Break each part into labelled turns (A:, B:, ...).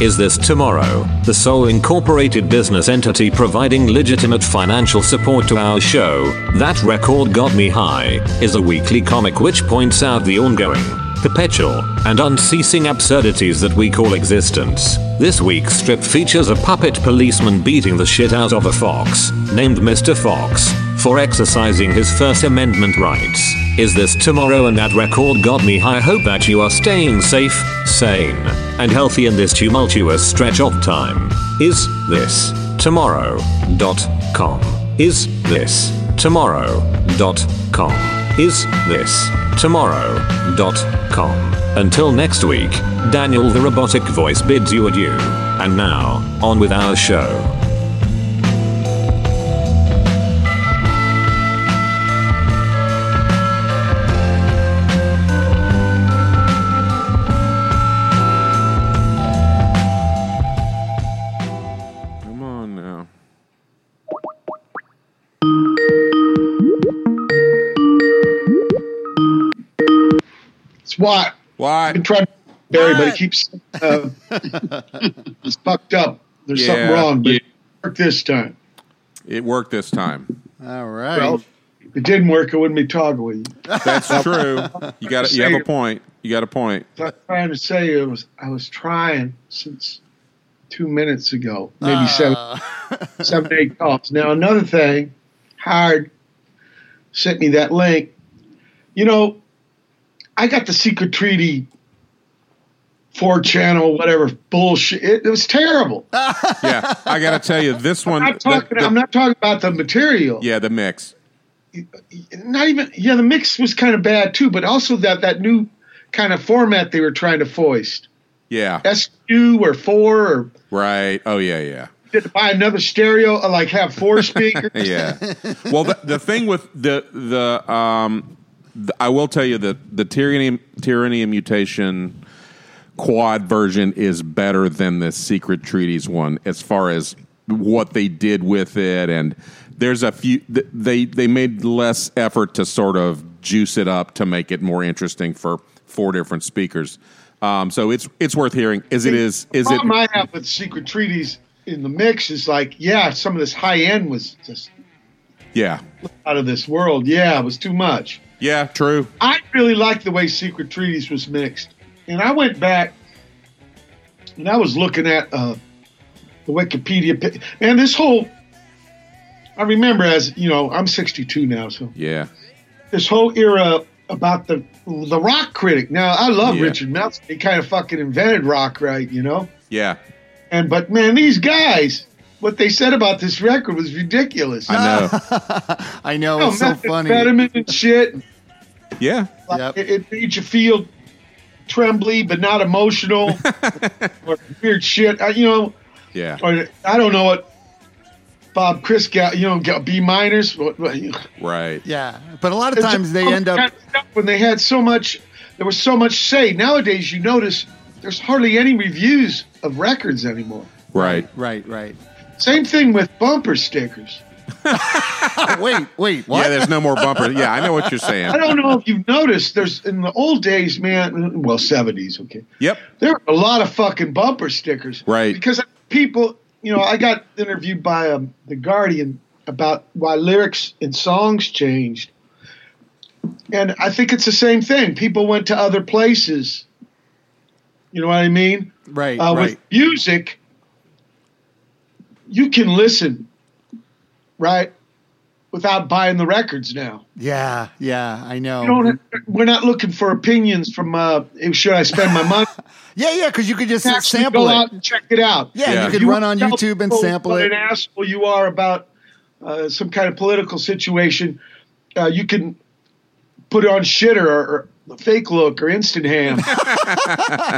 A: Is This Tomorrow, the sole incorporated business entity providing legitimate financial support to our show, That Record Got Me High, is a weekly comic which points out the ongoing, perpetual, and unceasing absurdities that we call existence. This week's strip features a puppet policeman beating the shit out of a fox, named Mr. Fox, for exercising his First Amendment rights. Is this tomorrow and that record got me high? Hope that you are staying safe, sane, and healthy in this tumultuous stretch of time. Is this tomorrow.com? Is this tomorrow.com? Is this tomorrow.com? Until next week, Daniel the robotic voice bids you adieu. And now, on with our show.
B: Come on now.
C: It's what I've
B: Why?
C: been trying to bury, but it keeps uh, it's fucked up. There's something
B: Yeah.
C: wrong, but it worked this time.
B: It worked this time.
D: All right.
C: Well, if it didn't work, I wouldn't be talking with you.
B: That's true. You got. You have a point. You got a point.
C: What I'm trying to say it was I was trying since two minutes ago, maybe seven, seven, eight calls. Now another thing, Hard sent me that link. You know, I got the secret treaty, four channel, whatever bullshit. It, it was terrible.
B: Yeah, I got to tell you, this one.
C: I'm not talking.
B: the- the-
C: I'm not talking about the material.
B: yeah, the mix.
C: Not even. Yeah, the mix was kind of bad too, but also that that new kind of format they were trying to foist.
B: Yeah.
C: SQ or four or
B: Right. Oh yeah, yeah.
C: did to buy another stereo or like have four speakers.
B: Yeah. well, the, the thing with the the um, the, I will tell you that the tyranny tyranny and mutation quad version is better than the secret treaties one as far as what they did with it and there's a few th- they they made less effort to sort of juice it up to make it more interesting for four different speakers um, so it's it's worth hearing is it is is
C: the
B: it
C: problem I have with secret treaties in the mix is like, yeah, some of this high end was just
B: yeah
C: out of this world. Yeah, it was too much.
B: yeah true
C: I really liked the way Secret Treaties was mixed. And I went back and I was looking at uh, the Wikipedia page. And this whole, I remember as, you know, I'm 62 now, so
B: yeah
C: this whole era about the the rock critic. Now, I love
B: Yeah.
C: Richard Meltzer. He kind of fucking invented rock, right? You know?
B: yeah
C: And, but man, these guys, what they said about this record was ridiculous.
B: I know
D: I know
C: You know,
D: it's so funny.
C: methamphetamine and shit.
B: yeah
C: Like,
D: Yep.
C: it, it made you feel trembly, but not emotional, or weird shit. I, you know,
B: yeah
C: or I don't know what Bob Chris got. You know, got B minors. What, what, you-
B: Right.
D: Yeah, but a lot of times they end up.
C: when they had so much. There was so much say. Nowadays, you notice there's hardly any reviews of records anymore.
B: Right.
D: Right, right.
C: Same thing with bumper stickers.
D: Oh, wait, wait. What?
B: Yeah, there's no more bumper. Yeah, I know what you're saying.
C: I don't know if you've noticed. There's in the old days, man. Well, seventies, okay.
B: Yep.
C: There were a lot of fucking bumper stickers.
B: Right.
C: Because people, you know, I got interviewed by um, The Guardian about why lyrics and songs changed. And I think it's the same thing. People went to other places. You know what I mean?
D: right,
C: Uh,
D: right.
C: With music, you can listen, right? Without buying the records now.
D: yeah, yeah. I know.
C: You don't, we're not looking for opinions from, uh, should I spend my money?
D: yeah, yeah. Because you could just
C: actually
D: sample
C: go
D: it.
C: out and check it out.
D: yeah,
B: Yeah.
D: you could
C: You
D: run on
C: tell
D: YouTube and
C: people
D: sample
C: what
D: it.
C: an asshole you are about uh, some kind of political situation. Uh, you can put it on shitter or, or fake look or instant ham.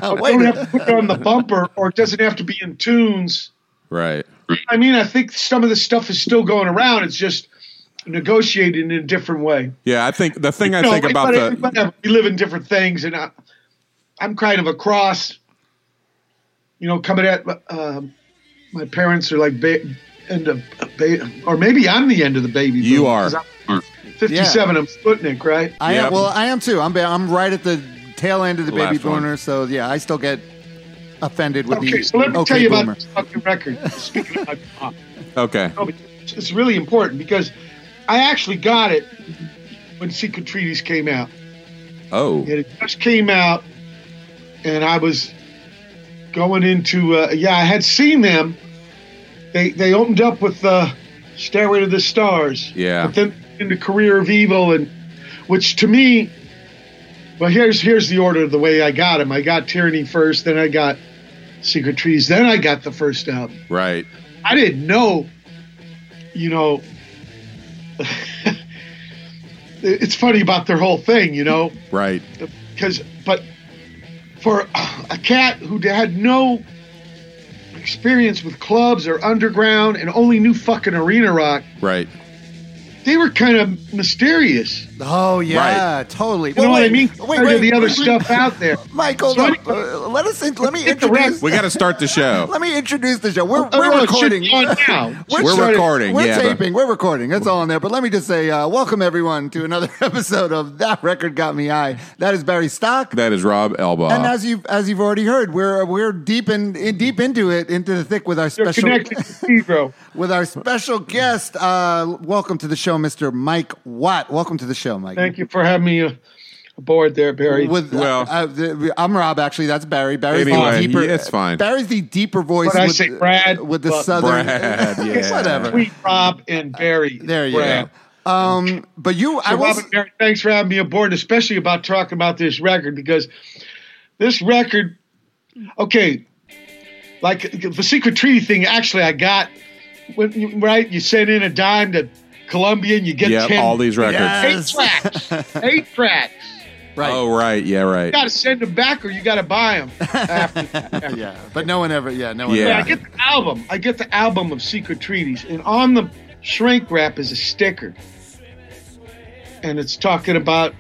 D: Oh,
C: you
D: wait.
C: don't
D: a-
C: have to put it on the bumper or it doesn't have to be in tunes.
B: Right.
C: I mean, I think some of this stuff is still going around. It's just negotiated in a different way.
B: Yeah, I think the thing I
C: No,
B: think about
C: everybody-
B: the
C: everybody- we live in different things, and I, I'm kind of across. You know, coming at um, my parents are like ba- end of ba- or maybe I'm the end of the baby.
B: You
C: boom,
B: are.
C: 'cause I'm 57. I'm Sputnik, right?
D: I
B: Yep.
D: am, well, I am too. I'm ba- I'm right at the tail end of the
B: Last
D: baby
B: one.
D: boomer, so yeah, I still get offended with
C: Okay,
D: the
C: so let me
D: okay,
C: tell you
D: boomer.
C: about this fucking record. Speaking of my mom.
B: Okay.
C: No, but it's, it's really important because I actually got it when Secret Treaties came out.
B: Oh.
C: And it just came out, and I was going into uh, yeah, I had seen them. They they opened up with uh, Stairway to the Stars.
B: Yeah.
C: But then into Career of Evil, and which to me, well, here's here's the order of the way I got them. I got Tyranny first, then I got Secret Trees, then I got the first album.
B: Right.
C: I didn't know, you know. it's funny about their whole thing, you know
B: Right.
C: because but for a cat who had no experience with clubs or underground and only knew fucking arena rock
B: Right.
C: they were kind of mysterious
D: Oh yeah, totally.
C: you know what i mean compared to the other
D: wait,
C: stuff out there
D: Michael,
C: So
D: uh,
C: anyway-
D: uh, let us in, let me
C: Hit the rec-
D: introduce.
B: We got to start the show.
D: Let me introduce the show. We're,
C: Oh,
D: we're
C: no, it should
D: recording.
C: be on now.
D: We're,
B: We're
D: starting-
B: recording,
D: We're
B: yeah, but-
D: taping. We're recording. That's all in there. But let me just say, uh, welcome everyone to another episode of That Record Got Me High. That is Barry Stock.
B: That is Rob
D: And
B: Elba.
D: as you've as you've already heard, we're we're deep in, in deep into it, into the thick with our
C: they're
D: special
C: connected to Pedro.
D: with our special guest. Uh, welcome to the show, Mr. Mike Watt. Welcome to the show, Mike.
C: thank you for having me uh, aboard there barry
D: With
B: Well-
D: well, uh, the, I'm Rob. Actually, that's Barry. Barry's
B: Anyway,
D: the deeper.
B: yeah, it's fine.
D: Barry's the deeper voice.
C: But I
D: with,
C: say Brad,
D: with the
C: but-
D: southern.
B: Brad, yeah.
D: Whatever.
C: sweet rob and barry
D: There you
C: Brad.
D: go. Um, but you, I
C: So
D: was.
C: Robert Barry, thanks for having me aboard, especially about talking about this record because this record, okay, like the secret treaty thing. Actually, I got when you, right you send in a dime to Columbia and you get
B: Yep.
C: ten,
B: All these records.
C: eight tracks, eight tracks.
D: right.
B: Oh, right. Yeah, right.
C: You got to send them back or you got to buy them.
D: Yeah. But no one ever. Yeah. No one.
B: Yeah.
C: Yeah, I
D: Ever.
C: get the album. I get the album of Secret Treaties, and on the shrink wrap is a sticker, and it's talking about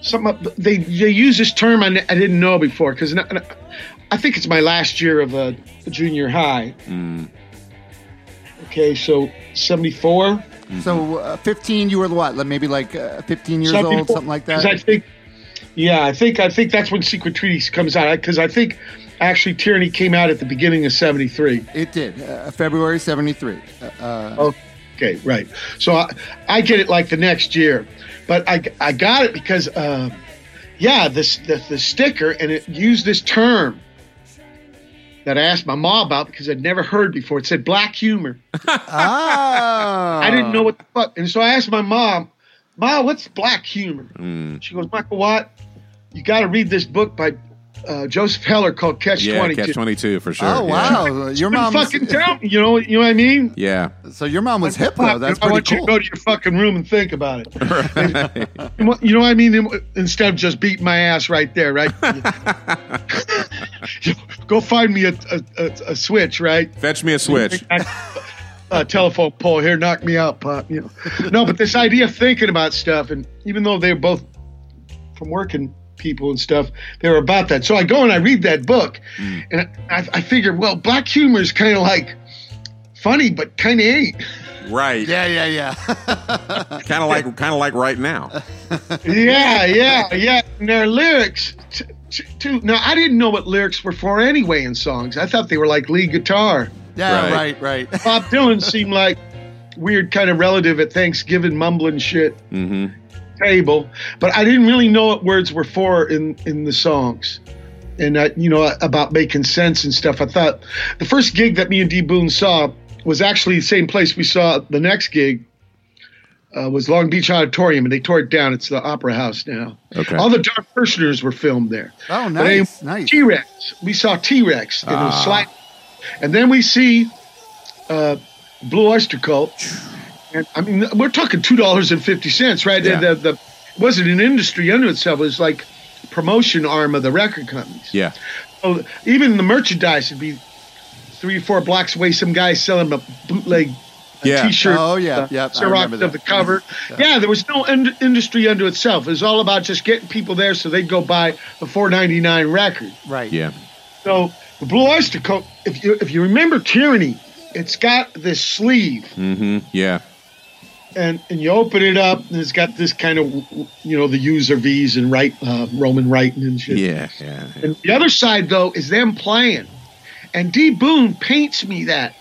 C: some. They they use this term I, n- I didn't know before because I think it's my last year of uh, junior high.
D: Mm.
C: Okay, so seventy four.
D: So uh, 15. You were what? like, Maybe like uh, 15 years old, something like that.
C: I think, yeah, I think I think that's when Secret Treaties comes out because I think actually Tyranny came out at the beginning of seventy three.
D: it did. Uh, February 73. Uh, uh,
C: Okay, right. So I, I get it like the next year, but I, I got it because, um, yeah, this the, the sticker and it used this term that I asked my mom about because I'd never heard before. It said black humor.
D: ah.
C: I didn't know
B: Uh.
C: what the fuck, and so I asked my mom, "Ma, what's black humor?"
B: Hmm.
C: She goes, "Michael Watt, you got to read this book by uh, Joseph Heller called Catch
B: Yeah,
C: 22.
B: catch 22 for sure.
D: Oh
B: Yeah.
D: wow! Your
C: Couldn't
D: mom.
C: fucking tell me, you know, you know what I mean?
B: Yeah.
D: So your mom was hip though. That's
C: I
D: pretty
C: want you to
D: cool.
C: go to your fucking room and think about it. you know what I mean? Instead of just beating my ass right there, right? go find me a, a, a, a switch, right?
B: Fetch me a switch.
C: A telephone pole here, knock me out, pop. You know. No, but this idea of thinking about stuff, and even though they're both from working people and stuff, they were about that. So I go and I read that book,
D: Mm.
C: and I, I figure, well, black humor is kind of like funny, but kind of ain't.
B: Right.
D: Yeah, yeah, yeah.
B: Kind of like kind of like right now.
C: yeah, yeah, yeah. And their lyrics, t- t- too. Now, I didn't know what lyrics were for anyway in songs. I thought they were like lead guitar.
D: Yeah,
B: Right.
D: right, right.
C: Bob Dylan seemed like weird kind of relative at Thanksgiving mumbling shit
B: Mhm.
C: table, but I didn't really know what words were for in in the songs. And I, you know about making sense and stuff. I thought the first gig that me and D Boone saw was actually the same place we saw the next gig uh, was Long Beach Auditorium, and they tore it down. It's the Opera House now.
B: Okay.
C: All the Dark Personers were filmed there.
D: Oh,
C: But anyway,
D: nice, nice.
C: T Rex. We saw T Rex in a slide, and then we see uh, Blue Oyster Cult. And I mean, we're talking two dollars and fifty cents, right?
B: Yeah.
C: The, the, the it wasn't an industry unto itself; it was like promotion arm of the record companies.
B: Yeah.
C: So even the merchandise would be three or four blocks away. Some guy selling a bootleg uh,
B: Yeah.
C: T-shirt.
D: Oh, yeah,
C: the
D: yep, I
C: Xerox
D: remember
C: of the
D: that.
C: cover. Yeah, there was no ind- industry unto itself. It was all about just getting people there so they'd go buy a four ninety nine record.
D: Right.
B: Yeah.
C: So the Blue Oyster Cult. If you if you remember Tyranny, it's got this sleeve
B: Mhm. Yeah.
C: and and you open it up, and it's got this kind of you know the user V's and right uh, Roman writing and shit.
B: Yeah, yeah. yeah.
C: And the other side though is them playing, and D Boone paints me that.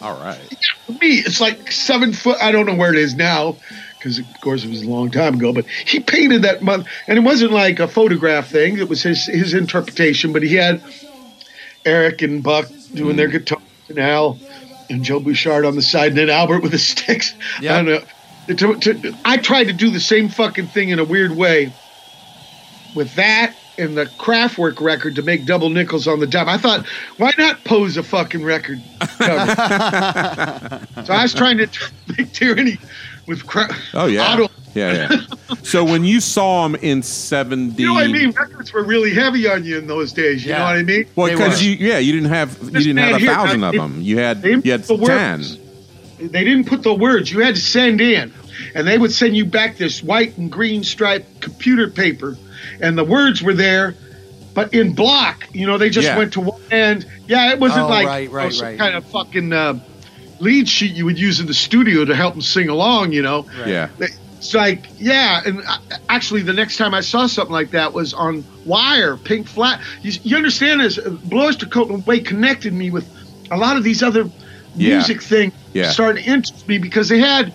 B: All right.
C: For me, it's like seven foot. I don't know where it is now, because of course it was a long time ago. But he painted that month, and it wasn't like a photograph thing. It was his his interpretation. But he had Eric and Buck doing
B: Mm.
C: their guitar, and Al and Joe Bouchard on the side, and then Albert with the sticks.
D: Yeah.
C: I don't know. It- to- to- I tried to do the same fucking thing in a weird way with that and the Kraftwerk record to make double nickels on the dime. I thought, why not pose a fucking record cover? so I was trying to make tyranny with Kraft.
B: Oh yeah.
C: Auto-
B: Yeah, yeah. so when you saw him in seventy,
C: you know what I mean? Records were really heavy on you in those days. You
D: Yeah.
C: know what I mean?
B: Well,
D: They
B: because
D: were.
B: you yeah you didn't have you didn't
C: man
B: have a
C: here,
B: thousand
C: I-
B: of them. You had
C: They didn't
B: you had
C: put the
B: ten.
C: words. They didn't put the words. You had to send in, and they would send you back this white and green striped computer paper, and the words were there, but in block. You know, they just
B: Yeah.
C: went to one end. Yeah, it wasn't
D: Oh,
C: like
D: right,
C: you know,
D: right,
C: some
D: right.
C: kind of fucking uh, lead sheet you would use in the studio to help them sing along. You know,
B: Yeah.
C: it's like yeah and I, actually the next time i saw something like that was on wire pink flat you, you understand this uh, blows to coat way connected me with a lot of these other
B: Yeah.
C: music things
B: Yeah.
C: started to interest me because they had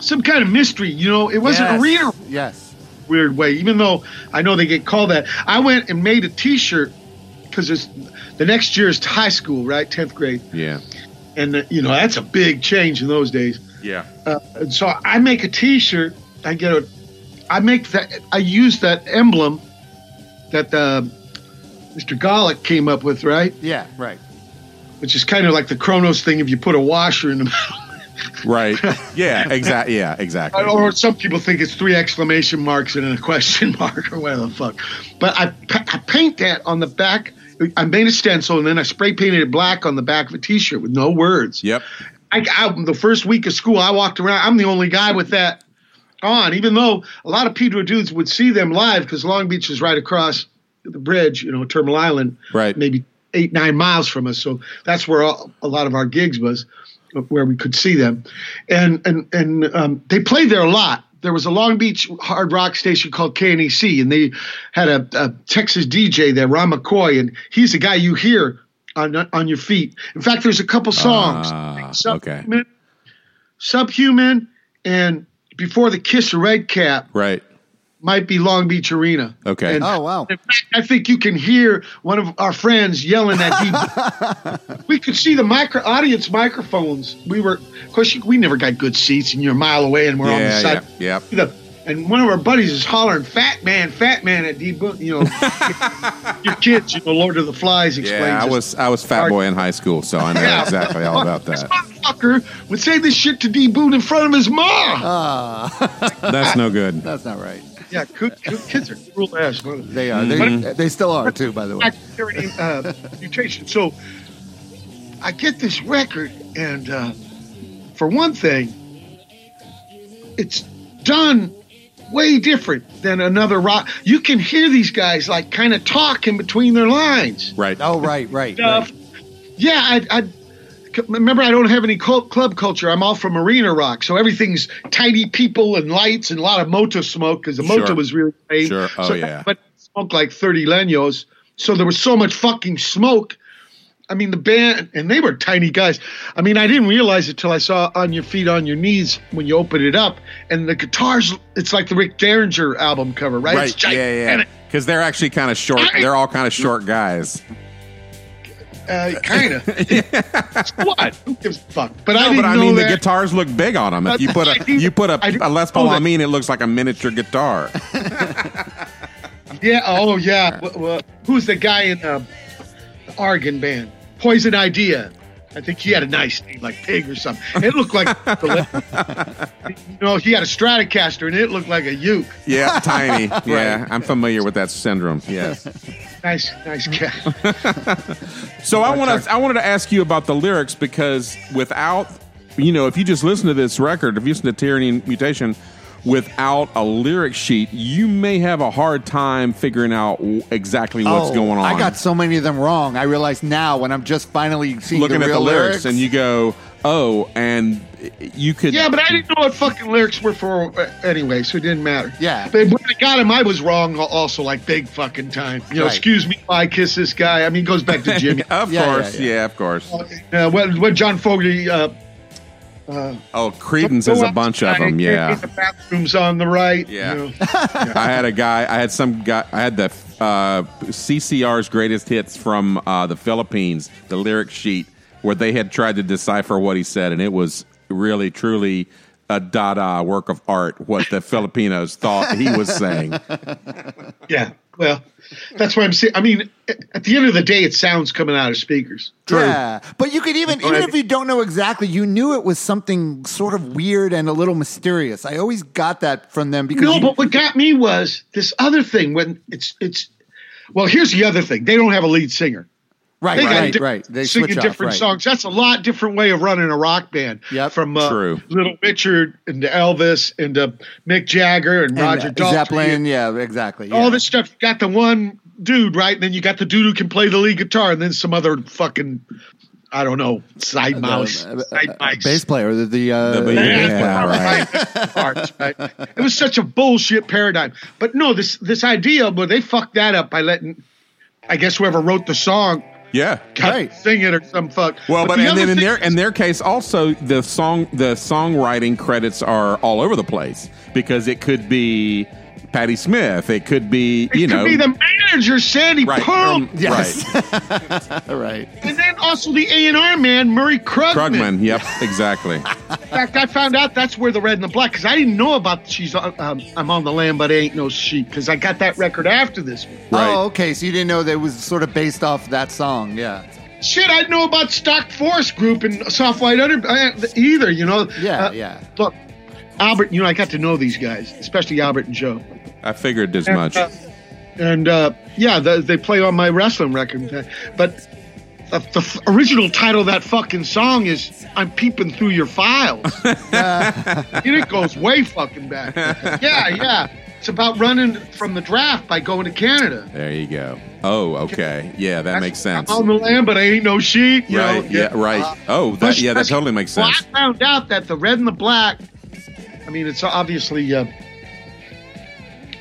C: some kind of mystery you know it wasn't
D: yes.
C: a real
D: Yes.
C: weird way, even though I know they get called that. I went and made a t shirt because it's the next year is high school, right? 10th grade.
B: Yeah.
C: And, uh, you know, that's a big change in those days.
B: Yeah.
C: Uh, and so I make a T-shirt. I get a. I make that. I use that emblem that uh, Mr. Golick came up with, right?
D: Yeah. Right.
C: Which is kind of like the Kronos thing. If you put a washer in the middle,
B: Right. Yeah. Exactly. Yeah. Exactly.
C: or some people think it's three exclamation marks and then a question mark or whatever the fuck. But I, pa- I paint that on the back. I made a stencil and then I spray painted it black on the back of a T-shirt with no words.
B: Yep.
C: I, I the first week of school, I walked around. I'm the only guy with that on, even though a lot of Pedro dudes would see them live because Long Beach is right across the bridge, you know, Terminal Island,
B: Right.
C: Maybe eight nine miles from us, so that's where all, a lot of our gigs was, where we could see them, and and and um, they played there a lot. There was a Long Beach hard rock station called KNEC, and they had a, a Texas DJ there, Ron McCoy, and he's the guy you hear on on your feet. In fact, there's a couple songs.
B: Ah, okay.
C: Subhuman, Subhuman, and before the Kiss Red Cap
B: Right.
C: might be Long Beach Arena.
B: Okay.
C: And
D: Oh wow.
C: in fact, I think you can hear one of our friends yelling at D. we could see the micro audience microphones. We were, of course, you, we never got good seats, and you're a mile away, and we're on the
B: Yeah.
C: side.
B: Yeah. Yeah.
C: The- and one of our buddies is hollering, "Fat man, fat man!" at D. Boone. You know, your kids, you know, Lord of the Flies explains.
B: Yeah. I
C: this.
B: was I was fat boy in high school, so I know
C: Yeah.
B: exactly all about
C: This
B: that.
C: motherfucker would say this shit to D Boone in front of his mom.
B: Uh. That's no good.
D: That's not right.
C: yeah, coo- coo- kids are cruel ass. mother-
D: They are.
B: Mm-hmm.
D: They, they still are too. By the way.
C: Black security uh, mutation. So I get this record, and uh, for one thing, it's done way different than another rock. You can hear these guys like kind of talking between their lines.
B: Right.
D: Oh right. Right.
C: Stuff.
D: right.
C: Yeah, I, I remember I don't have any club, club culture. I'm all from arena rock, so everything's tidy people and lights and a lot of moto smoke because the moto
B: Sure.
C: was really lame.
B: Sure. Oh,
C: so
B: yeah.
C: But smoked like 30 lenos, so there was so much fucking smoke. I mean, the band and they were tiny guys. I mean, I didn't realize it till I saw "On Your Feet, On Your Knees" when you open it up, and the guitars—it's like the Rick Derringer album cover, right? It's
B: Right. Yeah. Yeah.
C: gigantic.
B: Because they're actually kind of short. They're all kind of short guys.
C: Uh, kind of. what? Who gives a fuck? But I
B: No,
C: didn't
B: but I
C: know
B: mean
C: that.
B: the guitars look big on them. If
C: But
B: you put
C: I
B: a
C: didn't-
B: you put
C: I
B: a,
C: didn't
B: a Les
C: know
B: Paul, I
C: that.
B: mean it looks like a miniature guitar.
C: Yeah. Oh, yeah. Wh- wh- who's the guy in uh, the Argon band? Poison Idea. I think he had a nice name, like Pig or something. It looked like, you know, he had a Stratocaster, and it looked like a uke.
B: Yeah, tiny. Yeah, I'm familiar with that syndrome. Yes.
C: Nice, nice cat.
B: So I want to I wanted to ask you about the lyrics because without you know if you just listen to this record if you listen to Tyranny and Mutation without a lyric sheet you may have a hard time figuring out w- exactly what's
D: Oh,
B: going on.
D: I got so many of them wrong. I realize now when I'm just finally seeing
B: looking
D: the
B: at
D: real
B: the lyrics, and you go O, and you could.
C: Yeah, but I didn't know what fucking lyrics were for uh, anyway, so it didn't matter.
D: Yeah.
C: They when I got him, I was wrong al- also, like big fucking time. You know,
D: Right.
C: excuse me, I kiss this guy. I mean, it goes back to Jimmy. uh,
B: of
D: Yeah, yeah,
B: course,
D: yeah.
B: yeah, of course.
C: what, what John Fogerty. Uh,
B: Oh, Credence is a bunch of them. Yeah,
C: The bathroom's on the right.
B: Yeah.
C: you know.
B: I had a guy. I had some guy. I had the uh, CCR's greatest hits from uh, the Philippines, the lyric sheet, where they had tried to decipher what he said, and it was really, truly a Dada work of art. What the Filipinos thought he was saying.
C: yeah. Well, that's what I'm saying. I mean, a- at the end of the day, it sounds coming out of speakers.
D: Yeah, but you could even even
C: Right.
D: if you don't know exactly, you knew it was something sort of weird and a little mysterious. I always got that from them because
C: No,
D: you-
C: but what got me was this other thing when it's it's. Well, here's the other thing. They don't have a lead singer.
D: right,
C: They got
D: right,
C: di-
D: right. They
C: singing
D: switch off,
C: different
D: right.
C: songs. That's a lot different way of running a rock band.
D: Yep.
C: from uh,
B: True.
C: Little Richard and to Elvis and to Mick Jagger and,
D: And,
C: Roger
D: uh,
C: Daltrey.
D: Zeppelin, yeah, exactly.
C: All
D: yeah.
C: this stuff. You got the one dude, right? And then you got the dude who can play the lead guitar, and then some other fucking, I don't know, side
D: The, uh,
C: mouse, side
D: uh,
C: mice.
D: bass player, the the, uh,
B: The-
D: yeah,
B: yeah,
D: player.
B: right.
C: parts, right? It was such a bullshit paradigm. But no, this this idea where they fucked that up by letting, I guess whoever wrote the song
B: Yeah.
C: got
D: Right.
C: sing it or some fuck.
B: Well, but,
C: the
B: and
C: other
B: then in
C: thing-
B: their in their case, also the song the songwriting credits are all over the place because it could be Patti Smith, it could be
C: it
B: you
C: could
B: know,
C: be the manager Sandy
B: right,
C: Pearl,
B: um,
D: Yes.
B: right,
D: right.
C: and then also the A and R man Murray Krugman.
B: Krugman, yep, exactly.
C: In fact, I found out that's where the red and the black because I didn't know about she's on- um, I'm on the lamb, but I ain't no sheep because I got that record after this one.
B: Right.
D: Oh, okay. So you didn't know that it was sort of based off that song. Yeah.
C: shit, I know about Stock Forest Group and Soft White Under uh, either. You know?
D: Yeah,
C: Uh,
D: yeah.
C: Look, Albert. You know, I got to know these guys, especially Albert and Joe.
B: I figured as much.
C: Uh, and uh, yeah, the, they play on my wrestling record. Uh, But the, the f- original title of that fucking song is "I'm peeping through your files." Uh, and it goes way fucking back. Yeah, yeah. It's about running from the draft by going to Canada.
B: There you go. Oh, okay. Yeah, that makes sense.
C: I'm on the land, but I ain't no sheep. you know?
B: Right. Yeah.
C: Uh,
B: Right. Oh, that. Yeah, that totally makes
C: Well,
B: sense.
C: I found out that the red and the black. I mean, it's obviously uh,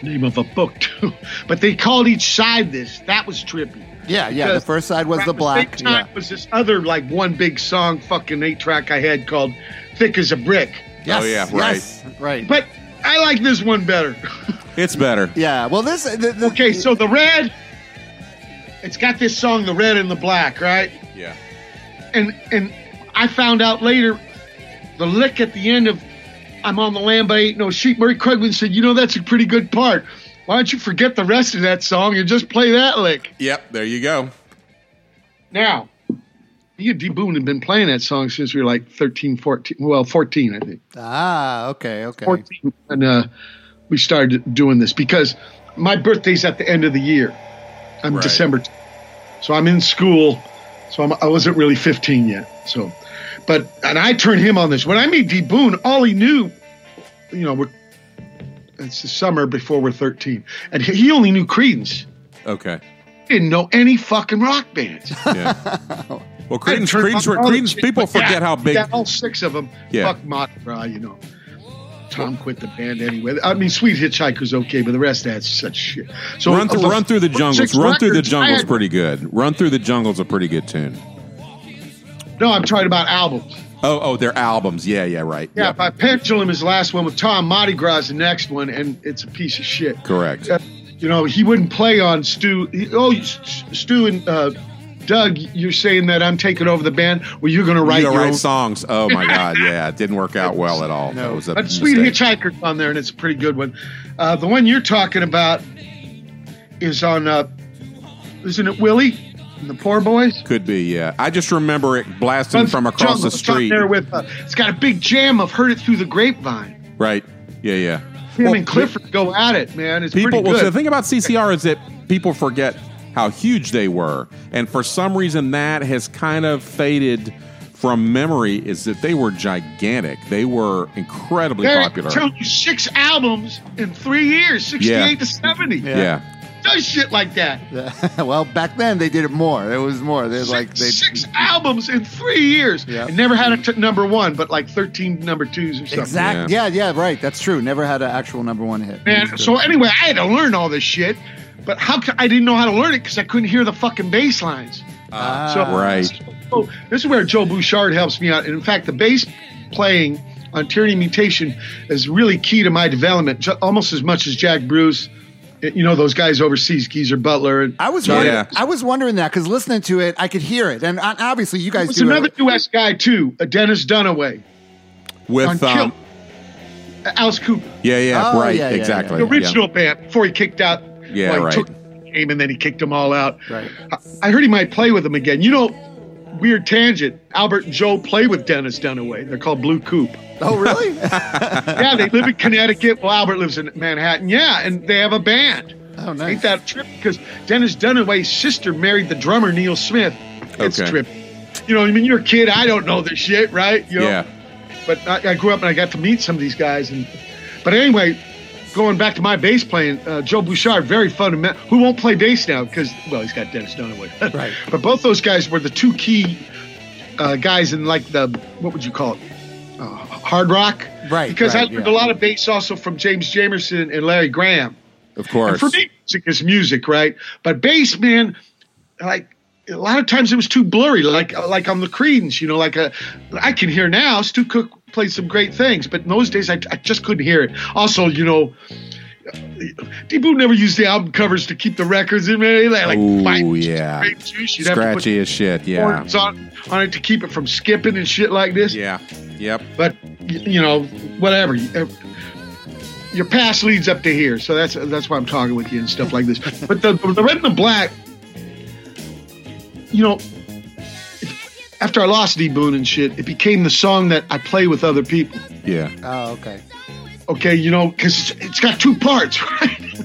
C: name of a book too, but they called each side this. That was trippy.
D: Yeah, yeah. The
C: Because
D: first side was
C: At
D: the
C: Same
D: black.
C: time
D: Yeah.
B: Oh,
C: was this other like one big song, fucking eight track I had called "Thick as a Brick,"
D: Yes,
B: Oh, yeah,
D: yes, right.
C: but I like this one better.
B: It's better.
D: yeah. Well, this the, the,
C: okay, so the red. It's got this song, "The Red and the Black," right?
B: Yeah.
C: and and I found out later the lick at the end of I'm on the land but I ain't no sheep. Murray Krugman said, you know that's a pretty good part. Why don't you forget the rest of that song and just play that lick?
B: Yep. There you go.
C: Now, me and D Boone have been playing that song since we were like 13, 14. Well, 14, I think.
D: ah, okay, okay.
C: 14 when uh, we started doing this because my birthday's at the end of the year. I'm
B: Right.
C: December, t- so I'm in school, so I'm, I wasn't really 15 yet. So, but and I turned him on this when I made D Boone. All he knew, you know, we're, it's the summer before we're 13, and he- he only knew Credence.
B: Okay.
C: He didn't know any fucking rock bands.
B: Yeah. Well, Creedence,
C: Turn
B: Creedence,
C: on all the
B: Creedence
C: shit,
B: people
C: but yeah,
B: forget how big.
C: yeah, all six of them.
B: Yeah.
C: Fuck Mothra, you know. Tom quit the band anyway. I mean, Sweet Hitchhiker's okay, but the rest of that's such shit. So
B: Run
C: of
B: through, run through the
C: six
B: jungles. Run through the
C: records, I
B: jungles.
C: had-
B: Pretty good. Run through the jungles. A pretty good tune.
C: No, I'm talking about albums.
B: Oh, oh, their albums. Yeah, yeah, right.
C: Yeah,
B: Yep.
C: by Pendulum is the last one with Tom. Mardi Gras is the next one, and it's a piece of shit.
B: Correct.
C: Uh, you know, he wouldn't play on Stu. He, oh, S- S- Stu and uh, Doug, you're saying that I'm taking over the band. Well, you're going to write
B: you
C: your
B: write
C: own
B: songs. Oh my God. Yeah, it didn't work out well at all.
D: No.
B: That was a
C: But Sweet
B: mistake.
C: Hitchhiker's on there, and it's a pretty good one. Uh, the one you're talking about is on, uh, isn't it Willie and the Poor Boys?
B: Could be. Yeah. I just remember it blasting from
C: John-
B: across the
C: it's on
B: street.
C: There with, uh, it's got a big jam of "Heard It Through the Grapevine."
B: Right. Yeah. Yeah.
C: Him
B: Well,
C: and Clifford go at it, man. It's
B: people
C: pretty
B: well,
C: good.
B: so the thing about CCR is that people forget how huge they were, and for some reason that has kind of faded from memory. Is that they were gigantic? They were incredibly
C: They're
B: popular.
C: telling you six albums in three years, sixty-eight
B: Yeah.
C: to seventy.
B: Yeah.
C: does shit like that.
D: well, back then they did it more. It was more. They
C: Six,
D: like they
C: six albums in three years.
D: Yeah.
C: And never had a t- number one, but like 13 number twos or something.
D: exact. Yeah. yeah, right. That's true. Never had an actual number one hit.
C: And so anyway, I had to learn all this shit, but how c I didn't know how to learn it because I couldn't hear the fucking bass lines.
D: Ah,
C: so
B: right.
C: so this is where Joe Bouchard helps me out. And in fact, the bass playing on Tyranny Mutation is really key to my development, ju- almost as much as Jack Bruce. eh, You know those guys overseas, Geezer Butler. And
D: I was
B: Yeah.
D: wondering, I was wondering that because listening to it, I could hear it, and uh, obviously you guys
C: It's
D: do.
C: another
D: it.
C: U.S. guy too, a Dennis Dunaway, on
B: With um,
C: Kill, Alice Cooper,
B: yeah, yeah,
D: Oh,
B: right,
D: yeah, yeah,
B: exactly.
C: the
B: yeah.
C: original band before he kicked out.
B: Yeah,
C: well, he
B: right.
C: took- came and then he kicked them all out.
D: Right.
C: I, I heard he might play with them again. You know, weird tangent. Albert and Joe play with Dennis Dunaway. They're called Blue Coop.
D: Oh, really?
C: yeah, they live in Connecticut. Well, Albert lives in Manhattan. Yeah, and they have a band.
D: Oh, nice.
C: Ain't that a trip? Because Dennis Dunaway's sister married the drummer Neil Smith. It's
B: Okay.
C: trip. You know, I mean, you're a kid. I don't know this shit, right? You know?
B: Yeah.
C: But I, I grew up and I got to meet some of these guys. And but anyway, going back to my bass playing, uh, Joe Bouchard, very fundamental. Who won't play bass now? Because well, he's got Dennis Dunaway.
D: Right.
C: But both those guys were the two key uh, guys in like the what would you call it? Uh, hard rock.
D: Right,
C: Because
D: right,
C: I learned
D: yeah.
C: a lot of bass also from James Jamerson and Larry Graham.
B: Of
C: And
B: course.
C: for me, music is music, right? But bass, man, like a lot of times it was too blurry, like like on the Creedence, you know, like a I can hear now. Stu Cook played some great things, but in those days I, I just couldn't hear it. Also, you know. Debu never used the album covers to keep the records in there. Like,
B: Ooh,
C: Vitamin Juice,
B: yeah.
C: Grape Juice, you'd have to put
B: Scratchy as shit. Yeah.
C: horns on, on it to keep it from skipping and shit like this.
B: Yeah. Yep.
C: But y- you know, whatever. You- Your past leads up to here, so that's that's why I'm talking with you and stuff like this. But the the red and the black, you know, after I lost D Boone and shit, it became the song that I play with other people.
B: Yeah.
D: oh, okay.
C: Okay, you know, because it's got two parts, right?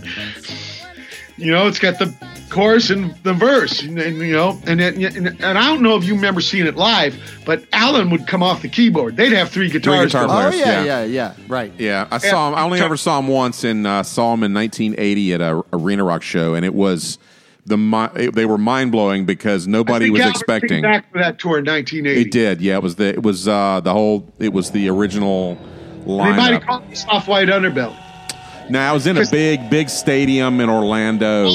C: you know, it's got the chorus and the verse, and, and, you know, and, it, and and I don't know if you remember seeing it live, but Alan would come off the keyboard. They'd have three guitars.
B: guitar
C: going.
D: Oh,
B: Players,
D: yeah,
B: yeah.
D: yeah, yeah, Right.
B: Yeah, I saw him. I only ever saw him once, and uh, saw him in 1980 at a arena rock show, and it was the mi- it- they were mind blowing because nobody
C: think
B: was
C: Albert
B: expecting.
C: came back for that tour in 1980.
B: It did, yeah. It was the it was uh, the whole it was the original
C: They might have
B: lineup.
C: called it soft white underbelly.
B: Now I was in a
C: Chris- Oh.
B: big big stadium in Orlando.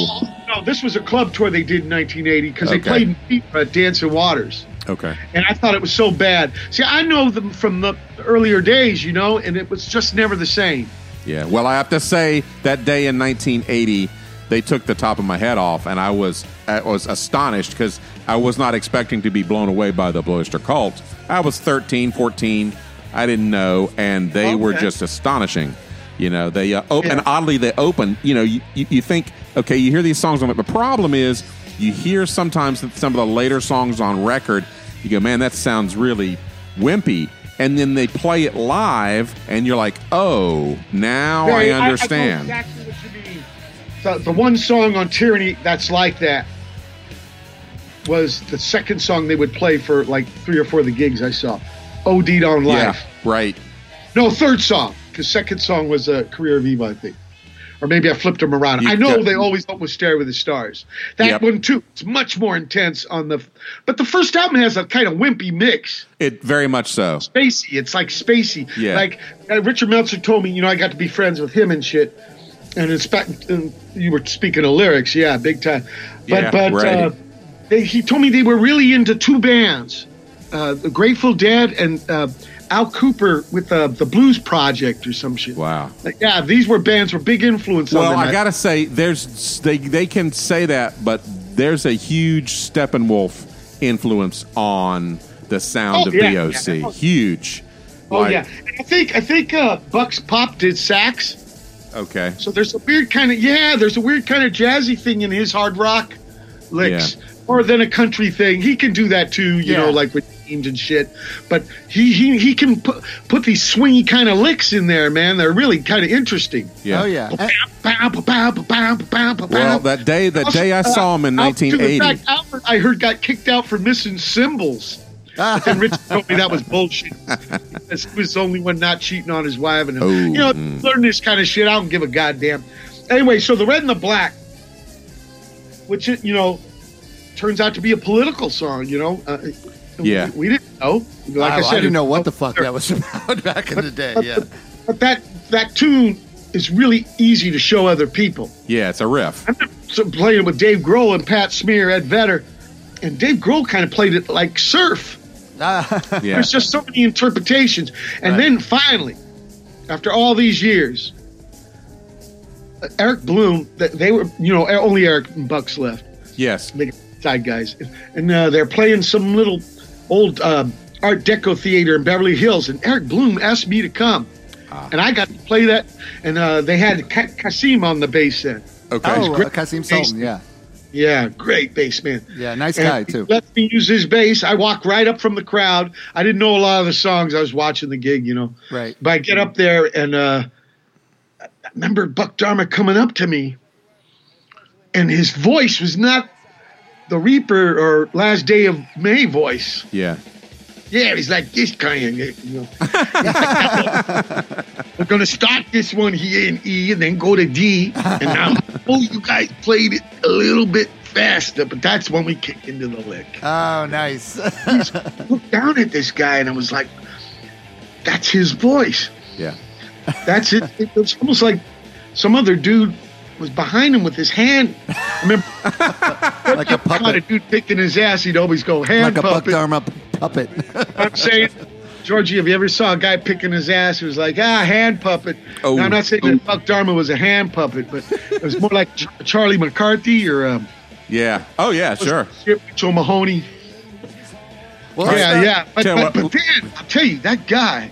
C: No, this was a club tour they did in 1980 because they
B: Okay.
C: played in FIFA at Dancing Waters.
B: Okay,
C: And I thought it was so bad. See, I know them from the earlier days, you know, and it was just never the same.
B: yeah. Well, I have to say that day in 1980. They took the top of my head off, and I was I was astonished because I was not expecting to be blown away by the Bloister cult. I was 13, 14. I didn't know, and they were
C: Okay.
B: just astonishing. You know, they uh, op-
C: Yeah.
B: and oddly they open. You know, you, you, you think okay, you hear these songs on it. The problem is you hear sometimes that some of the later songs on record. You go, man, that sounds really wimpy, and then they play it live, and you're like, oh, now
C: Barry,
B: I
C: know
B: understand.
C: exactly what you mean. The, the one song on Tyranny that's like that was the second song they would play for like three or four of the gigs I saw. OD'd on
B: yeah,
C: Life.
B: right.
C: No, third song. Because second song was uh, Career of Eva, I think. Or maybe I flipped them around.
B: You
C: I know
B: got-
C: they always open with Stairway with the Stars. That
B: Yep.
C: one, too. It's much more intense on the. But the first album has a kind of wimpy mix.
B: It very much so.
C: Spacey. It's like spacey.
B: Yeah.
C: Like uh, Richard Meltzer told me, you know, I got to be friends with him and shit. And it's back, and you were speaking of lyrics. Yeah, big time. But,
B: Yeah,
C: but
B: right.
C: uh, they, he told me they were really into two bands uh, the Grateful Dead and uh, Al Cooper with uh, the Blues Project or some shit.
B: Wow.
C: Like, yeah, these were bands were big influence on
B: Well,
C: them.
B: I gotta say, there's they they can say that, but there's a huge Steppenwolf influence on the sound
C: Oh,
B: of
C: yeah,
B: DOC.
C: yeah.
B: Huge.
C: oh
B: Like-
C: yeah, And I think I think uh, Bucks Pop did sax.
B: Okay.
C: So there's a weird kind of yeah, there's a weird kind of jazzy thing in his hard rock licks,
B: Yeah.
C: more than a country thing. He can do that too, you
D: Yeah.
C: know, like with teams and shit. But he he he can put put these swingy kind of licks in there, man. They're really kind of interesting.
B: Yeah.
D: Oh yeah. And-
C: Bow, bow, bow, bow, bow, bow, bow.
B: Well, that day that day I
C: Also,
B: saw him in
C: uh, Albert-
B: 1980.
C: fact, Albert, I heard got kicked out for missing symbols.
D: Ah,
C: But then Richard told me that was bullshit. Because he was the only one not cheating on his wife. And
B: Oh,
C: you know, learn this kind of shit. I don't give a goddamn. Anyway, so the red and the black. which it, you know turns out to be a political song. You know, uh,
B: Yeah.
C: we, we didn't know. Like I,
D: I,
C: said,
D: didn't know what the fuck that was about back in the day. Yeah.
C: But that that tune is really easy to show other people.
B: Yeah, it's a riff.
C: I remember some- playing it with Dave Grohl and Pat Smear, Ed Vedder, and Dave Grohl kind of played it like surf.
D: Ah,
B: Yeah.
C: There's just so many interpretations. And
D: Right.
C: then finally, after all these years, uh, Eric Bloom, th- they were, you know, only Eric and Bucks left,
B: yes.
C: the side guys. And uh, they're playing some little old um, Art Deco theater in Beverly Hills. And Eric Bloom asked me to come. And I got to play that. And uh, they had Ka- Kasim on the bass then.
B: Okay.
D: oh,
C: great.
D: uh, Kasim Sultan. Yeah.
C: Yeah, great bass man.
D: Yeah, nice
C: And
D: guy,
C: he
D: too.
C: Let me use his bass. I walk right up from the crowd. I didn't know a lot of the songs. I was watching the gig, you know.
D: Right.
C: But I get up there and uh, I remember Buck Dharma coming up to me, and his voice was not the Reaper or Last Day of May voice.
B: Yeah.
C: Yeah, he's like this kind of, you know. We're gonna start this one here in E and then go to D. And now, oh, you guys played it a little bit faster, but that's when we kicked into the lick.
D: Oh, nice.
C: I looked down at this guy and I was like, that's his voice.
B: Yeah.
C: That's it. It was almost like some other dude was behind him with his hand. Remember,
D: like a
C: caught a
D: puppet.
C: dude picking his ass. He'd always go hand
D: Like a Buck
C: puppet.
D: Dharma p- puppet.
C: I'm saying, Georgie, if you ever saw a guy picking his ass, he was like, ah, hand puppet.
B: Oh,
C: now, I'm not saying
B: oh.
C: that Buck Dharma was a hand puppet, but it was more like Ch- Charlie McCarthy or um,
B: Yeah. Oh, yeah, sure.
C: Mitch O'Mahoney.
D: Well,
C: yeah,
D: let's-
C: yeah. But,
B: Tell you
C: but, but
B: what-
C: then, I'll tell you, that guy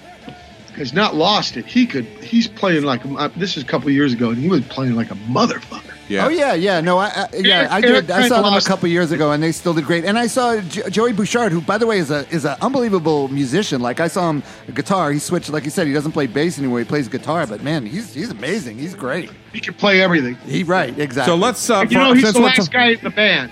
C: has not lost it. He could, he's playing like, uh, this is a couple years ago, and he was playing like a motherfucker.
B: Yeah.
D: Oh yeah, yeah. No, I, I yeah,
C: Eric-
D: I did.
C: Eric
D: I saw them a
C: Kreinhaus.
D: couple years ago, and they still did great. And I saw jo- Joey Bouchard, who, by the way, is a is an unbelievable musician. Like I saw him guitar. He switched, like you said, he doesn't play bass anymore. He plays guitar, but man, he's he's amazing. He's great.
C: He could play everything.
D: He right, exactly.
B: So let's. Uh,
C: You know, he's
B: since
C: the
B: we're
C: last
B: ta-
C: guy in the band.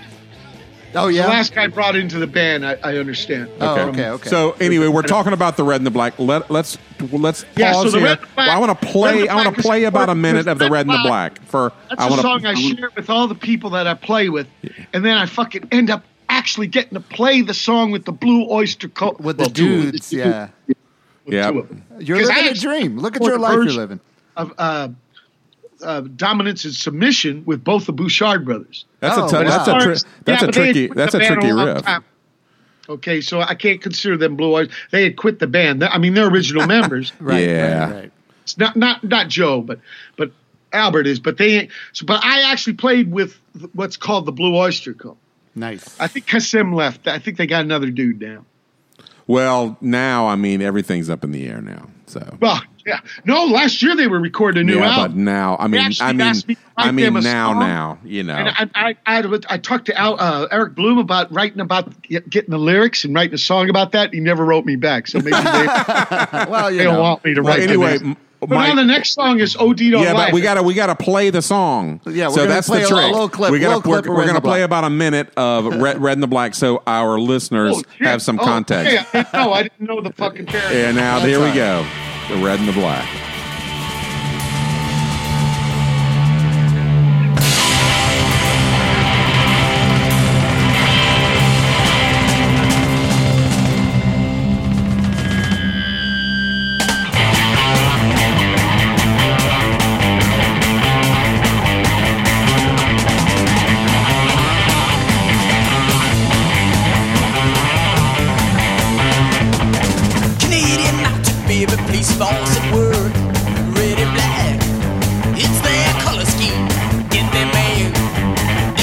D: oh
C: The
D: yeah,
C: last guy brought into the band, I, I understand.
D: Oh, okay, okay.
B: Um, So anyway, we're talking about the red and the black. Let let's let's
C: Yeah, so
B: pause
C: the
B: here.
C: Red and the Black-
B: Well, I want to
C: Red and
B: play.
C: the
B: I want
C: Black
B: to
C: is
B: play about a
C: important.
B: minute of the red and the black for.
C: That's
B: I
C: a
B: wanna,
C: song I share with all the people that I play with, and then I fucking end up actually getting to play the song with the Blue Oyster Cult
D: with the
C: well, two of
D: dudes, yeah.
C: the- two
B: Yeah.
C: of them.
D: You're
C: 'Cause I
D: living a
C: actually
D: dream. Look at
C: scored
D: your
C: a
D: life you're
C: version
D: living.
C: of uh, uh, dominance and submission with both the Bouchard brothers.
B: That's a
D: Oh,
B: t-
D: wow.
B: that's
D: Yeah,
B: a
C: Yeah,
B: tri- that's a
C: but they had
B: tricky
C: quit
B: that's
C: the
B: a
C: band
B: tricky
C: long
B: riff.
C: time. Okay, so I can't consider them Blue Eyes. They had quit the band. I mean, they're original members.
D: Right,
B: Yeah.
D: right, right.
C: It's not not not Joe, but but Albert is. But they. So, but I actually played with what's called the Blue Oyster Cult.
D: nice.
C: I think Kasim left. I think they got another dude now.
B: Well, now I mean everything's up in the air now. So
C: Well, yeah. No, last year they were recording a new
B: yeah, but
C: album.
B: now I mean
C: actually
B: I mean
C: asked me to write
B: I mean
C: them a
B: now
C: song,
B: now you know
C: And I, I, I, I talked to Al, uh, Eric Bloom about writing about getting the lyrics and writing a song about that. He never wrote me back, so maybe they,
D: well, you
C: they don't
D: know.
C: want me to
B: Well,
C: write.
B: anyway,
C: them.
B: m-
C: but
B: Mike-
C: now the next song is OD on
B: yeah,
C: Life.
B: but we gotta we gotta play the song.
D: Yeah, we're
B: so
D: gonna
B: that's
D: play
B: the
D: a
B: trick.
D: little clip-
B: we gotta
D: little clip
B: we're,
D: of
B: we're
D: Red
B: gonna
D: and the
B: play
D: Black.
B: about a minute of red, red and the black, so our listeners
C: Oh, shit.
B: have some
C: Oh,
B: context.
C: okay. I didn't know. I didn't know the fucking character.
B: And now
D: That's
B: here we
D: all
B: go, the red and the black.
E: Canadian my two favorite police balls at work. Red and black, it's their color scheme. It's their man.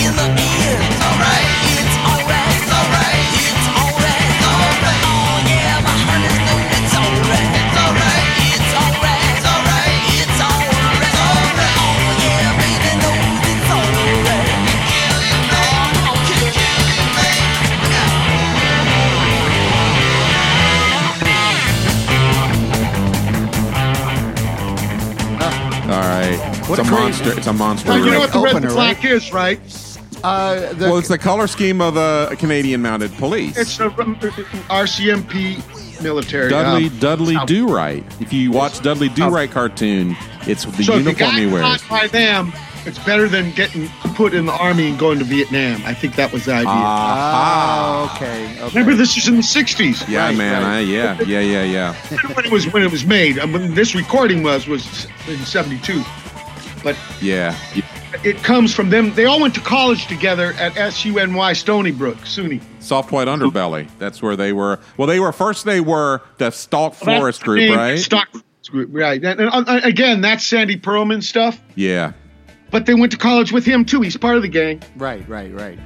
E: In the end, it's alright. It's alright. It's alright. It's alright. It's alright. Oh yeah, my honey's know it's alright. It's alright. It's alright. It's alright. It's alright. Oh yeah, baby knows it's alright. Oh, kill it, man.
B: All right,
D: What
B: it's a,
D: a crazy-
B: monster. It's a monster.
C: Now, you know
B: riff.
C: what the red
D: Opener,
C: and black is, right?
D: Uh, the,
B: well, it's the color scheme of the Canadian Mounted Police.
C: It's a um, rem- RCMP military. um,
B: Dudley
C: Yeah.
B: Dudley Do Right. If you watch Dudley Do Right cartoon, it's the
C: So if you
B: uniform
C: got
B: he wears.
C: caught by them, It's better than getting put in the army and going to Vietnam. I think that was the idea.
D: Ah, okay. okay.
C: Remember, this is in the '60s.
B: Yeah,
D: Right,
B: man.
D: right.
B: I, yeah, yeah, yeah, yeah.
C: when it was when it was made. I mean, this recording was was in '72, but
B: Yeah. Y-
C: it comes from them. They all went to college together at SUNY Stony Brook, SUNY.
B: Soft White Underbelly. That's where they were. Well, they were first, they were the Stalk
C: That's
B: Forest
C: the
B: group,
C: name,
B: right?
C: Stock Forest Group, right? And, and, uh, again, that's Sandy Perlman stuff.
B: yeah.
C: But they went to college with him too. He's part of the gang.
D: Right, right, right.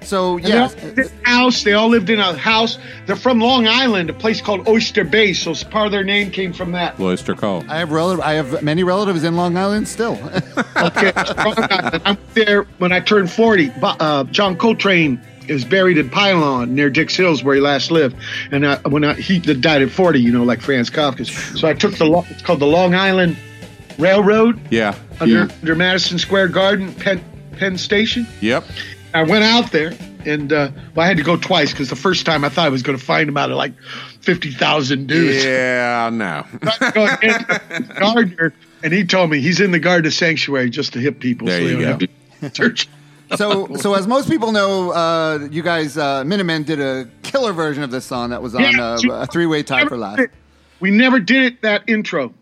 D: So
C: And they all
D: yeah,
C: lived in a house. They all lived in a house. They're from Long Island, a place called Oyster Bay. So part of their name came from that.
B: Cloister Cole.
D: I have rel- I have many relatives in Long Island still.
C: Okay, I'm there when I turned 40. Bu- Uh, John Coltrane is buried in Pylon near Dix Hills, where he last lived. And I, when I, he died at 40, you know, like Franz Kafka. So I took the lo- it's called the Long Island Railroad
B: Yeah.
C: under,
B: Yeah.
C: under Madison Square Garden, Penn, Penn Station.
B: Yep.
C: I went out there, and uh, well, I had to go twice because the first time I thought I was going to find him out of like 50,000 dudes.
B: Yeah, no.
C: Going in to Gardner, and he told me he's in the Gardner Sanctuary just to hit people.
B: There
C: so
B: you
C: they don't
B: go.
C: Have to search.
D: so so as most people know, uh, you guys uh, Minutemen did a killer version of this song that was on
C: Yeah,
D: uh,
C: you-
D: a three way tie for life.
C: We never did it that intro.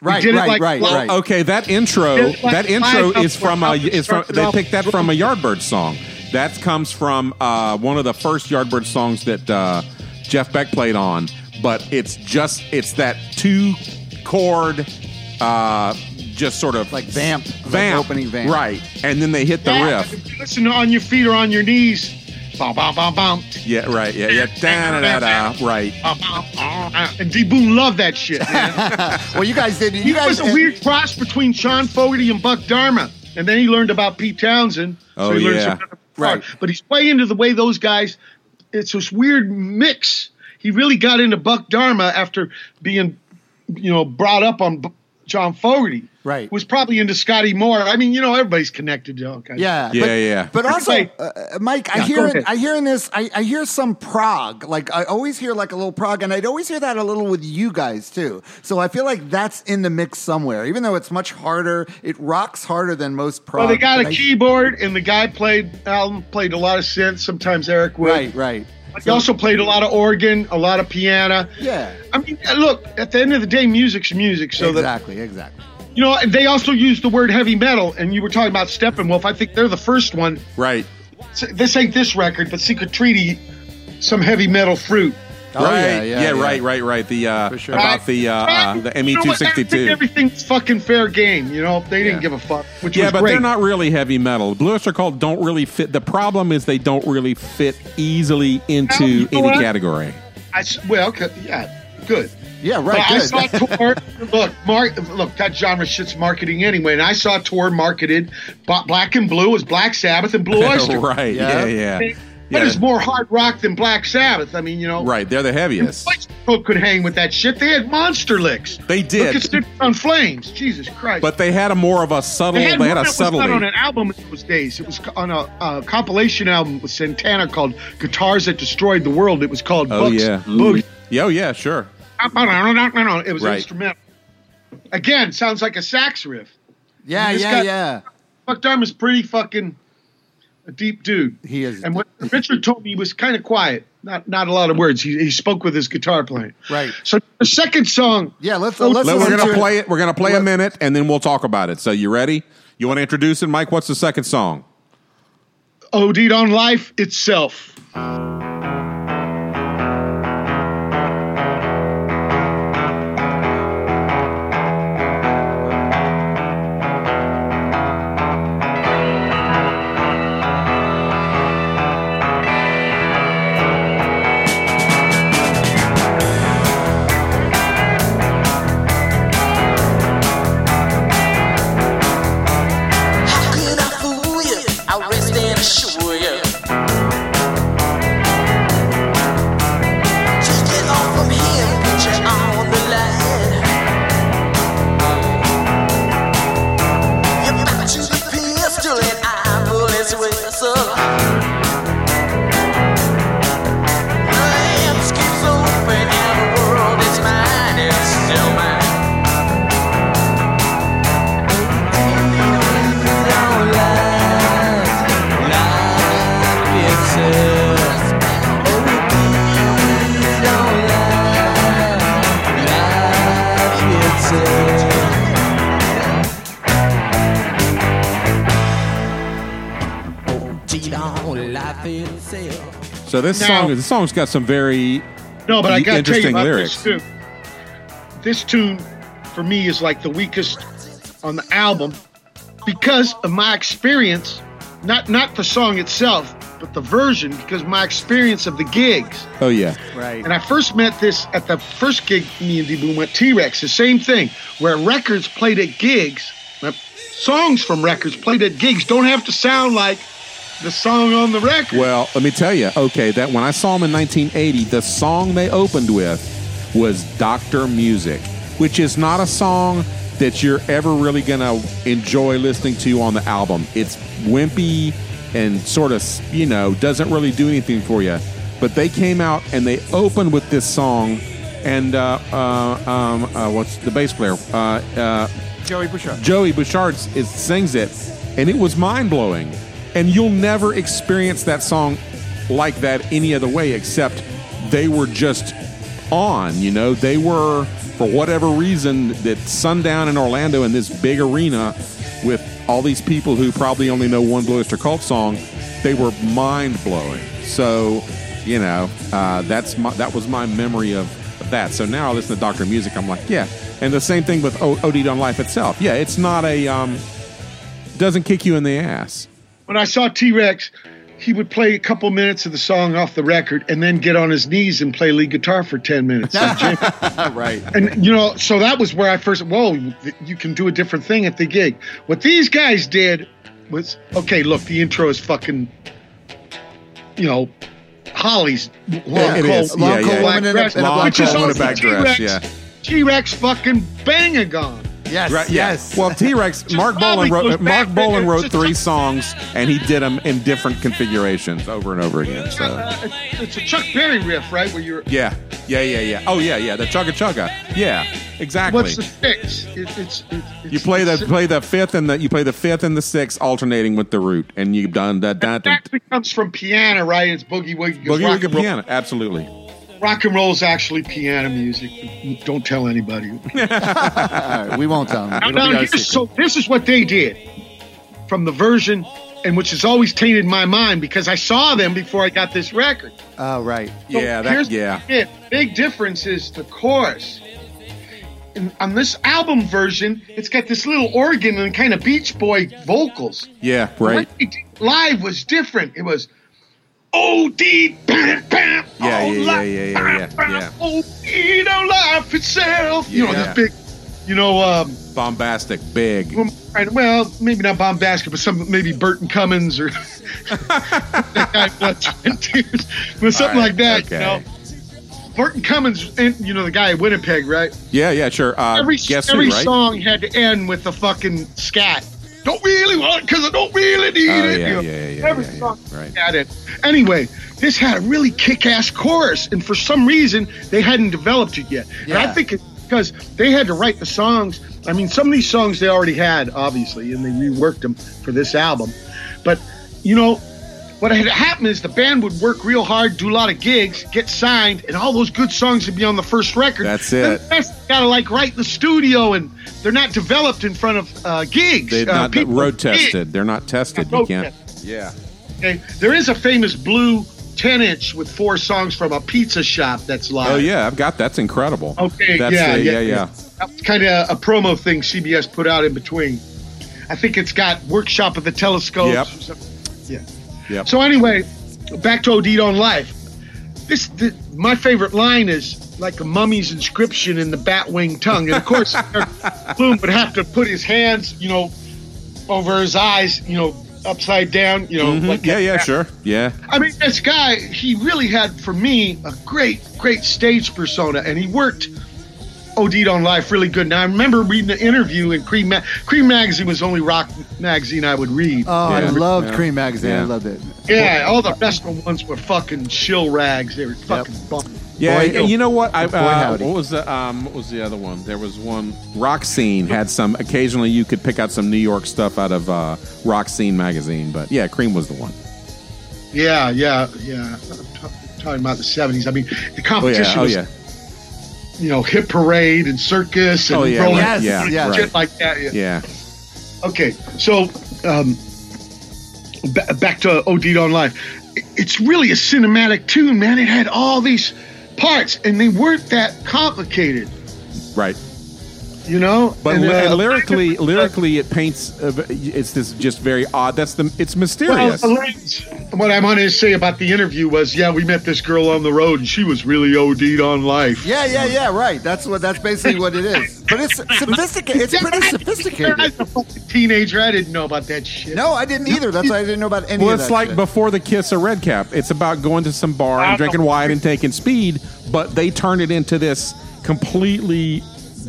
D: Right,
C: did it
D: right,
C: like-
D: right,
C: well,
D: right.
B: Okay, that intro,
C: It's like
B: that intro
C: five
B: is from a
C: up-
B: is from they
C: up-
B: picked that from a Yardbird song. That comes from uh, one of the first Yardbird songs that uh, Jeff Beck played on, but it's just it's that two chord uh, just sort of
D: Like vamp, like
B: vamp
D: opening vamp.
B: right? And then they hit the riff.
C: If you Listen to on your feet or on your knees. Bum, bum, bum, bum,
B: Yeah, right. Yeah, yeah. Da, da, da, da, right.
C: bum, bum, ah. And D Boone loved that shit, man.
D: well, you guys did. You
C: he
D: guys
C: was a weird cross between Sean Fogarty and Buck Dharma. And then he learned about Pete Townsend.
B: Oh,
C: so he
B: yeah.
C: learned some
D: Right.
C: But he's way into the way those guys, it's this weird mix. He really got into Buck Dharma after being, you know, brought up on B- John Fogarty.
D: Right.
C: Was probably into Scotty Moore. I mean, you know, everybody's connected to all kinds of-
D: Yeah,
B: Yeah,
D: but,
B: yeah.
D: But also,
C: Wait.
D: uh, uh, Mike,
C: Yeah,
D: I
C: go
D: hear
C: ahead.
D: it, I hear in this, I, I hear some prog. Like I always hear like a little prog, and I'd always hear that a little with you guys too. So I feel like that's in the mix somewhere. Even though it's much harder, it rocks harder than most prog.
C: Well, they got a
D: but I-
C: keyboard, and the guy played Alan played a lot of synth. Sometimes Eric would.
D: Right, right.
C: He also played a lot of organ, a lot of piano.
D: Yeah.
C: I mean, look. At the end of the day, music's music. So
D: exactly, exactly.
C: that you know, they also used the word heavy metal, and you were talking about Steppenwolf. I think they're the first one.
B: Right.
C: S- This ain't this record, but Secret Treaty, some heavy metal fruit.
D: Oh,
B: right.
D: yeah, yeah, yeah.
B: right, right, right. The uh
D: For sure.
B: about the uh, uh the ME
C: You know
B: two
C: what? I
B: sixty
C: think
B: two.
C: Everything's fucking fair game. You know, they didn't
B: Yeah.
C: give a fuck, which
B: Yeah,
C: was
B: but
C: great.
B: they're not really heavy metal. Blue Oyster Cult don't really fit. The problem is they don't really fit easily into
C: Well, you know
B: any
C: what?
B: category.
C: I s- well, okay, yeah, good.
D: Yeah, right.
C: But I
D: good.
C: saw Tor. look, Mark. Look, that genre shit's marketing anyway. And I saw Tor marketed b- black and blue as Black Sabbath and Blue Oyster. What
B: right.
D: Yeah.
B: Yeah, yeah.
C: is
B: Yeah.
C: more hard rock than Black Sabbath? I mean, you know,
B: Right. They're the heaviest.
C: Oyster Cult could hang with that shit. They had monster licks.
B: They
C: Look at
B: did.
C: Six on Flames. Jesus Christ!
B: But they had a more of a subtle they had,
C: one
B: a
C: that was not on
B: subtlety.
C: an album in those days. It was co- on a, uh compilation album with Santana called "Guitars That Destroyed the World." It was called
B: Oh
C: Bucks
B: yeah.
C: Boogie.
B: Yeah, oh, yeah, sure.
C: It was
B: Right.
C: instrumental. Again, sounds like a sax riff.
D: yeah,
C: This
D: yeah,
C: guy-
D: yeah.
C: Buck Dharma's pretty fucking a deep dude.
D: He is.
C: And what Richard told me he was kind of quiet, not not a lot of words. He, he spoke with his guitar playing.
D: Right.
C: So the second song,
D: Yeah, let's let's
B: Look,
D: listen
B: we're gonna
D: to
B: play it. We're gonna play a minute and then we'll talk about it. So you ready? You want to introduce it, Mike? What's the second song?
C: OD'd on life itself.
E: How could I fool you? I rest and assure you. kisses. Oh, we don't lie. Life itself. Cheat on life itself.
B: So this
C: Now-
B: song, this song's got some very
C: No, but I got to tell you
B: Interesting
C: about
B: lyrics.
C: this tune. This tune, for me, is like the weakest on the album because of my experience. Not not the song itself, but the version because my experience of the gigs.
B: oh yeah,
D: Right.
C: And I first met this at the first gig me and D Boom went T Rex. The same thing where records played at gigs, uh, songs from records played at gigs don't have to sound like the song on the record.
B: Well, let me tell you. Okay, that when I saw them in 1980, the song they opened with was Doctor Music, which is not a song that you're ever really gonna enjoy listening to on the album. It's wimpy and sort of you know doesn't really do anything for you. But they came out and they opened with this song, and uh, uh, um, uh, what's the bass player? Uh, uh,
D: Joey Bouchard.
B: Joey Bouchard s- is, sings it, and it was mind blowing. And you'll never experience that song like that any other way, except they were just on. You know, they were for whatever reason that sundown in Orlando in this big arena with all these people who probably only know one Blue Oyster Cult song, they were mind blowing. So, you know, uh, that's my, that was my memory of that. So now I listen to Doctor Music. I'm like, yeah. And the same thing with o- OD on Life itself. Yeah, it's not a um, doesn't kick you in the ass.
C: when I saw T Rex, he would play a couple minutes of the song off the record and then get on his knees and play lead guitar for 10 minutes.
D: right.
C: and, you know, so that was where I first, whoa, you can do a different thing at the gig. What these guys did was, okay, look, the intro is fucking, you know, Holly's long
B: it
C: cold,
B: is. Yeah,
C: long
B: yeah,
C: cold
B: yeah.
C: black
D: Woman in a-
C: dress,
D: in a black
C: which is
D: dress.
B: Woman in
C: also
B: a black dress,
C: T-Rex,
B: yeah.
C: T-Rex fucking bangagon.
D: Yes.
B: Right,
D: Yes.
B: Well, T Rex, Mark
C: probably
B: Bolan
C: goes
B: wrote
C: back
B: Mark Bolan
C: to-
B: wrote three songs, and he did them in different configurations over and over again. So.
C: Uh, it's a Chuck Berry riff, right? Where you're
B: Yeah, yeah, yeah, yeah. Oh yeah, yeah. The chugga chugga. Yeah, exactly.
C: What's the fix? It, it's, it's, it's
B: you play the
C: it's-
B: play the fifth and the you play the fifth and the sixth alternating with the root, and you've done that. that, that
C: That comes from piano, right? It's boogie woogie. 'cause
B: boogie
C: rock,
B: woogie
C: and roll-
B: piano. Absolutely.
C: rock and roll is actually piano music. Don't tell anybody.
D: All right, we won't tell him.
C: now,
D: It'll be
C: now
D: our
C: here's,
D: secret.
C: so this is what they did from the version, and which has always tainted my mind because I saw them before I got this record.
D: Oh, right.
C: So
B: yeah, that,
C: here's
B: yeah.
C: It. Big difference is the chorus. And on this album version, it's got this little organ and kind of Beach Boy vocals.
B: Yeah, right.
C: What they did live was different. It was OD, bam, bam,
B: Yeah,
C: all
B: yeah,
C: life,
B: yeah, yeah, yeah, yeah,
C: bam,
B: yeah.
C: bam, OD on life itself. You know,
B: Yeah.
C: this big, you know, um,
B: Bombastic, big.
C: boom- right, well, maybe not bombastic, but some, maybe Burton Cummins or that guy from Blood, Sweat, and Tears, but something
B: right,
C: like that,
B: okay.
C: you know. Burton Cummins, and you know the guy at Winnipeg, right?
B: Yeah, yeah, sure. Uh,
C: Every
B: guess
C: every
B: who, right?
C: song had to end with a fucking scat. Don't really want it because I don't really need
B: Oh,
C: it.
B: yeah,
C: You know,
B: yeah, yeah,
C: every
B: yeah, yeah,
C: song
B: right.
C: had it. Anyway, this had a really kick-ass chorus, and for some reason they hadn't developed it yet. And I
D: Yeah.
C: think it's because they had to write the songs. I mean, some of these songs they already had, obviously, and they reworked them for this album. But you know, what had happened is the band would work real hard, do a lot of gigs, get signed, and all those good songs would be on the first record.
B: That's
C: Then
B: it.
C: the rest you gotta like write in the studio, and they're not developed in front of uh, gigs.
B: They're
C: uh,
B: not
C: people-
B: road tested. They're not tested.
C: Road
B: You can't. Yeah.
C: Okay, there is a famous blue 10 inch with four songs from a pizza shop that's live.
B: Oh yeah, I've got that's incredible.
C: Okay,
B: That's
C: yeah,
B: the-
C: yeah,
B: yeah,
C: yeah. Kind of a promo thing CBS put out in between. I think it's got Workshop of the Telescopes.
B: Yep.
C: or something. Yeah.
B: Yep.
C: So anyway, back to Odid on life. This, th my favorite line is like a mummy's inscription in the bat wing tongue, and of course, Bloom would have to put his hands, you know, over his eyes, you know, upside down, you know,
B: Mhm.
C: like
B: yeah, yeah, sure. Yeah,
C: I mean, this guy, he really had, for me, a great, great stage persona, and he worked OD'd on life really good. Now, I remember reading the interview in Cream, Ma- Cream Magazine was the only rock magazine I would read.
D: Oh, I
B: Yeah.
D: loved
B: Yeah.
D: Cream Magazine.
B: Yeah.
D: I loved it.
C: yeah, all the best ones were fucking shill rags. They were fucking bum.
B: yeah.
D: Boy-
B: and you know what? I,
D: Boy,
B: uh,
D: howdy.
B: what was the um, what was the other one? There was one. Rock scene had some. Occasionally, you could pick out some New York stuff out of uh, Rock Scene magazine, but yeah, Cream was the one.
C: Yeah, yeah, yeah. I'm t- talking about the 70s. I mean, the competition
B: Oh
C: was,
B: yeah.
C: you know, hip parade and circus and
B: Oh yeah.
C: rolling
B: right,
D: Yes,
B: yeah.
D: yes.
C: shit
B: Right.
C: like that. Yeah.
B: Yeah.
C: Okay, so um, ba- back to OD'd on Live. I- It's really a cinematic tune, man. It had all these parts, and they weren't that complicated,
B: Right.
C: you know.
B: But
C: And,
B: li-
C: uh,
B: and lyrically, lyrically, it paints. Uh, v- it's this just very odd. That's the. It's
C: Well,
B: mysterious.
C: Elaine's- what I wanted to say about the interview was, yeah, we met this girl on the road, and she was really OD'd on life.
D: Yeah, yeah, yeah. Right. That's what. That's basically what it is. But it's sophisticated. It's pretty
C: I was
D: sophisticated.
C: a fucking teenager. I didn't know about that shit.
D: No, I didn't either. That's why I didn't know about any.
B: Well,
D: of
B: it's
D: that
B: like
D: shit.
B: before the kiss of Redcap. It's about going to some bar and drinking wine and taking speed, but they turn it into this completely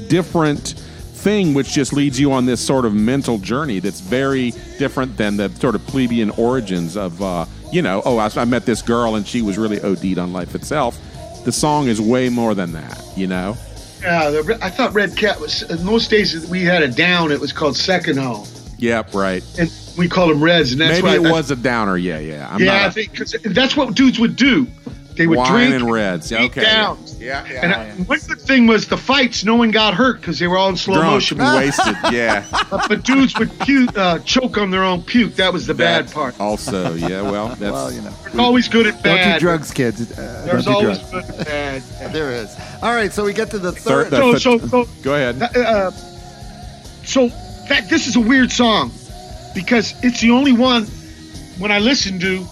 B: different thing, which just leads you on this sort of mental journey that's very different than the sort of plebeian origins of, uh, you know, oh, I, I met this girl and she was really OD'd on life itself. The song is way more than that, you know?
C: Yeah, the, I thought Red Cat was. In those days, we had a down. It was called Second O,
B: Yep, right.
C: and we called them Reds, and that's
B: Maybe
C: why
B: it
C: I-
B: was a downer. Yeah, yeah. I'm
C: yeah, I
B: not a-
C: think because that's what dudes would do. They would
B: wine
C: drink
B: and reds. Yeah,
C: beat
B: okay.
C: down.
B: Yeah, yeah.
C: And I- one good thing was the fights. No one got hurt because they were all in slow
B: Drunk,
C: motion.
B: and wasted. Yeah.
C: but dudes would puke, uh, choke on their own puke. That was the
B: That
C: bad part.
B: Also, yeah, well, that's
D: Well, you know.
C: There's always good and
D: Don't
C: bad.
D: do drugs, kids. Uh,
C: There's
D: don't do
C: always
D: drugs.
C: good and bad.
D: There is. All right. So we get to the
B: Third-
D: third.
B: the-
C: So, so, so
B: Go ahead.
C: Uh, so that this is a weird song because it's the only one when I listen to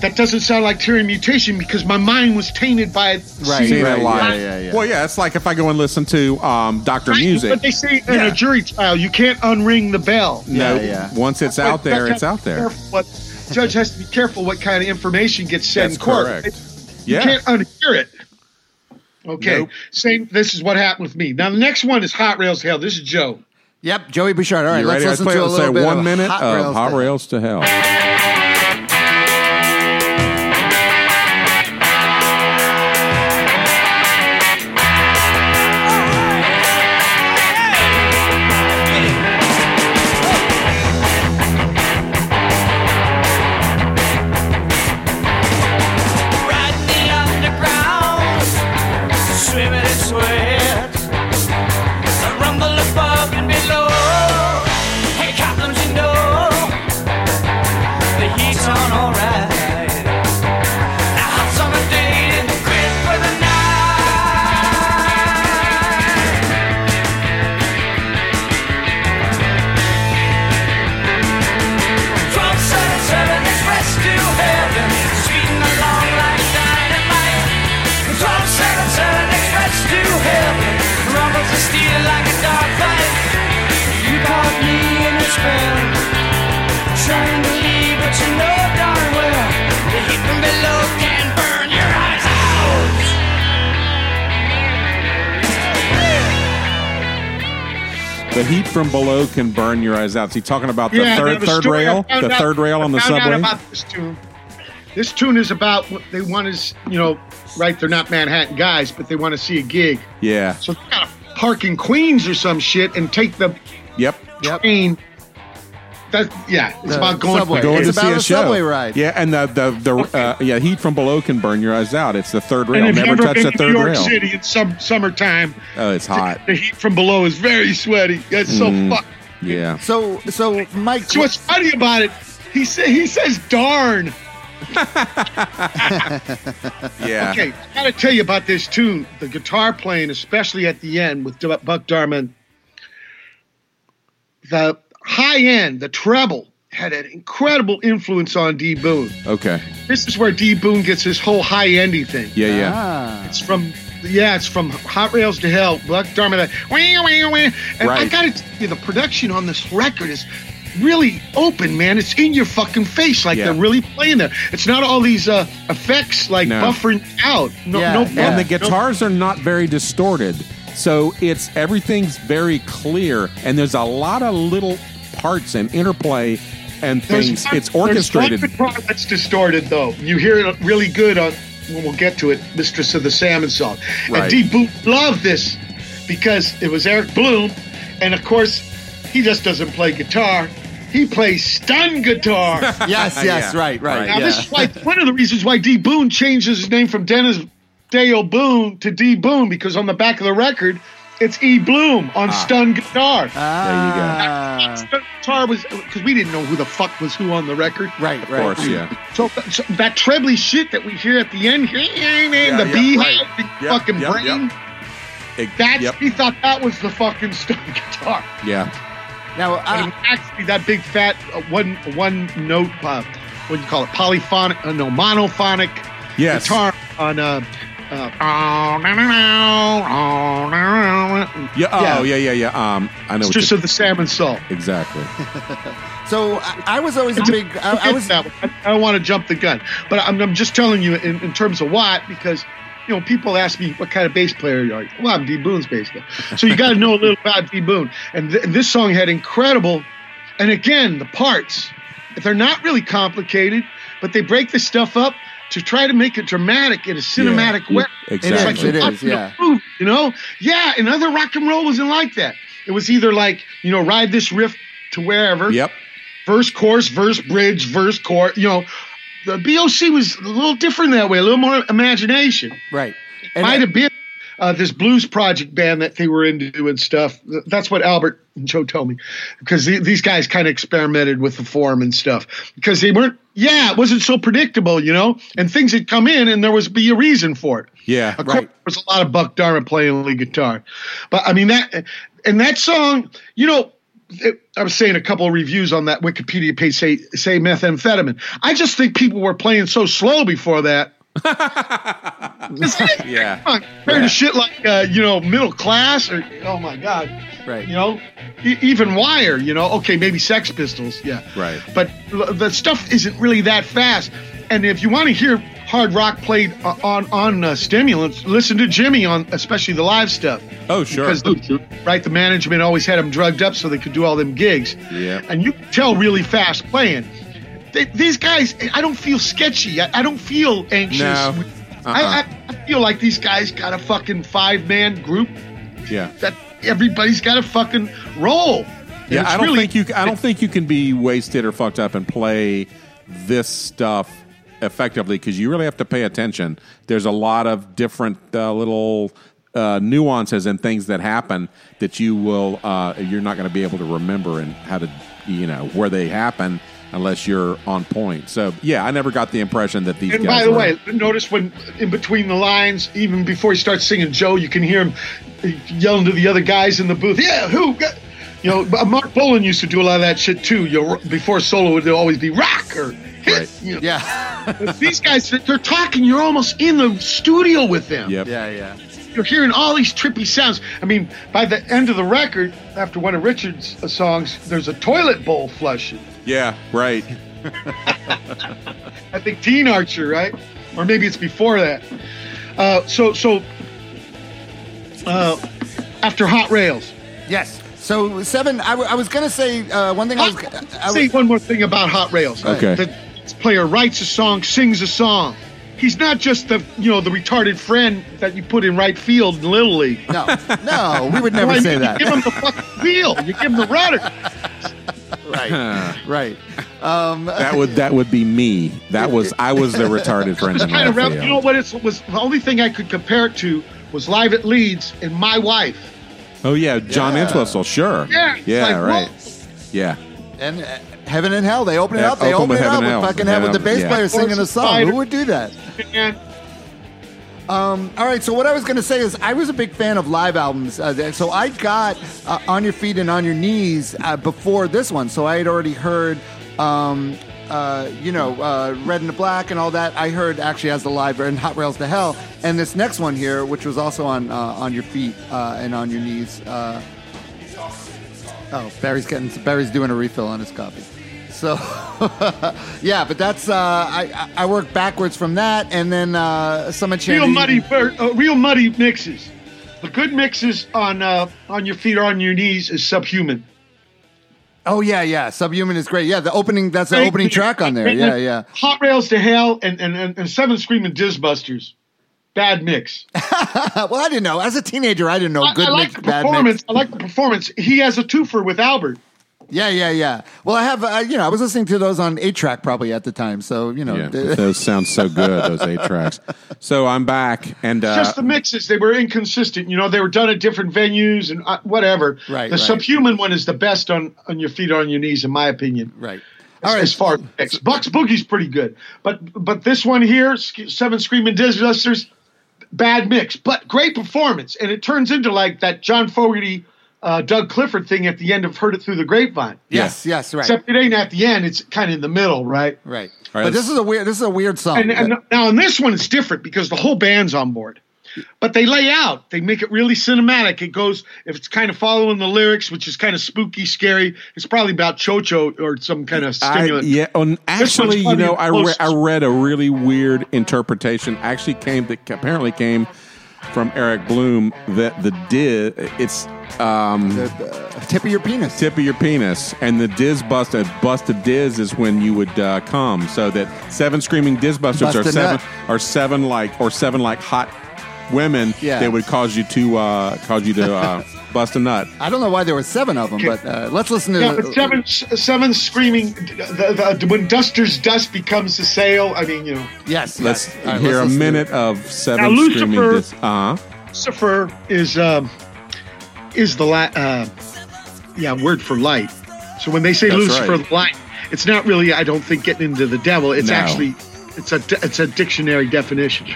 C: that doesn't sound like Tyrion Mutation because my mind was tainted by it.
D: Right.
B: Seen
D: Right,
B: it live.
D: yeah, yeah, yeah.
B: Well, yeah, it's like if I go and listen to um, Doctor
C: But
B: Music.
C: they say in
B: Yeah.
C: a jury trial, you can't unring the bell.
B: No,
D: Yeah, yeah.
B: once it's out there,
C: Judge
B: it's
C: has
B: out
C: to be
B: there.
C: careful What, judge has to be careful what kind of information gets said
B: That's
C: in court.
B: correct.
C: You
B: Yeah.
C: can't unhear it. Okay.
B: Nope.
C: Same. This is what happened with me. Now the next one is Hot Rails Hell. This is Joe.
D: Yep. Joey Bouchard. All right.
B: You
D: Let's
B: ready? Let's
D: listen
B: play
D: to a
B: let's
D: little
B: say
D: bit
B: one
D: of
B: minute
D: hot
B: of
D: rails.
B: Hot Rails to Hell.
E: Riding the underground, swimming in sweat. The rumble above and below. Hey, Cobblers, you know the heat's on alright. A hot summer day in the grip for the night. From Southern Express to heaven, speeding along like dynamite. From Southern Express to heaven, rumbles of steel like a dark fight. You caught me in a spell, trying to leave, but you know darn well the heat from below can burn your eyes out.
B: The heat from below can burn your eyes out. So you talking about the
C: I
B: third
C: have a
B: third
C: story.
B: rail,
C: I
B: the
C: found out-
B: third rail on
C: I
B: the
C: found out
B: subway.
C: about this tune. This tune is about what they want is you know, right? They're not Manhattan guys, but they want to see a gig.
B: Yeah.
C: So they gotta park in Queens or some shit and take the
B: Yep.
D: Yep.
C: train. That yeah, it's
D: The
C: about going.
D: subway.
B: Going
D: It's
B: to see
D: about
B: a
D: a
B: show.
D: subway ride.
B: Yeah, and the the, the uh, yeah heat from below can burn your eyes out. It's the third
C: And
B: rail.
C: if
B: Never
C: you've ever
B: touch
C: been
B: the
C: to New
B: third
C: York
B: rail.
C: City in some summertime,
B: Oh, it's hot.
C: the heat from below is very sweaty. That's
B: Mm.
C: so fuck.
B: Yeah.
D: So so Mike.
C: So what's funny about it? He sa- he says darn.
B: Yeah.
C: Okay, I gotta tell you about this tune. The guitar playing, especially at the end with D- Buck Darman, the high end, the treble, had an incredible influence on D Boone.
B: Okay.
C: This is where D Boone gets his whole high endy thing.
B: Yeah. Yeah.
D: Ah.
C: It's from yeah, it's from Hot Rails to Hell, Buck Darman. Like, wah, wah, wah. And I
B: Right.
C: gotta tell you, the production on this record is really open, man. It's in your fucking face, like
B: Yeah.
C: they're really playing there. It's not all these uh, effects like
B: No.
C: buffering out. No,
D: Yeah,
C: no
D: yeah.
B: and
C: no-
B: the guitars are not very distorted so it's everything's very clear and there's a lot of little parts and interplay and
C: There's
B: things
C: one-
B: it's orchestrated
C: There's one guitar that's distorted, though. You hear it really good on when we'll get to it, "Mistress of the Salmon" song.
B: Right.
C: And D Boot loved this because it was Eric Bloom, and of course, he just doesn't play guitar. He plays stun guitar.
D: Yes, yes,
B: Yeah.
D: right, right.
B: Right.
C: Now,
D: yeah.
C: this is why one of the reasons why D Boone changed his name from Dennis Dale Boone to D Boone because on the back of the record, it's E Bloom on stun guitar.
B: Ah.
D: Ah.
C: Stun guitar was because we didn't know who the fuck was who on the record.
D: Right,
B: Of
D: right.
B: course, yeah.
C: So, so that trebly shit that we hear at the end, eh, the
B: yeah,
C: beehive,
B: right.
C: the
B: Yep,
C: fucking
B: yep,
C: brain.
B: yep. It-
C: That's
B: yep,
C: he thought that was the fucking stun guitar.
B: yeah.
D: Now,
C: But it
D: uh,
C: was actually that big fat uh, one one note uh, what do you call it polyphonic uh, no monophonic
B: Yes.
C: guitar on uh, uh, oh, no, no, no, oh, no, no, no.
B: Yeah. Oh,
D: Yeah.
B: yeah, yeah, yeah. Um, I know.
C: It's
B: what
C: just
B: you-
C: of the salmon salt.
B: exactly.
D: so I, I was always a big. I, I
C: I,
D: was.
C: I, don't want to jump the gun, but I'm, I'm just telling you in, in terms of what because you know people ask me what kind of bass player you are. Well, I'm D Boone's bass player, so you got to know a little about D Boone. And, th- and this song had incredible, and again the parts, they're not really complicated, but they break this stuff up to try to make it dramatic in a cinematic
B: Yeah.
C: way.
B: Exactly.
C: It's like
D: It
C: you're
D: is,
C: up in a
D: yeah.
C: movie, you know, yeah. And other rock and roll wasn't like that. It was either like you know ride this riff to wherever
B: Yep.
C: verse chorus verse bridge verse chorus you know the boc was a little different that way a little more imagination
D: Right. And
C: might
D: I-
C: have been uh, this blues project band that they were into and stuff Th- that's what albert and joe told me because the, these guys kind of experimented with the form and stuff because they weren't yeah it wasn't so predictable you know and things had come in and there was be a reason for it
B: Yeah.
C: of course, there was a lot of Buck Dharma playing lead guitar, but I mean that, and that song, you know, it, I was saying a couple of reviews on that Wikipedia page say say methamphetamine. I just think people were playing so slow before that.
B: Yeah.
C: Compared to shit like uh, you know middle class or oh my god,
D: Right.
C: You know, e- even Wire. You know, okay, maybe Sex Pistols. Yeah,
B: Right.
C: But l- the stuff isn't really that fast. And if you want to hear hard rock played uh, on on uh, stimulants, listen to Jimmy on especially the live stuff.
B: Oh, sure.
C: Because the, right, the management always had them drugged up so they could do all them gigs.
B: Yeah.
C: And you could tell really fast playing. They, these guys, I don't feel sketchy. I, I don't feel anxious.
B: No.
C: I,
B: Uh-uh.
C: I, I feel like these guys got a fucking five man group
B: Yeah.
C: that everybody's got a fucking role. And
B: Yeah,
C: it's
B: I don't
C: really-
B: think you. I don't think you can be wasted or fucked up and play this stuff effectively because you really have to pay attention. There's a lot of different uh, little uh, nuances and things that happen that you will. Uh, you're not going to be able to remember and how to, you know, where they happen unless you're on point. So yeah, I never got the impression that these.
C: And
B: guys
C: by the
B: were-
C: way, notice when in between the lines, even before he starts singing Joe, you can hear him yelling to the other guys in the booth, Yeah, who? got-" You know, but Mark Bolan used to do a lot of that shit too. You know, before solo, it would always be rock or hit.
B: Right.
C: You know.
D: yeah.
C: These guys, they're talking, you're almost in the studio with them.
B: Yep.
D: yeah, yeah.
C: You're hearing all these trippy sounds. I mean, by the end of the record, after one of Richard's uh, songs, there's a toilet bowl flushing.
B: Yeah. Right.
C: I think Teen Archer, right? Or maybe it's before that. Uh, so so uh, after Hot Rails.
D: Yes. So seven. I, w- I was gonna say uh, one thing. I was. I
C: Say
D: was
C: one more thing about Hot Rails.
B: Okay.
C: The player writes a song, sings a song. He's not just the you know the retarded friend that you put in right field in Little League.
D: no, no. We
C: You know what
D: would never
C: I
D: say
C: mean? You give
D: that.
C: him the fucking wheel. You give him the rudder.
D: Right. Right. Um,
B: That would that would be me. That was I was the retarded friend
C: It's
B: in
C: kind of rough. You know
B: Raphael.
C: what? It was the only thing I could compare it to was live at Leeds and my wife.
B: Oh yeah, John
D: Yeah.
B: Entwistle. Sure.
C: Yeah. it's
B: Yeah.
C: like,
B: right.
C: whoa.
B: Yeah.
D: and uh, heaven and hell. They open it
B: Yeah,
D: up. They
B: open
D: open,
B: with
D: it
B: heaven
D: up
B: and
D: with
B: hell.
D: fucking heaven with the
B: Heaven,
D: bass
B: yeah.
D: player singing a song. Who would do that?
C: And
D: Um, all right, so what I was going to say is I was a big fan of live albums. Uh, th- so I got uh, On Your Feet and On Your Knees uh, before this one. So I had already heard, um, uh, you know, uh, Red and the Black and all that. I heard actually as the live and Hot Rails to Hell. And this next one here, which was also on uh, On Your Feet uh, and On Your Knees. Uh, oh, Barry's getting Barry's doing a refill on his coffee. So, yeah, but that's uh, I I I worked backwards from that, and then uh, some of
C: real muddy, ver- uh, real muddy mixes. The good mixes on uh, on your feet or on your knees is subhuman.
D: Oh yeah, yeah. Subhuman is great. Yeah, the opening that's the opening track on there. Yeah, yeah.
C: Hot rails to hell and and and, and seven screaming disbusters. Bad mix.
D: Uh, well, I didn't know. As a teenager, I didn't know
C: I,
D: good
C: I like
D: mix,
C: the
D: bad
C: performance.
D: mix.
C: I like the performance. He has a twofer with Albert.
D: Yeah, yeah, yeah. Well, I have, uh, you know, I was listening to those on eight track probably at the time, so you know,
B: Yeah, those sound so good. Those eight tracks. So I'm back, and uh,
C: just the mixes they were inconsistent you know they were done at different venues and uh, whatever
D: Right,
C: the
D: right.
C: subhuman one is the best on on your feet on your knees in my opinion
D: right.
C: All right. As far as picks. Bucks Boogie's pretty good, but but this one here, Sk- Seven Screaming Disasters, bad mix, but great performance, and it turns into like that John Fogerty, uh, Doug Clifford thing at the end of Heard It Through the Grapevine.
D: Yes, yes, right,
C: Except it ain't at the end; it's kind of in the middle, right?
D: right.
B: right,
D: but
B: let's-
D: this is a weird, this is a weird song.
C: And, and now on this one, it's different because the whole band's on board. But they lay out, they make it really cinematic. It goes, if it's kind of following the lyrics, which is kind of spooky, scary, it's probably about Chocho or some kind of
B: I,
C: stimulant.
B: yeah, and actually, you
C: probably
B: know,
C: the
B: I, re-
C: closest.
B: I read a really weird interpretation. Actually, came that apparently came from Eric Bloom that the did it's um,
D: Uh, tip of your penis.
B: tip of your penis and the Diz bust a bust a Diz is when you would uh, come. So that seven screaming Diz busters
D: Bust
B: are
D: a
B: seven
D: nut.
B: are seven like or seven like hot women.
D: Yeah.
B: that would cause you to uh, cause you to uh, bust a nut.
D: I don't know why there were seven of them, but uh, let's listen to.
C: Yeah, but seven, seven screaming. The, the, when Duster's dust becomes the sail. I mean, you know,
D: Yes,
B: Let's
D: yes. All right,
B: hear
D: let's
B: a
D: listen to
B: minute of seven
C: Now,
B: screaming
C: Lucifer-
B: Diz. Uh-huh.
C: Lucifer is um, is the light. Uh, yeah, word for light. So when they say
B: That's
C: Lucifer
B: right.
C: light, it's not really. I don't think getting into the devil. It's
B: No.
C: actually. It's a it's a dictionary definition.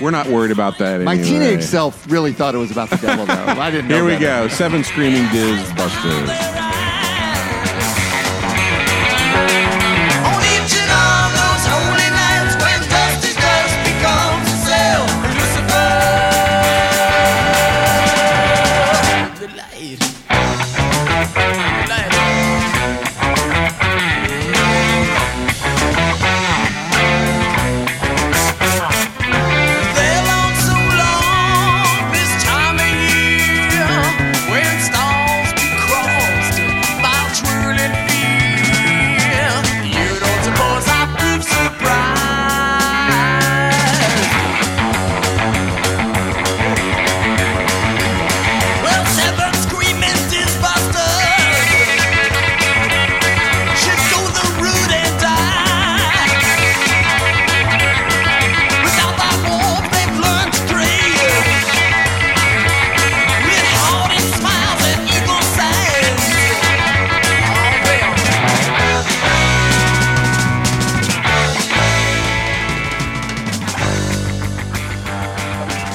B: We're not worried about that.
D: My
B: anyway.
D: teenage self really thought it was about the devil, though. I didn't. Know
B: Here we
D: better.
B: go. Seven screaming Diz busters.
E: On each and all those holy nights when dust is dust becomes itself, Lucifer. The light. The light. They've long so long this time of year when stars be crossed by twirling fear. You don't suppose I prove surprised? Well, seven screaming disbusters should go the route and die. Without that warmth, they've learned to crave. With haughty smiles and evil sighs. Oh, well.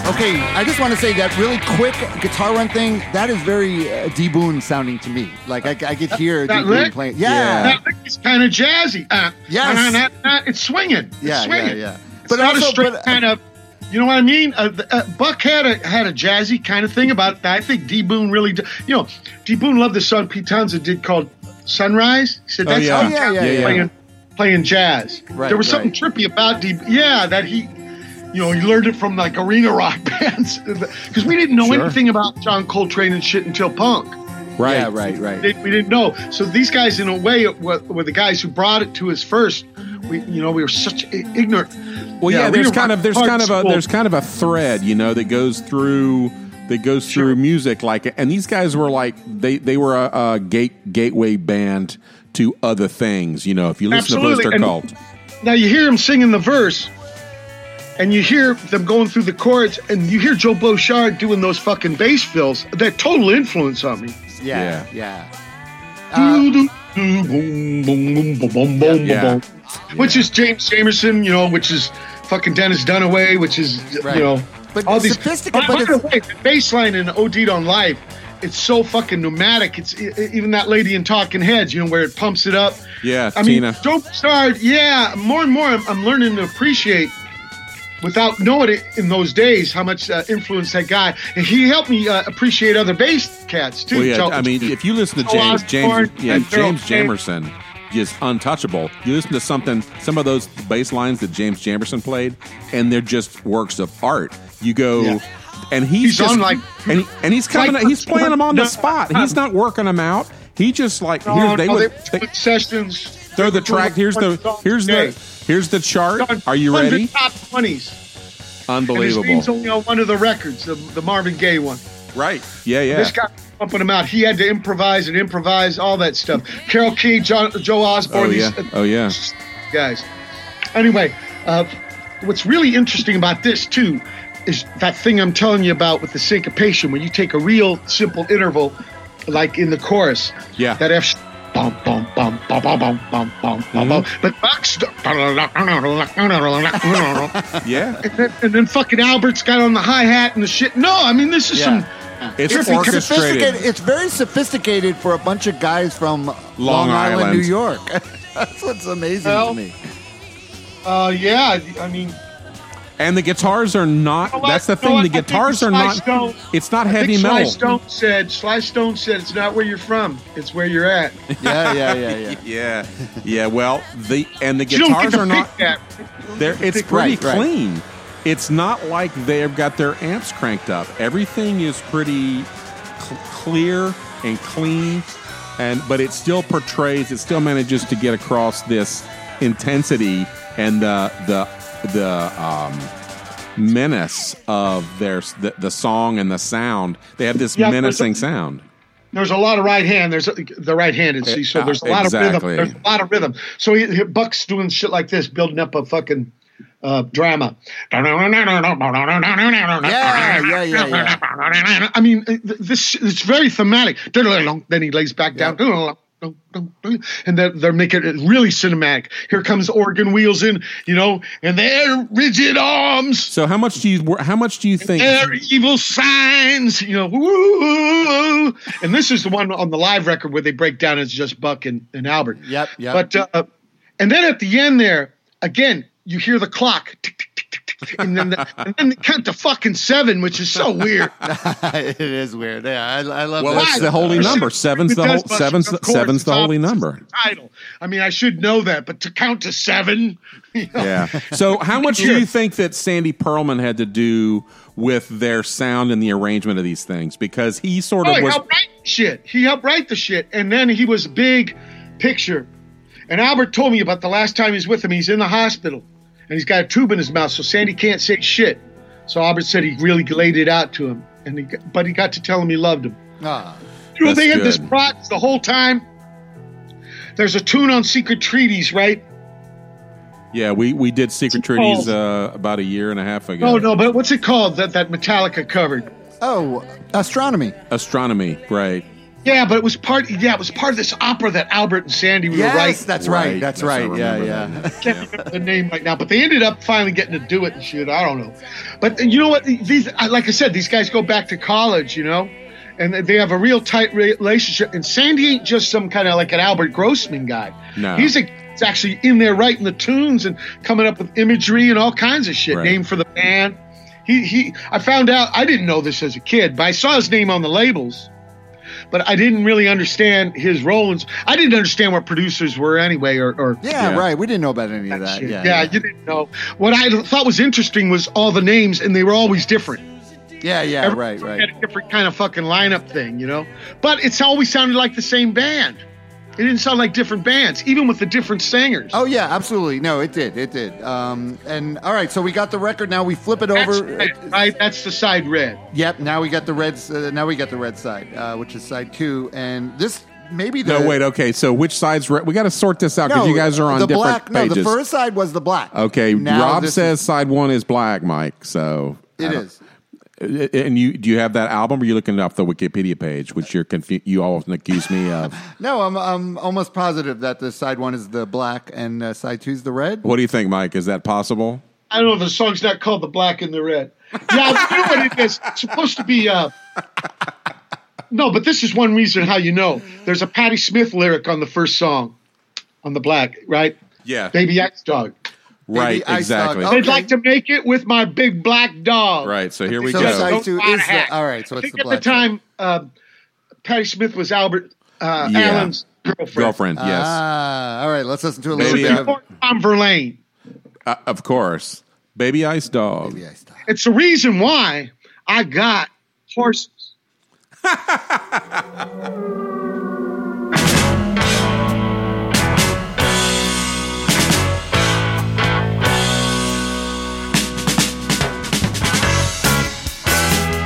D: Okay, I just want to say that really quick guitar run thing. That is very uh, D Boone sounding to me. Like I, I could hear
C: That
D: D Boone
C: lick?
D: playing.
B: Yeah.
D: Yeah,
C: That it's kind of jazzy. Uh,
D: Yes.
C: uh, uh, uh, uh, it's swinging. It's
D: Yeah, yeah,
C: swinging.
D: yeah.
C: It's
D: But
C: not
D: also-
C: a straight
D: but- uh,
C: kind of. You know what I mean? Uh, the- uh, Buck had a had a jazzy kind of thing about. It. I think D Boone really. d- You know, D Boone loved the song Pete Townsend did called Sunrise. He said
B: Oh,
C: that's
B: yeah.
C: how
B: Oh, yeah,
C: jazz
B: yeah, yeah.
C: playing playing jazz.
D: Right,
C: there was something
D: right.
C: trippy about D. Yeah, that he. You know, he learned it from like arena rock bands because we didn't know
B: Sure.
C: anything about John Coltrane and shit until punk
B: Right.
D: yeah, right, right.
C: they, we didn't know. So these guys, in a way, were, were the guys who brought it to us first. We, you know, we were such i- ignorant.
B: Well, yeah,
C: we
B: there's
C: were
B: kind of there's
C: hard
B: kind of a
C: schooled.
B: there's kind of a thread, you know, that goes through that goes through music like and these guys were like they they were a, a gate gateway band to other things, you know, if you listen to
C: Absolutely,
B: Blister
C: and-
B: Cult.
C: now you hear him singing the verse, and you hear them going through the chords, and you hear Joe Bouchard doing those fucking bass fills. That total influence on me.
D: yeah, yeah.
B: Yeah.
C: Which is James Jamerson, you know, which is fucking Dennis Dunaway, which is
D: Right.
C: you know,
D: But
C: all these. By
D: sophisticated, but
C: the
D: it's-
C: way, the bass line in OD'd on Life, it's so fucking pneumatic. It's e- e- even that lady in Talking Heads, you know, where it pumps it up.
B: Yeah,
C: I
B: Tina.
C: mean, Dope Start. Yeah, more and more, I'm, I'm learning to appreciate. Without knowing it in those days, how much uh, influence that guy, and he helped me uh, appreciate other bass cats too.
B: well, yeah,
C: Joe-
B: I mean, if you listen to
C: Joe
B: James James
C: Osborne
B: yeah,
C: and Gerald
B: James Jamerson just untouchable. You listen to something some of those bass lines that James Jamerson played and they're just works of art. You go
C: Yeah.
B: and he's,
C: He's
B: just-
C: on, like-
B: and, he- and he's coming
C: like-
B: he's playing them on the
C: No.
B: spot. He's not working them out. He just like
C: Oh,
B: here, they
C: no,
B: would
C: were
B: they-
C: doing sessions.
B: Throw the track. Here's the here's the here's the
C: Done
B: chart. Are you
C: 100
B: ready?
C: Top twenties. And his name's
B: Unbelievable.
C: only on one of the records, the, the Marvin Gaye one.
B: Right. Yeah, yeah.
C: This guy pumping him out. He had to improvise and improvise all that stuff. Carol Key, John, Joe Osborne,
B: Oh, yeah.
C: these
B: Oh, yeah.
C: guys. Anyway, uh, what's really interesting about this too is that thing I'm telling you about with the syncopation when you take a real simple interval, like in the chorus.
B: Yeah.
C: That F. sh- Bum, bum, bum, bum, bum, bum, bum, bum, bum, bum.
B: Mm-hmm.
C: But Bach's.
B: Yeah.
C: And then, and then fucking Albert's got on the hi hat and the shit. No, I mean this is
D: Yeah.
C: some.
B: It's
C: It's
B: orchestrated.
D: Sophisticated. It's very sophisticated for a bunch of guys from Long, Island,
B: Island.
D: New York. That's what's amazing
C: Well,
D: to me.
C: Uh, yeah, I mean,
B: And the guitars are not.
C: You know what?
B: That's the
C: You know
B: thing.
C: what?
B: The
C: I think
B: guitars are
C: Sly
B: not.
C: Stone-
B: It's not
C: I think
B: heavy
C: Sly
B: metal.
C: Stone said. Sly Stone said it's not where you're from; it's where you're at.
D: Yeah, yeah, yeah, yeah.
B: Yeah, yeah. Well, the and the
C: you don't get
B: guitars
C: to
B: are
C: pick
B: not.
C: that.
B: They're, it's
D: pick-
B: pretty
D: Right, right.
B: clean. It's not like they've got their amps cranked up. Everything is pretty cl- clear and clean, and but it still portrays. It still manages to get across this intensity and the the the um, menace of their s- the, the song and the sound. They have this
C: Yeah, there's a-
B: menacing sound.
C: There's a lot of right hand. There's the right-handed. See, so
B: Yeah,
C: there's a lot
B: exactly.
C: of rhythm. There's a lot of rhythm. So he, he- Buck's doing shit like this, building up a fucking uh, drama.
D: Yeah, yeah, yeah, yeah.
C: I mean, eh, th- this it's very thematic. Then he lays back down. And they're, they're making it really cinematic. Here comes organ wheels in, you know, and their rigid arms,
B: So how much do you wor- how much do you think?
C: their evil signs, you know. Woo! And this is the one on the live record where they break down as just Buck and, and Albert.
D: Yep, yep.
C: But uh, and then at the end there, again, you hear the clock, tick, tick, tick, tick, tick, and then the, and then they count to fucking seven, which is so weird.
D: it is weird. Yeah, I, I love
B: Well,
D: that.
B: that's the holy number. Seven's the whole,
C: Does, but
B: seven's the,
C: of course,
B: seven's the
C: it's
B: holy
C: obvious
B: number.
C: it's the Title. I mean, I should know that, but to count to seven, you know,
B: Yeah. So, how much do you think that Sandy Perlman had to do with their sound and the arrangement of these things? Because he sort
C: Oh,
B: of
C: he
B: was.
C: helped write the shit. He helped write the shit, and then he was big picture. And Albert told me about the last time he's with him. He's in the hospital, and he's got a tube in his mouth, so Sandy can't say shit. So Albert said he really laid it out to him, and he got- but he got to tell him he loved him.
D: Ah,
C: You know,
B: That's
C: they had this
B: good.
C: project the whole time. There's a tune on Secret Treaties, right?
B: Yeah, we, we did Secret Treaties uh, about a year and a half ago.
C: Oh no, but what's it called that that Metallica covered?
D: oh, astronomy.
B: Astronomy, right.
C: Yeah, but it was part. Yeah, it was part of this opera that Albert and Sandy were
D: Yes,
C: writing.
D: that's right.
B: Right,
D: That's
B: yes, I
D: right. Yeah,
B: remember
D: yeah.
B: that.
C: I can't remember the name right now, but they ended up finally getting to do it and shit. I don't know, but you know what? These, I- like I said, these guys go back to college, you know, and they- they have a real tight re- relationship. And Sandy ain't just some kind of like an Albert Grossman guy.
B: No.
C: he's a, he's actually in there writing the tunes and coming up with imagery and all kinds of shit.
B: Right.
C: Name for the band. He he. I found out. I didn't know this as a kid, but I saw his name on the labels but I didn't really understand his role. in- I didn't understand what producers were anyway, or, or
D: Yeah,
B: Yeah.
D: right. We didn't know about any of that.
C: shit.
D: Yeah,
C: yeah, you didn't know. What I thought was interesting was all the names, and they were always different.
D: yeah, yeah.
C: Every-
D: Right,
C: Had
D: right.
C: a different kind of fucking lineup thing, you know. But it's always sounded like the same band. It didn't sound like different bands, even with the different singers.
D: Oh yeah, absolutely. No, it did. It did. Um, and all right, so we got the record. Now we flip it
C: that's
D: over. uh,
C: red, right. That's the side red.
D: Yep. Now we got the reds. Uh, now we got the red side, uh, which is side two, and this maybe the
B: No, wait, okay. So, which side's. Re- we got to sort this out because you guys are on
D: the
B: different
D: black.
B: pages.
D: No, the first side was the black.
B: okay,
D: Now
B: Rob
D: this-
B: says side one is black, Mike. So. I
D: it
B: don't- Uh,
D: is.
B: And you do you have that album? Or are you looking it up the Wikipedia page, which you're confu- you often accuse me of?
D: No, I'm I'm almost positive that the side one is the black and uh, side two's the red.
B: what do you think, Mike? Is that possible?
C: I don't know if the song's not called "The Black and the Red." Yeah, I know what it is. It's supposed to be. Uh, no, but this is one reason how you know. There's a Patti Smith lyric on the first song, on the black, right?
B: Yeah.
C: Baby X Dog.
B: right,
D: Ice Dog.
B: exactly.
D: Oh,
C: They'd like to make it with my big black dog.
B: Right, so here we
D: So
B: go.
D: it's like- Side two
C: Don't
D: is the-
C: hack.
D: all right, so
C: I
D: it's
C: think
D: the black
C: at the time, um Patty Smith was Albert uh,
B: Yeah.
C: Allen's girlfriend.
B: Girlfriend, yes,
D: Ah, all right. Let's listen to a little
B: Maybe
D: bit
B: I-
D: of
C: Or Tom Verlaine.
B: Uh, of course. Baby Ice Dog.
D: Yeah, stop.
C: It's the reason why I got horses.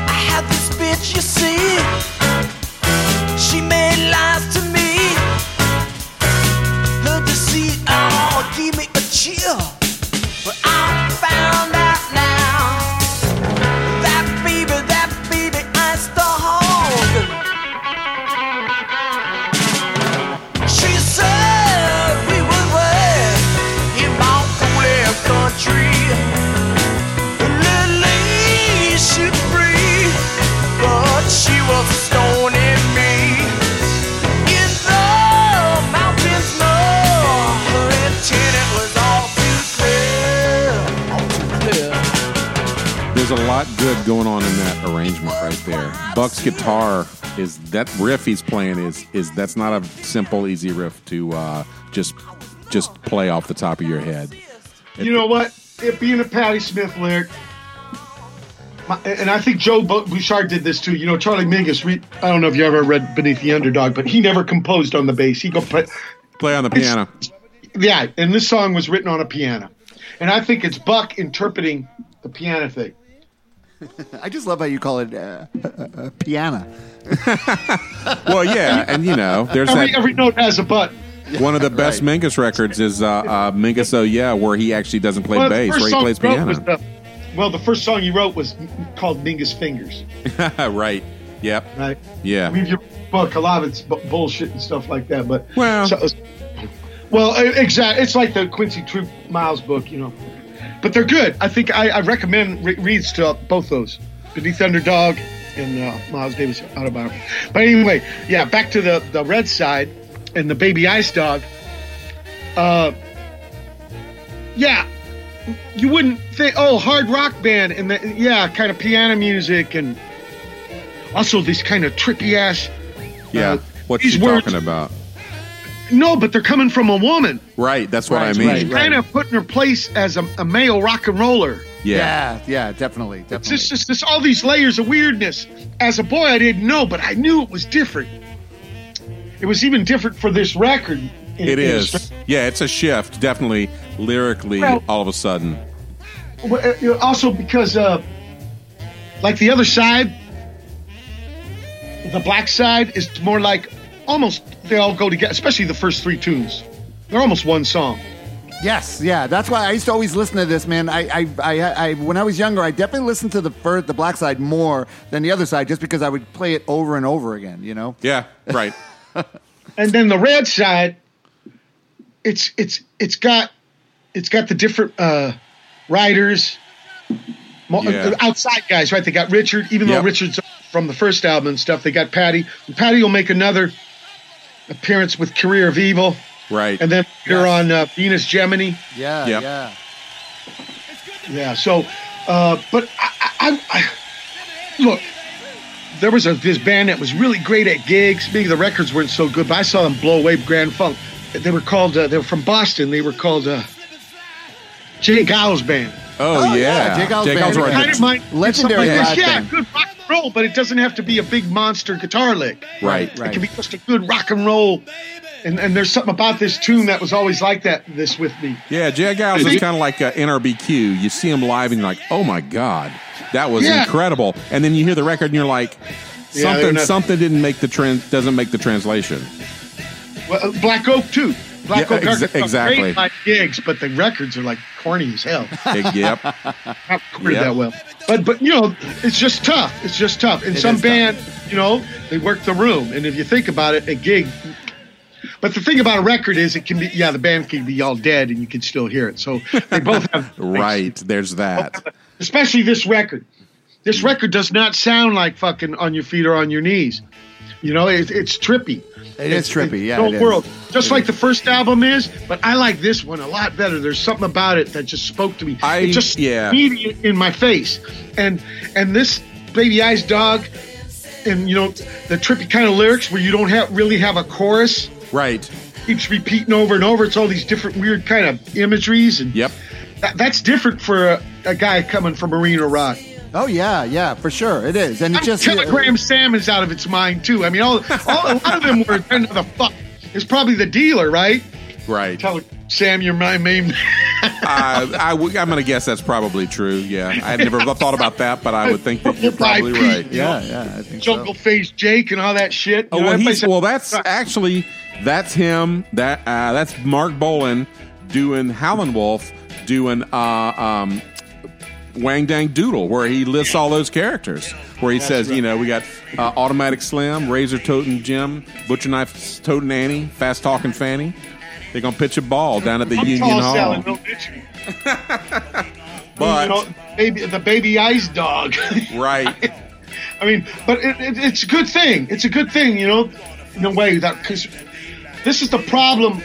E: I had this bitch, you see.
B: there's a lot good going on in that arrangement right there. Buck's guitar is that riff he's playing is is that's not a simple easy riff to uh, just just play off the top of your head.
C: You know what? It being a Patti Smith lyric, my, and I think Joe Bu- Bouchard did this too. You know, Charlie Mingus. We, I don't know if you ever read Beneath the Underdog, but he never composed on the bass. He go, but
B: Play on the piano.
C: yeah, and this song was written on a piano, and I think it's Buck interpreting the piano thing.
D: I just love how you call it uh, uh, uh, piano.
B: Well, yeah, and you know, there's
C: Every
B: that
C: every note has a button.
B: one of the best Mingus records is uh, uh, Mingus Oh Yeah, where he actually doesn't play
C: Well, the
B: bass,
C: first
B: where he
C: song
B: plays
C: he wrote was
B: piano.
C: the- well, the first song you wrote was called Mingus Fingers,
B: right. Yep.
C: right? I
B: Yeah.
C: mean, your book, a lot of it's bu- bullshit and stuff like that. But
B: Well-
C: so, well, exactly. It's like the Quincy Troop Miles book, you know. But they're good. I think I, I recommend re- reads to both those, Beneath Underdog and uh, Miles Davis autobiography. But anyway, yeah, back to the the red side and the baby ice dog. Uh, yeah, you wouldn't think. Oh, hard rock band and the, yeah, kind of piano music and also this kind of trippy ass
B: Yeah. What's
C: These
B: she
C: words-
B: talking about?
C: no, but they're coming from a woman.
B: Right. That's what
D: Right,
B: I mean.
D: right, right.
C: Kind of putting her place as a, a male rock and roller.
B: Yeah.
D: yeah, yeah, definitely,
C: It's
D: definitely.
C: just, just, just all these layers of weirdness. As a boy, I didn't know, but I knew it was different. It was even different for this record. in-
B: It
C: in
B: is. Yeah, it's a shift, definitely lyrically.
C: Well-
B: all of a sudden,
C: Well, uh, you know, Also because, uh, like the other side, the black side is more like almost they all go together. Especially the first three tunes, they're almost one song.
D: Yes, yeah. That's why I used to always listen to this, man. I, I, I, I when I was younger, I definitely listened to the fir- the black side more than the other side, just because I would play it over and over again. You know.
B: yeah, right.
C: and then the red side it's it's it's got it's got the different uh writers mo- uh,
B: Yeah.
C: outside guys right they got richard even
B: Yep.
C: though richard's from the first album and stuff they got patty and patty will make another appearance with career of evil
B: right.
C: and then later on uh, venus gemini
D: Yeah,
B: Yep.
D: yeah.
C: yeah so uh but i i, I I- look there was a, this band that was really great at gigs. Maybe the records weren't so good, but I saw them blow away Grand Funk. They were called. Uh, they were from Boston. They were called uh, Jay Giles Band.
B: oh,
D: Oh,
B: yeah,
D: yeah, Jake Al's band.
B: Al's right.
C: Kind of mind-
D: Legendary
C: something like
D: rock
C: this. Yeah,
D: band.
C: good rock and roll, but it doesn't have to be a big monster guitar lick.
B: Right.
C: It can be just a good rock and roll. And, and there's something about this tune that was always like that. This with me.
B: Yeah, Jay Giles is kind of like uh, NRBQ. You see him live and you're like, oh my God, that was
C: Yeah.
B: incredible. And then you hear the record and you're like,
C: Yeah, they're
B: something
C: not-
B: something didn't make the trans doesn't make the translation.
C: Well, uh, Black Oak too. Black
B: Yeah,
C: Oak
B: ex-
C: Records are
B: exactly.
C: great live gigs, but the records are like corny as hell.
B: Eh, yep.
C: not recorded
B: Yeah.
C: that well. But but you know, it's just tough. It's just tough. And some
D: is tough.
C: band, you know, they work the room. And if you think about it, a gig. But the thing about a record is, it can be yeah, the band can be all dead and you can still hear it. So they both have
B: right. There's that.
C: especially this record.
D: Hmm.
C: This record does not sound like fucking on your feet or on your knees. You know, it, it's trippy.
D: It is trippy, yeah,
C: no
D: it is.
C: world, just like the first album is. But I like this one a lot better. There's something about it that just spoke to me.
B: I-
C: it just
B: yeah.
C: immediate in my face, and and this baby eyes dog, and you know the trippy kind of lyrics where you don't have really have a chorus.
B: Right.
C: Keeps repeating over and over. It's all these different weird kind of imageries and
B: Yep.
C: that, that's different for a, a guy coming from Marina Rock.
D: Oh yeah, yeah, for sure it is, and it
C: I'm
D: just uh,
C: telegram salmon's out of its mind too. I mean, all, all a lot of them were kind of the fuck. It's probably the dealer, right?
B: Right.
C: Tell Sam, you're my main.
B: I, Uh, I w- I'm going to guess that's probably true. Yeah. I had never thought about that, but I would think that you're probably
C: Purple
B: right.
C: IP.
D: Yeah, yeah. I think so.
C: Jungle Face Jake and all that shit.
B: Oh,
C: You know,
B: well,
C: everybody
B: he's,
C: said-
B: well, that's actually that's him. That uh, that's Mark Bolan doing Howlin' Wolf doing uh, um, Wang Dang Doodle, where he lists all those characters. Where he says, you know, we got uh, Automatic Slim, Razor Toting Jim, Butcher Knife Toting Annie, Fast Talking Fanny. They're gonna pitch a ball down at the
C: I'm
B: Union
C: tall
B: Hall,
C: salad, no bitchy.
B: but
C: You know, baby, the baby ice dog.
B: right,
C: I mean, but it, it, it's a good thing. It's a good thing, you know, in a way that because this is the problem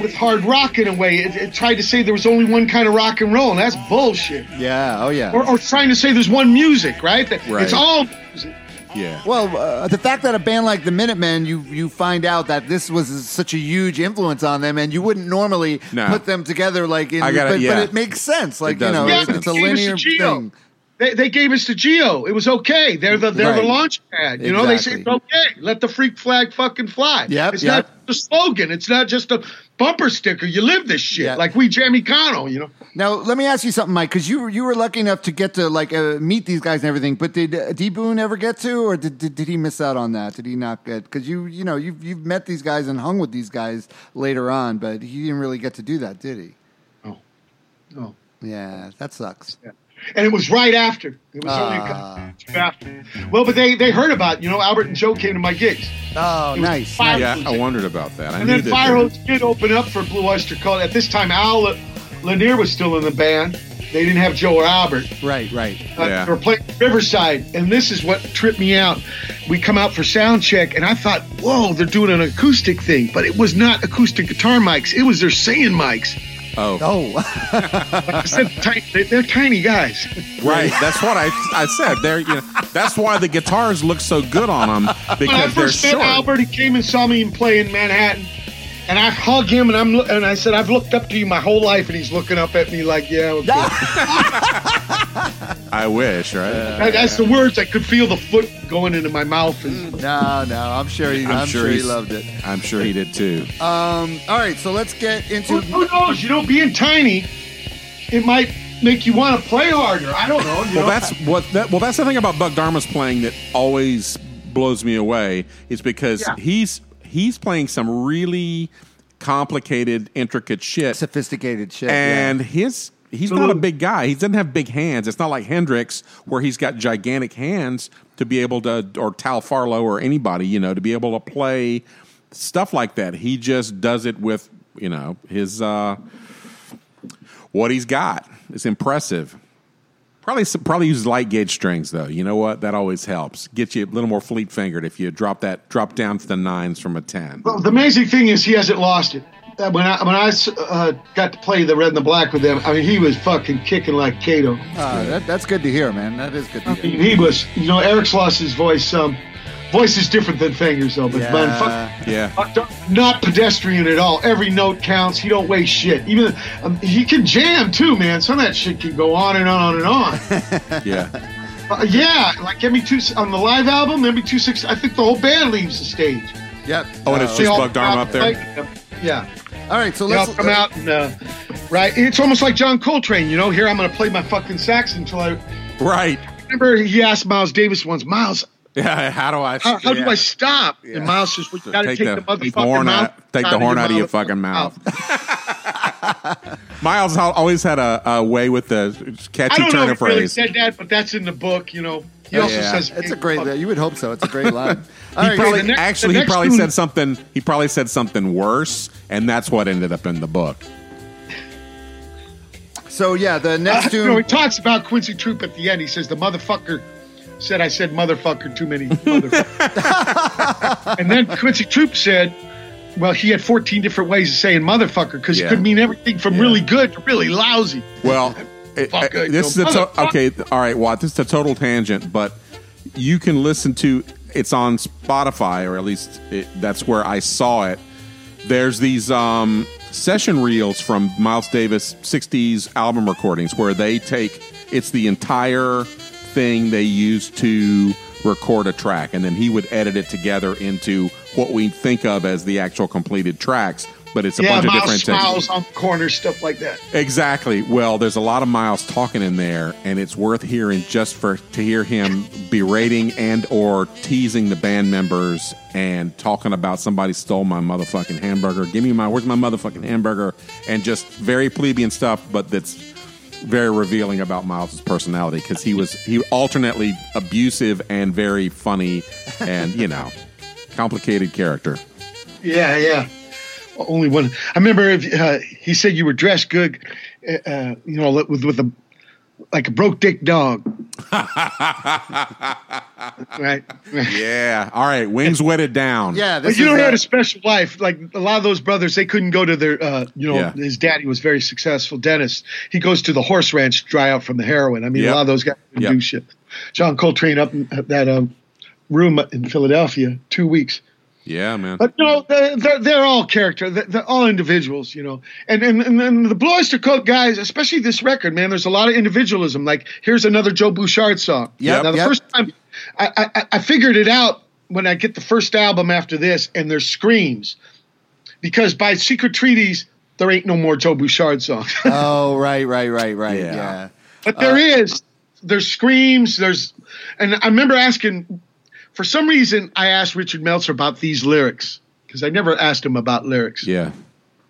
C: with hard rock in a way. It, it tried to say there was only one kind of rock and roll, and that's bullshit.
D: Yeah. Oh yeah.
C: Or, or trying to say there's one music, right? That
B: Right.
C: It's all music.
B: Yeah.
D: Well, uh, the fact that a band like the Minutemen, you you find out that this was such a huge influence on them, and you wouldn't normally
B: No.
D: put them together like in,
B: I gotta-
D: but,
B: yeah.
D: but it makes sense. Like you
B: does
D: know,
B: make
C: Yeah,
D: it's,
C: they
B: sense.
D: it's a
C: gave us
D: linear
C: to Geo.
D: thing.
C: They, they gave us to Geo. It was okay. They're the they're
D: Right.
C: the launch pad. You know, they say it's
D: Exactly.
C: okay. Let the freak flag fucking fly.
D: Yep,
C: it's
D: yep.
C: not the slogan. It's not just a bumper sticker. You live this shit
D: Yeah.
C: like we Jamie Connell. You know,
D: Now, let me ask you something, Mike, because you were- you were lucky enough to get to like uh, meet these guys and everything. But did uh, D Boone ever get to, or did, did did he miss out on that? Did he not get? Because you you know you've you've met these guys and hung with these guys later on, but he didn't really get to do that, did he?
C: no, no.
D: Yeah, that sucks.
C: And it was right after. It was
D: Ah.
C: only a couple months after. Well, but they they heard about it. you know Albert and Joe came to my gigs.
D: Oh,
C: It was
D: nice.
C: fire-
D: nice.
B: Yeah, I wondered about that. I
C: And
B: knew
C: then
B: that
C: Firehose did open up for Blue Oyster Cult. At this time, Al Lanier was still in the band. They didn't have Joe or Albert.
D: Right, right.
C: Uh,
B: Yeah.
C: They were playing Riverside, and this is what tripped me out. We come out for sound check, and I thought, whoa, they're doing an acoustic thing. But it was not acoustic guitar mics, it was their singing mics.
D: Oh,
C: I said, "Ti- they're, they're tiny guys.
B: Right. That's what I I said. There, you know, that's why the guitars look so good on them
C: When I
B: because they're
C: first met
B: short.
C: Albert, he came and saw me play in Manhattan. And I hugged him, and I'm lo- and I said, "I've looked up to you my whole life," and he's looking up at me like, "Yeah." okay."
B: I wish, right?
C: That- that's the words I could feel the foot going into my mouth. And,
D: no, no. I'm sure he. I'm, sure, he
B: he's-
D: loved it.
B: I'm sure he did too.
D: Um. All right. So let's get
C: who,
D: into.
C: who knows? You know, being tiny, it might make you want to play harder. I don't know. You know?
B: Well, that's what. That, well, that's the thing about Buck Dharma's playing that always blows me away is because
C: Yeah.
B: he's he's playing some really complicated, intricate shit,
D: Sophisticated shit.
B: and his he's not a big guy. He doesn't have big hands. It's not like Hendrix where he's got gigantic hands to be able to, or Tal Farlow or anybody, you know, to be able to play stuff like that. He just does it with you know his uh, what he's got. It's impressive. Probably some, probably use light gauge strings though. You know what? That always helps. Get you a little more fleet fingered if you drop that drop down to the nines from a ten.
C: Well, the amazing thing is he hasn't lost it. Uh, When I when I uh, got to play the red and the black with them, I mean he was fucking kicking like Kato.
D: yeah. Uh, that, that's good to hear, man. That is good to hear.
C: He was, you know, Eric's lost his voice. Some voice is different than fingers though. But man, fuck,
B: Yeah.
C: not pedestrian at all. Every note counts. He don't weigh shit. Even um, he can jam too, man. Some of that shit can go on and on and on.
B: Yeah.
C: Uh, yeah, like give me two on the live album. Give me two six. I think the whole band leaves the stage.
D: Yep. Uh,
B: Oh, and it's
C: They
B: just
C: all
B: bugged arm up there.
C: like, yeah,
D: All right. So
C: they all
D: let's
C: come out and uh, right. It's almost like John Coltrane. You know, here I'm going to play my fucking sax until I
B: Right.
C: remember. He asked Miles Davis once, Miles,
B: Yeah, how do I?
C: how, how do
B: yeah.
C: I stop? And Miles says, well, you got to take, the, motherfucking
B: horn
C: mouth
B: out? Take the horn out of your fucking mouth. Miles al- always had a, a way with the
C: I
B: catchy
C: don't know
B: turn
C: if
B: of
C: he really
B: phrase.
C: said that, but that's in the book. You know, he
B: Oh,
C: also
B: yeah.
C: says
D: It's a great. You would hope so. It's a great line. All
B: he
D: right,
B: probably,
C: the next-
B: actually,
C: the
B: he
C: next
B: probably
C: one-
B: said something. He probably said something worse, and that's what ended up in the book.
D: so yeah, the next
C: You know, he
D: tune.
C: talks about Quincy Troop at the end. He says the motherfucker said I said motherfucker too many. Motherfucker. and then Quincy Troop said, well, he had 14 different ways of saying motherfucker because
B: Yeah.
C: it could mean everything from really good to really lousy.
B: Well, it-
C: Fuck, I
B: it- this is a
C: don't-
B: to- okay. All right, Watt. This is a total tangent, but you can listen to it's on Spotify, or at least it, that's where I saw it. There's these um, session reels from Miles Davis '60s album recordings where they take it's the entire thing they used to record a track, and then he would edit it together into what we think of as the actual completed tracks. But it's a
C: yeah,
B: bunch of
C: Miles
B: different
C: smiles on the corner, stuff like that.
B: Exactly. Well, there's a lot of Miles talking in there, and it's worth hearing just for to hear him berating and or teasing the band members and talking about somebody stole my motherfucking hamburger. Give me my where's my motherfucking hamburger, and just very plebeian stuff, but that's very revealing about Miles's personality because he was he alternately abusive and very funny, and you know, complicated character.
C: Yeah, yeah. Only one. I remember if, uh, he said you were dressed good, uh, uh, you know, with, with a like a broke dick dog. right?
B: Yeah. All right. Wings wetted down.
D: Yeah, this
C: But you
D: is
C: know, he had
D: a-
C: a special life. Like a lot of those brothers, they couldn't go to their, uh, you know,
B: Yeah.
C: his daddy was very successful dentist. He goes to the horse ranch to dry out from the heroin. I mean,
B: Yep.
C: a lot of those guys couldn't
B: Yep.
C: do shit. John Coltrane up in at that um, room in Philadelphia, two weeks.
B: Yeah, man.
C: But no, they're, they're, they're all character. They're, they're all individuals, you know. And and, and and the Blue Oyster Cult guys, especially this record, man. There's a lot of individualism. Like here's another Joe Bouchard song.
D: Yep,
C: Now the
D: yep.
C: first time, I, I- I I figured it out when I get the first album after this, and there's screams, because by Secret Treaties there ain't no more Joe Bouchard songs,
D: Oh, right, right, right, right.
B: Yeah.
D: Yeah. uh.
C: but there is. There's screams. There's, and I remember asking. For some reason, I asked Richard Meltzer about these lyrics because I never asked him about lyrics.
B: Yeah.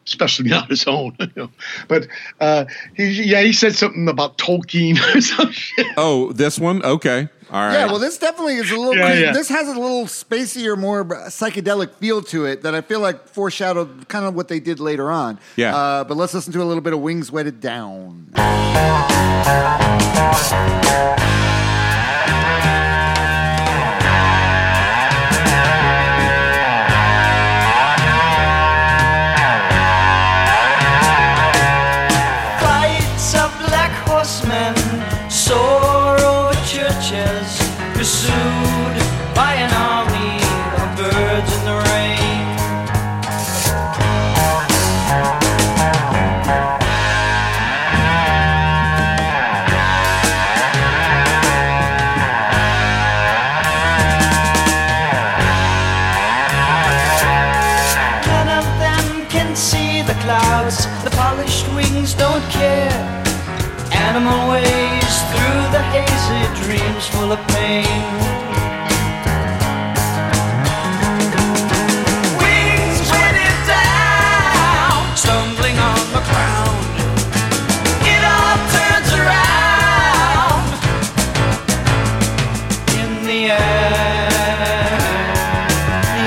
C: especially not his own. you know. But uh, he, yeah, he said something about Tolkien or some shit.
B: Oh, this one. Okay. All right.
D: Yeah, well, this definitely is a little.
C: Yeah,
D: cre-
C: yeah.
D: This has a little spacier, more psychedelic feel to it that I feel like foreshadowed kind of what they did later on.
B: Yeah.
D: Uh, but let's listen to a little bit of Wings Wetted Down.
F: Flights of black horsemen soar over churches, pursued by an army of birds in the rain. None of them can see the clouds, the polished wings don't care. Animal ways through the hazy dreams full of pain. Wings wetted down, stumbling on the ground. It all turns around in the air.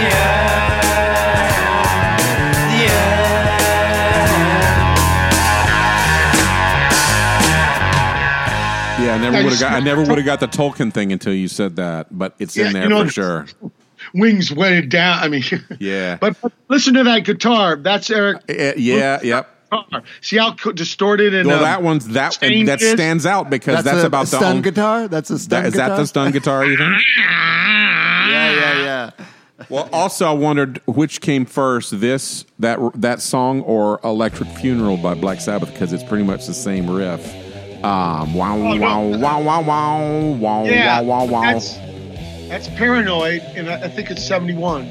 F: The air.
B: yeah, I
C: I
B: never would have
C: just-
B: got. I never would have got the Tolkien thing until you said that, but it's
C: Yeah,
B: in there
C: you know-
B: for sure.
C: Wings wetted down. I mean,
B: Yeah.
C: But, but listen to that guitar. That's Eric.
B: Eh, yeah. Yep.
C: Guitar. See how co- distorted and
B: Well,
C: um,
B: that one's that eh,
C: Change
B: that
C: is-
B: stands out because that's,
D: a
B: about the
D: stun
B: only-
D: guitar. That's a stun
B: That, is
D: guitar.
B: that the stun guitar you think?
D: Yeah, yeah, yeah.
B: Well, also I wondered which came first, this that that song or Electric Funeral by Black Sabbath because it's pretty much the same riff. Um, wow,
C: no.
B: wow, wow, wow, wow, wow,
C: Yeah,
B: wow, wow, wow.
C: That's, that's paranoid, and I, I think it's seventy-one.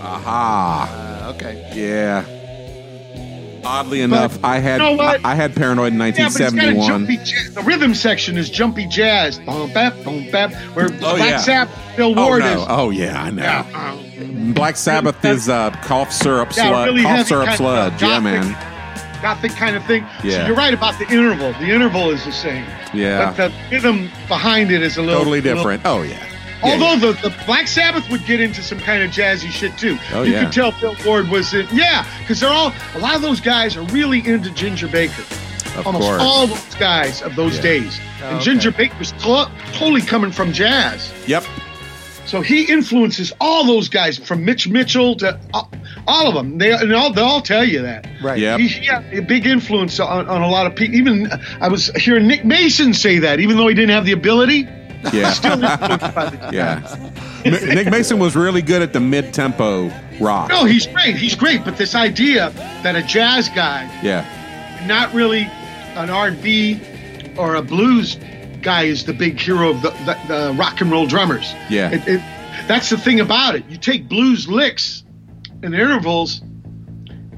B: Aha!
D: Uh, okay.
B: Yeah. Oddly enough, I had
C: know what?
B: I, I had Paranoid in
C: Yeah, but it's got a
B: 1971.
C: jumpy jazz. The rhythm section is jumpy jazz. Bum, bap, bum, bap, where Black
B: Oh, yeah.
C: Sabbath, Bill
B: oh
C: Ward
B: no!
C: is.
B: Oh yeah, I know.
C: Yeah, um,
B: Black Sabbath is uh, cough syrup
C: Yeah,
B: sludge.
C: really
B: cough
C: heavy
B: syrup
C: kind of
B: sludge. Yeah,
C: gothic.
B: man.
C: gothic kind of thing.
B: Yeah.
C: So you're right about the interval. The interval is the same.
B: Yeah.
C: But the rhythm behind it is a little
B: Totally
C: little-
B: different. Oh yeah. Yeah,
C: although
B: yeah.
C: The, the Black Sabbath would get into some kind of jazzy shit too.
B: Oh,
C: you
B: yeah.
C: could tell Bill Ward was in. Yeah, because they're all a lot of those guys are really into Ginger Baker.
B: Of
C: Almost
B: course.
C: all those guys of those
B: Yeah.
C: days. and
D: okay.
C: Ginger Baker's cl- totally coming from jazz.
B: Yep.
C: So he influences all those guys from Mitch Mitchell to all, all of them. They and all, they'll all tell you that.
D: Right.
B: Yep.
C: He, he had a big influence on, on a lot of people. Even uh, I was hearing Nick Mason say that, even though he didn't have the ability.
B: Yeah.
C: no,
B: Yeah. M- Nick Mason was really good at the mid tempo rock.
C: he's great. He's great. But this idea that a jazz guy,
B: Yeah.
C: not really an R&B or a blues guy, is the big hero of the, the, the rock and roll drummers.
B: Yeah.
C: It, it, that's the thing about it. You take blues licks and intervals,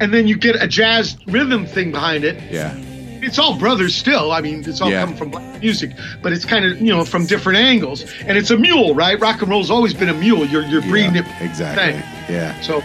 C: and then you get a jazz rhythm thing behind it.
B: Yeah.
C: it's all brothers still. I mean, it's all
B: Yeah.
C: come from black music, but it's kind of you know from different angles. And it's a mule, right? Rock and roll's always been a mule. You're you're breeding
B: Yeah,
C: it
B: exactly.
C: thing.
B: Yeah.
C: So it,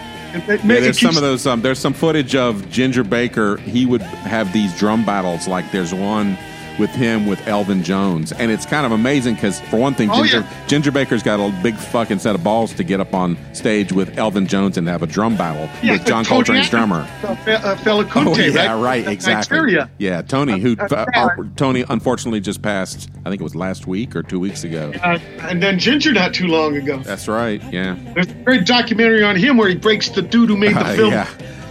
C: it,
B: Yeah,
C: ma- it
B: there's
C: keeps,
B: some of those. Um, there's some footage of Ginger Baker. He would have these drum battles. Like there's one with him with Elvin Jones, and it's kind of amazing because for one thing,
C: Oh,
B: Ginger,
C: yeah.
B: Ginger Baker's got a big fucking set of balls to get up on stage with Elvin Jones and have a drum battle with John Coltrane's drummer.
C: Fela Kuti,
B: Oh yeah,
C: right?
B: right,
C: From
B: exactly.
C: Nigeria.
B: Yeah, Tony, who
C: Uh, uh,
B: uh, Tony unfortunately just passed. I think it was last week or two weeks ago.
C: Uh, and then Ginger not too long ago.
B: That's right. Yeah,
C: There's a great documentary on him where he breaks the dude who made the
B: Uh,
C: film.
B: yeah,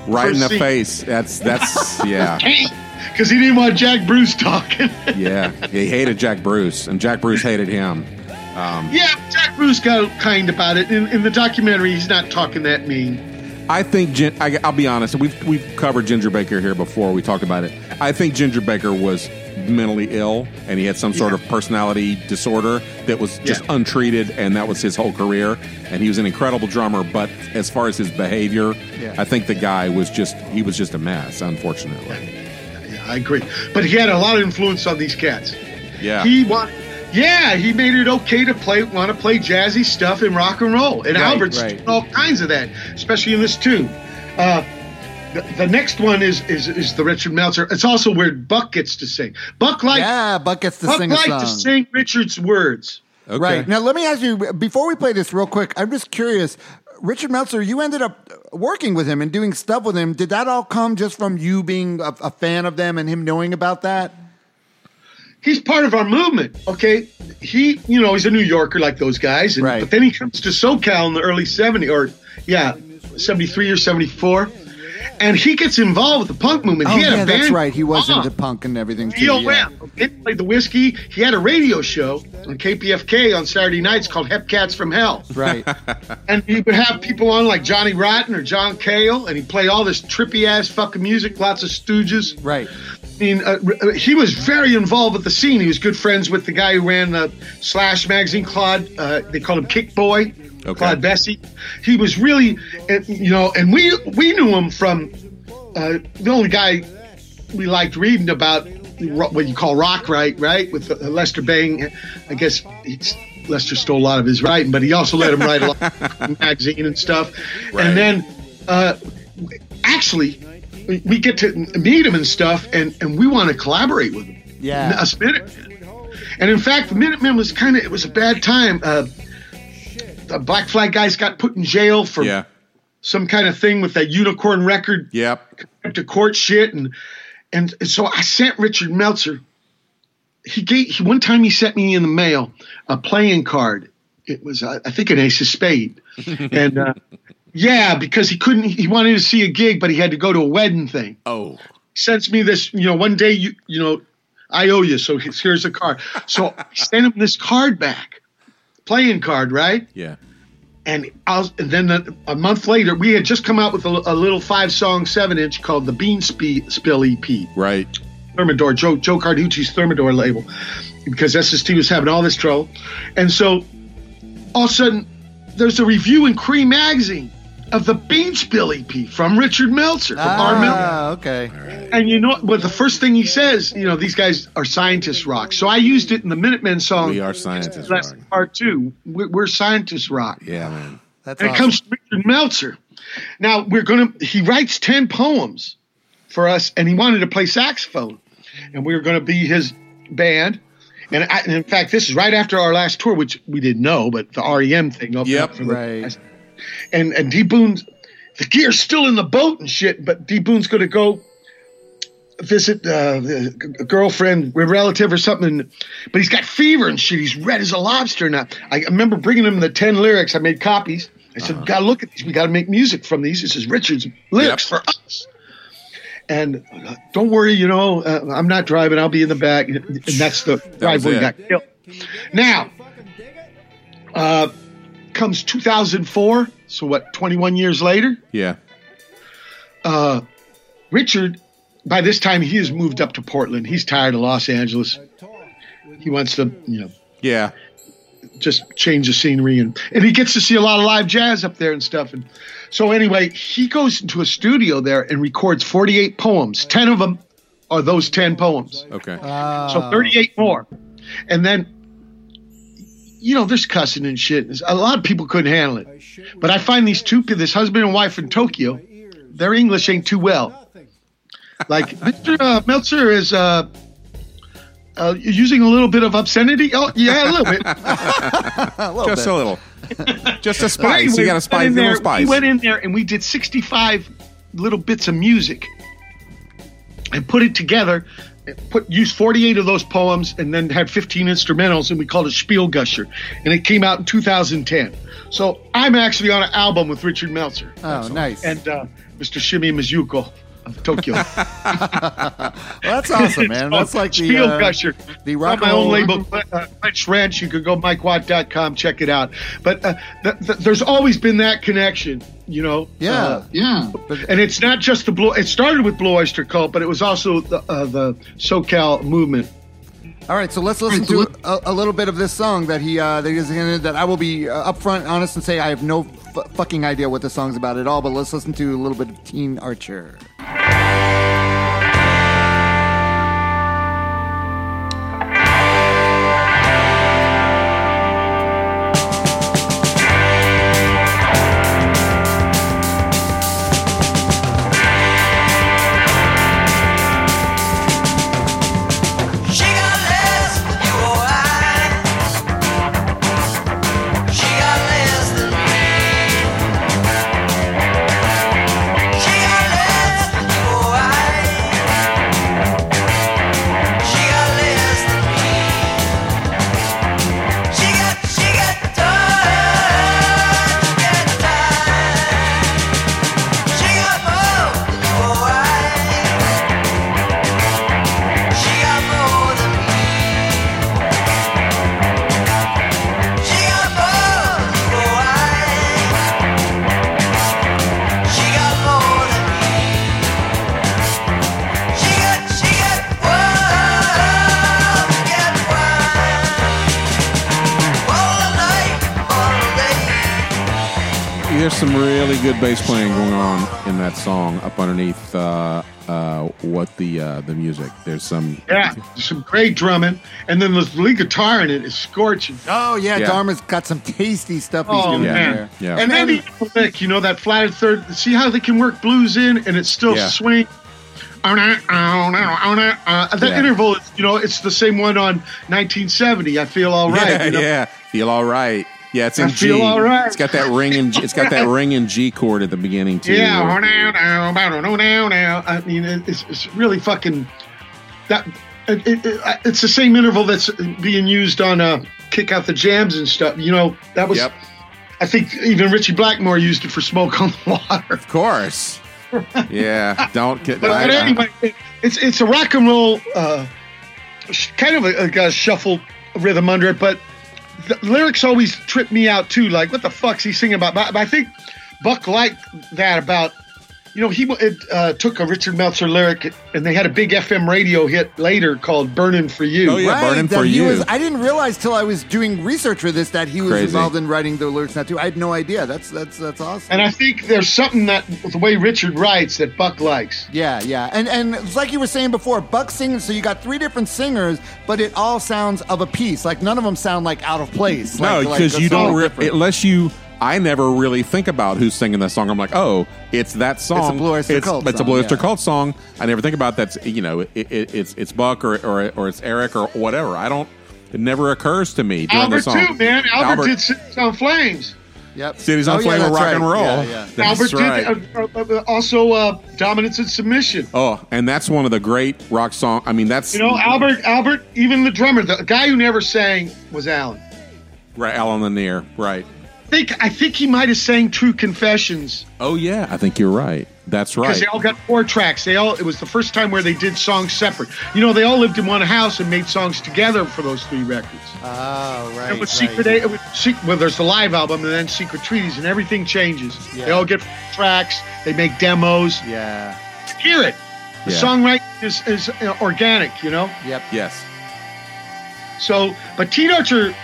B: right in the
C: Proceed.
B: face. That's that's yeah,
C: Because he didn't want Jack Bruce talking.
B: yeah. He hated Jack Bruce, and Jack Bruce hated him.
C: yeah, Jack Bruce got kind about it. In, in the documentary, he's not talking that mean.
B: I think Gin- I, I'll be honest. We've we've covered Ginger Baker here before. We talked about it. I think Ginger Baker was mentally ill, and he had some sort of personality disorder that was just
C: Yeah.
B: untreated, and that was his whole career. And he was an incredible drummer, but as far as his behavior,
D: Yeah.
B: I think the guy was just he was just a mess. Unfortunately,
C: Yeah, I agree. But he had a lot of influence on these cats.
B: yeah.
C: He wanted, yeah, he made it okay to play, want to play jazzy stuff and rock and roll. And
B: Right,
C: Albert's
B: right.
C: doing all kinds of that, especially in this tune. Uh, the, the next one is, is is the Richard Meltzer. It's also where Buck gets to sing. Buck like
D: yeah, Buck gets to
C: Buck
D: sing a
C: like
D: song.
C: to sing Richard's words.
B: Okay.
D: Right. Now, let me ask you before we play this real quick, I'm just curious. Richard Meltzer, you ended up working with him and doing stuff with him. Did that all come just from you being a, a fan of them and him knowing about that?
C: he's part of our movement. Okay, he you know he's a New Yorker like those guys, and,
D: Right.
C: but then he comes to SoCal in the early '70s or yeah, '73 or '74, and he gets involved with the punk movement.
D: Oh,
C: he had
D: yeah,
C: a band
D: that's right. He was
C: Ah.
D: into punk and everything. Too,
C: BOM.
D: yeah.
C: He played the whiskey. He had a radio show on KPFK on Saturday nights called Hep Cats from Hell.
D: Right.
C: And he would have people on like Johnny Rotten or John Cale, and he'd play all this trippy ass fucking music, lots of stooges.
D: Right.
C: I mean, uh, r- uh, he was very involved with the scene. He was good friends with the guy who ran the Slash magazine, Claude. Uh, they called him Kick Boy, Claude Bessie. He was really, uh, you know, and we we knew him from uh, the only guy we liked reading about ro- what you call rock right, right? With uh, Lester Bang. I guess it's, Lester stole a lot of his writing, but he also let him write a lot of magazine and stuff.
B: Right.
C: And then uh, actually, we- we get to meet him and stuff, and, and we want to collaborate with him.
D: Yeah.
C: Us Minutemen. And in fact, the Minutemen was kind of, it was a bad time. Uh, the Black Flag guys got put in jail for
B: Yeah.
C: some kind of thing with that unicorn record
B: Yep.
C: up to court shit and and so I sent Richard Meltzer. He gave he, one time he sent me in the mail a playing card. It was I, I think an ace of spade, and uh, yeah, because he couldn't he wanted to see a gig, but he had to go to a wedding thing.
B: Oh.
C: Sends me this, you know, one day you you know, I owe you, so here's a card. So I sent him this card back, playing card, right?
B: Yeah.
C: and I was, and then the, a month later, we had just come out with a, a little five-song seven-inch called the Bean Spe- Spill EP,
B: Right.
C: Thermidor, Joe Joe Carducci's Thermidor label, because SST was having all this trouble, and so all of a sudden, there's a review in Cream magazine of the Bean Spill EP from Richard Meltzer, from R. Meltzer.
D: Ah, okay.
C: And you know, but the first thing he says, you know, these guys are scientist rock. So I used it in the Minutemen song.
B: We are scientist
C: That's
B: rock.
C: part two. We're, we're scientist rock.
B: Yeah, man.
D: That's
C: And
D: awesome.
C: it comes from Richard Meltzer. Now we're gonna he writes ten poems for us, and he wanted to play saxophone, and we were gonna be his band. And, I, and in fact, this is right after our last tour, which we didn't know, but the REM thing. opened
B: Yep.
C: up for the-
D: Right.
C: and and D Boone's the gear's still in the boat and shit, but D Boone's gonna go visit uh, the- a girlfriend, a relative, or something. But he's got fever and shit. He's red as a lobster now. I remember bringing him the ten lyrics. I made copies. I said,
B: Uh-huh.
C: "Gotta look at these. We gotta make music from these. This is Richard's lyrics for us." And uh, don't worry, you know, uh, I'm not driving. I'll be in the back. And and that's the
B: was
C: driveway
B: it.
C: got killed. Now, uh, comes 2004. So what? 21 years later,
B: Yeah.
C: Richard. By this time, he has moved up to Portland. He's tired of Los Angeles. He wants to, you know,
B: Yeah.
C: just change the scenery and and he gets to see a lot of live jazz up there and stuff and so anyway he goes into a studio there and records 48 poems 10 of them are those 10 poems
B: Okay.
C: so 38 more and then you know there's cussing and shit a lot of people couldn't handle it but i find these two this husband and wife in tokyo their english ain't too well like mr uh, meltzer is uh Uh, using a little bit of obscenity? Oh, yeah, a little bit.
B: just a little, just a spice.
C: Anyway,
B: you got
C: we
B: a spice,
C: went in
B: little
C: there-
B: spice.
C: We went in there and we did 65 little bits of music and put it together. and Put used 48 of those poems and then had 15 instrumentals and we called it Spielgusher, and it came out in 2010. So I'm actually on an album with Richard Meltzer
D: Oh, nice.
C: and uh, Mr. Shimi Mizuko of Tokyo.
D: Well, that's awesome, man. That's like the
C: Spiel
D: uh,
C: Oh, Gusher.
D: the rock
C: my
D: and
C: own
D: roll-
C: label, uh, French Ranch. You could go mikewat.com, check it out. But uh, th- th- there's always been that connection, you know.
D: Yeah.
C: Uh,
G: Yeah.
C: and it's not just the blue. It started with Blue Oyster Cult, but it was also the uh, the SoCal movement.
D: All right, so let's listen
G: All right,
D: to a, a little bit of this song that he uh, that he's hinted that I will be uh, upfront, honest, and say I have no f- fucking idea what the song's about at all. But let's listen to a little bit of Teen Archer.
E: She got less, you or I. She got less than me. She got less, you or I. She got less than me. She got, she got time, got time. She got more than you or I. She got more than me. She got more than you She got more than me. She got, she got wild, got wild. All night, all day.
B: There's some really good bass playing going on in that song up underneath uh, uh, what the uh, the music. There's some
C: Yeah, some great drumming, and then the lead guitar in it is scorching.
D: Oh yeah,
B: Yeah.
D: Dharma's got some tasty stuff he's
C: Oh,
D: doing
C: man.
D: there.
B: Yeah.
C: And
D: And
C: then
D: then
C: the lick, you know, that flatted third. See how they can work blues in, and it's still
B: Yeah.
C: swing. Uh, that
B: Yeah.
C: interval, is, you know, it's the same one on 1970. I feel all right.
B: yeah,
C: you know?
B: yeah. Feel all right. Yeah, it's in
C: I
B: G.
C: feel all right.
B: It's got that ring in. G, it's got that ring in G chord at the beginning too.
C: Yeah, now, now, now, now, now, now. I mean, it- it's, it's really fucking that. It, it, it, it's the same interval that's being used on uh, "Kick Out the Jams" and stuff. You know, that was.
B: Yep.
C: I think even Richie Blackmore used it for "Smoke on the Water."
B: Of course. Yeah. Don't get.
C: But,
B: I-
C: but
B: I-
C: anyway, it- it's it's a rock and roll, uh, sh- kind of a, a, a shuffle rhythm under it. But the lyrics always trip me out too. Like, what the fuck's he singing about? But, but I think Buck liked that about. You know, he it, uh, took a Richard Meltzer lyric, and they had a big FM radio hit later called "Burning for You."
B: Oh, yeah. Burning
D: that
B: for
D: he
B: You.
D: Was, I didn't realize till I was doing research for this that he was
B: Crazy.
D: involved in writing the lyrics now too. I had no idea. That's that's that's awesome.
C: And I think there's something that the way Richard writes that Buck likes.
D: Yeah, yeah, and and it's like you were saying before, Buck singers. So you got three different singers, but it all sounds of a piece. Like none of them sound like out of place.
B: no,
D: like- like
B: because
D: a
B: you
D: song
B: don't re-
D: different.
B: unless you. I never really think about who's singing that song. I'm like, oh, it's that song.
D: Blue Oyster
B: it's,
D: Cult
B: It's a
D: song,
B: Blue Oyster
D: yeah.
B: Cult song. I never think about that's you know it, it, it's it's Buck or, or or it's Eric or whatever. I don't. It never occurs to me. during the
C: Albert
B: song.
C: too, man. Albert, did "Sits on Flames."
D: Yep.
B: Cities on
D: Oh, yeah,
B: Flame with
D: that's
B: Rock
D: right.
B: and Roll.
D: Yeah, yeah.
B: That's
C: Albert
B: right.
C: did uh, uh, uh, also uh, "Dominance and Submission."
B: oh, and that's one of the great rock song. I mean, that's
C: You know, Albert, Albert, even the drummer, the guy who never sang was Alan.
B: right, Alan Lanier. Right.
C: I think I think he might have sang True Confessions
B: Oh yeah, I think you're right. That's
C: because
B: right.
C: they all got four tracks. They all it was the first time where they did songs separate. You know, they all lived in one house and made songs together for those three records.
D: Oh, right.
C: it was
D: right.
C: Secret Eight. It was, Se- well, there's the live album and then Secret Treaties, and everything changes.
D: Yeah.
C: They all get tracks. They make demos.
D: Yeah.
C: Hear it. The
B: Yeah.
C: songwriting is is uh, organic. You know.
D: Yep.
B: yes.
C: So, but Teen Archer,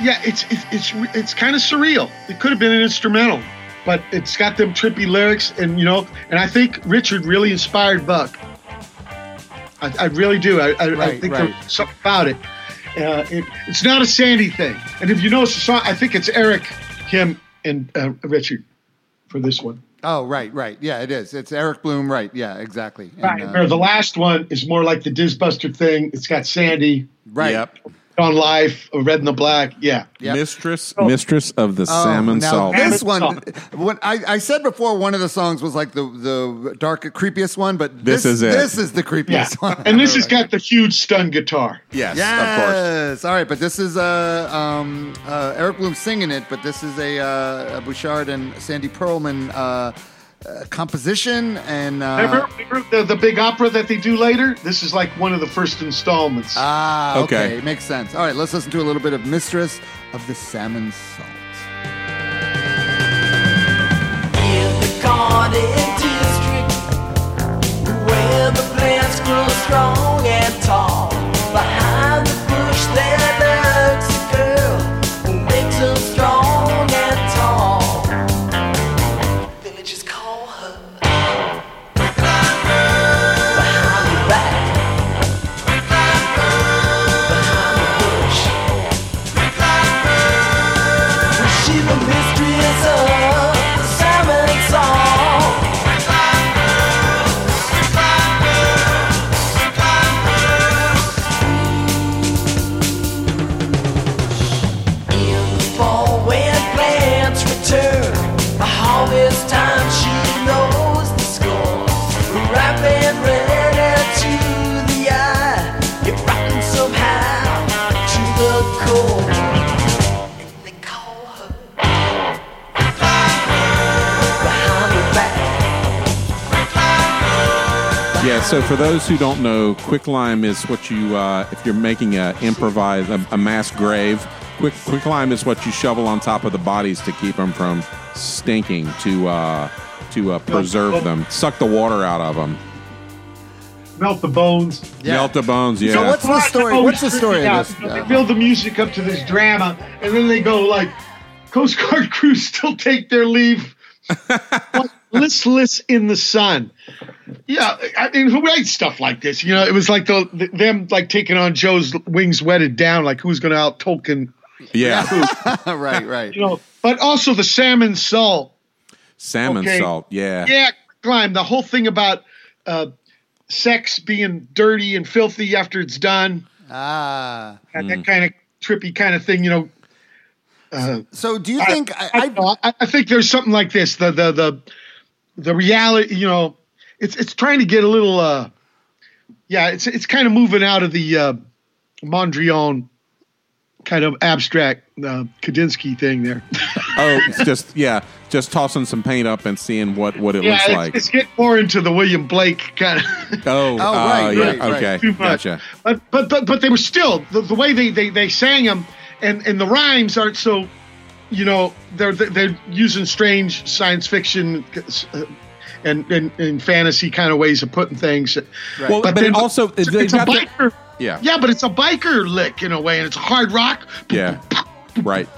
C: yeah, it's it's it's, it's kind of surreal. It could have been an instrumental, but it's got them trippy lyrics, and you know, and I think Richard really inspired Buck. I, I really do. I, I, I
D: Right,
C: think
D: right.
C: there's something about it. Uh, it. It's not a Sandy thing, and if you notice the song, I think it's Eric, him, and uh, Richard for this one.
D: Oh, right, right. Yeah, it is. It's Eric Bloom, right. Yeah, exactly. And,
C: Right.
D: uh,
C: where the last one is more like the Dizbuster thing. It's got Sandy
D: right.
B: Yep.
C: on life, or Red and the Black. Yeah.
D: Yep.
B: Mistress, mistress of the
D: Oh,
B: salmon
D: now
B: salt.
D: This
C: Salmon
D: one,
C: salt.
D: when I, I said before, one of the songs was like the the dark creepiest one, but
B: This
D: this,
B: is it.
D: This is the creepiest
C: Yeah.
D: one.
C: And this has got the huge stun guitar.
B: yes, of course.
D: Yes. All right, but this is uh, um, uh, Eric Bloom singing it, but this is a, uh, a Bouchard and Sandy Pearlman uh, uh, composition and uh,
C: Remember, remember the, the big opera that they do later? This is like one of the first installments.
D: ah, okay.
B: Okay.
D: makes sense. All right, let's listen to a little bit of Mistress of the Salmon Salt.
E: in the Garden District, where the plants grow strong and tall. Behind the bush there lurks a girl who makes them strong and tall. Villagers call her. Behind the back. Behind the bush. She's the mistress of the salmon song. In the fall when plants return, a harvest time she knows the score. Ripe and ready to the eye, it rotten somehow to the core. And they call her behind her back.
B: Yeah. So for those who don't know, quicklime is what you uh, if you're making a improvised a, a mass grave. Quick quicklime is what you shovel on top of the bodies to keep them from stinking to uh, to uh, preserve them, suck the water out of them,
C: Melt the bones.
B: melt the bones. Yeah.
D: So what's the story? What's the story
C: Yeah,
D: of this? uh,
C: They build the music up to this drama, and then they go like, Coast Guard crews still take their leave. Like, listless in the sun. Yeah, I mean, who writes stuff like this? You know, it was like the, the them like taking on Joe's wings wetted down. Like, who's going to out Tolkien?
B: yeah.
D: Uh, right, right.
C: You know, but also the salmon salt.
B: salmon
C: Okay.
B: salt.
C: Yeah, climb the whole thing about uh, sex being dirty and filthy after it's done.
D: Ah.
C: and that kind of trippy kind of thing. You know,
D: So do you think I,
C: I,
D: I,
C: I, I think there's something like this. The the the the reality. You know, it's it's trying to get a little. uh Yeah, it's it's kind of moving out of the uh Mondrian kind of abstract uh, Kandinsky thing there.
B: Oh, it's just yeah, just tossing some paint up and seeing what what it
C: yeah,
B: looks
C: it's,
B: like.
C: it's getting more into the William Blake kind of.
B: oh,
D: Oh,
B: uh,
D: right,
B: yeah,
D: right, right.
B: okay,
C: too much.
B: gotcha.
C: But but but but they were still the, the way they they they sang them, and and the rhymes aren't so, you know, they're they're using strange science fiction. uh, And, and, and fantasy kind of ways of putting things.
B: Well, but,
C: then-
B: it also
C: it's,
B: they've
C: it's a
B: got the-
C: biker.
B: yeah,
C: yeah, but it's a biker lick in a way, and it's hard rock.
B: yeah, right,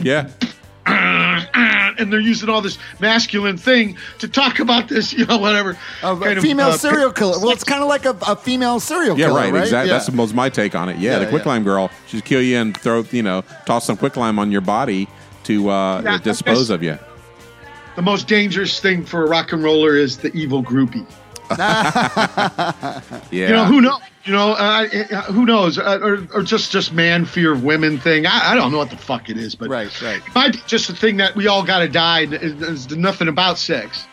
B: yeah,
C: And they're using all this masculine thing to talk about this, you know, whatever.
D: of
C: kind
D: a
C: of,
D: female
C: uh,
D: serial killer? Well, it's kind of like a, a female serial
B: yeah,
D: killer,
B: right,
D: right?
B: exactly.
D: Yeah.
B: That's was my take on it. Yeah,
D: Yeah,
B: the quicklime girl, she'd kill you and throw you know toss some quicklime on your body to uh,
C: Yeah,
B: dispose
C: I
B: of you.
C: The most dangerous thing for a rock and roller is the evil groupie.
B: Yeah,
C: You know who knows? You know uh, uh, who knows? Uh, or, or just just man fear of women thing. I, I don't know what the fuck it is, but
D: Right, right.
C: It might be just a thing that we all got to die. and it- There's nothing about sex.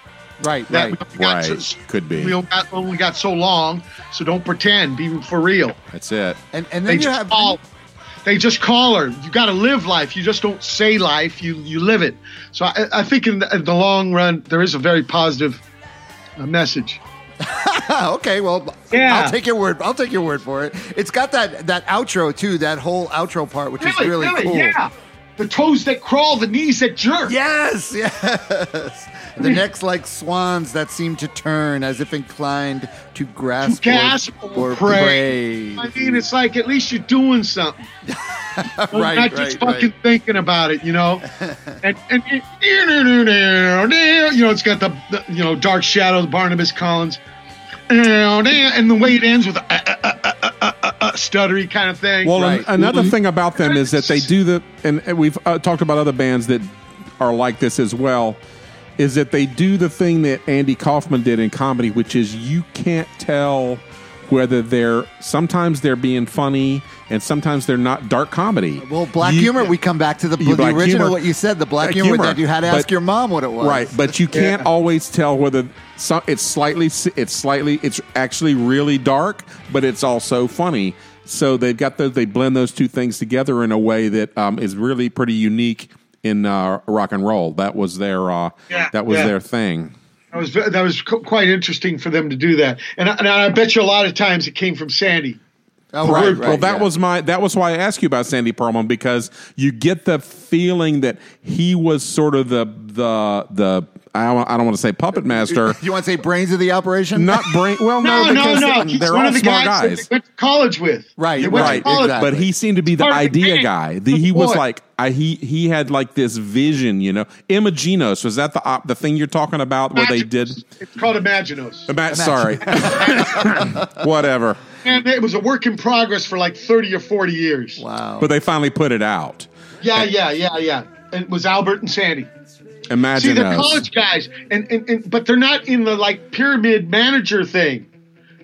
D: right,
C: That
D: right.
C: we got
B: Right, could be.
C: We only got, only got so long, so don't pretend. Be for real.
B: that's it.
D: And and
C: They
D: then you
C: just
D: have
C: call. They just call her. You got to live life. You just don't say life. You you live it. So I, I think in the, in the long run, there is a very positive uh, message.
D: Oh, okay. Well,
C: Yeah.
D: I'll take your word. I'll take your word for it. It's got that that outro too. That whole outro part, which is really, cool.
C: yeah. The toes that crawl, the knees that jerk.
D: Yes, yes. The necks like swans that seem to turn as if inclined to grasp,
C: To grasp or prey. I mean, it's like at least you're doing something.
D: right,
C: You're not just
D: right, right.
C: fucking thinking about it, you know. and and it- you know, it's got the, the you know dark shadows, Barnabas Collins, and the way it ends with a, uh, uh, uh, uh, uh, uh, uh, stuttery kind of thing.
B: Well, an-
D: Right. Mm-hmm.
B: another thing about them is that they do the, and and we've uh, talked about other bands that are like this as well. is that they do the thing that Andy Kaufman did in comedy, which is you can't tell whether they're sometimes they're being funny and sometimes they're not dark comedy.
D: Well, black
B: You-
D: humor, we come back to the,
B: You
D: the
B: black
D: original,
B: humor-
D: what you said, the black
B: black
D: humor,
B: humor,
D: that you had to ask
B: but-
D: your mom what it was.
B: Right, but you can't always tell whether some, it's slightly it's slightly it's actually really dark, but it's also funny. So they've got those they blend those two things together in a way that um, is really pretty unique in uh, rock and roll. That was their uh,
C: Yeah,
B: that was
C: yeah.
B: their thing.
C: That was that was qu- quite interesting for them to do that, and I, and I bet you a lot of times it came from Sandy.
D: Oh, right, right,
B: well, that
D: yeah.
B: was my that was why I asked you about Sandy Perlman because you get the feeling that he was sort of the the the I don't, I don't want to say puppet master,
D: You want to say brains of the operation?
B: not brain. Well, no,
C: No, no,
B: because
C: no.
B: they-
C: He's
B: they're
C: one
B: all
C: of the
B: smart
C: guys, that
B: guys.
C: they went to college with.
D: Right,
C: They went to
B: right,
C: college
D: exactly.
B: But he seemed to be the
C: Part of the
B: idea
C: game.
B: guy. The,
C: Good
B: he was
C: boy.
B: like I, he he had like this vision, you know. Imaginos was that the op, the thing you're talking about where they did?
C: Imaginos. It's called Imaginos.
B: Matt, sorry, whatever.
C: And it was a work in progress for like 30 or 40 years.
D: Wow.
B: But they finally put it out.
C: Yeah, yeah, yeah, yeah. And It was Albert and Sandy.
B: Imaginos.
C: See, they're college guys, and, and, and but they're not in the like pyramid manager thing.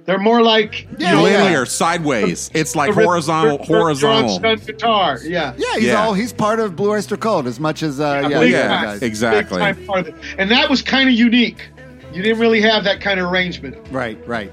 C: They're more like
D: Yeah,
C: you know,
B: linear, sideways. It's like
C: the rhythm-
B: horizontal,
C: they're- they're
B: horizontal.
C: drums and guitar. Yeah.
D: yeah, he's
B: Yeah.
D: all he's part of Blue Oyster Cult as much as uh, yeah,
C: big
D: the other
B: yeah,
C: time.
D: guys.
B: ex- exactly.
C: Big time part of it. And that was kind of unique. You didn't really have that kind of arrangement.
D: right, right.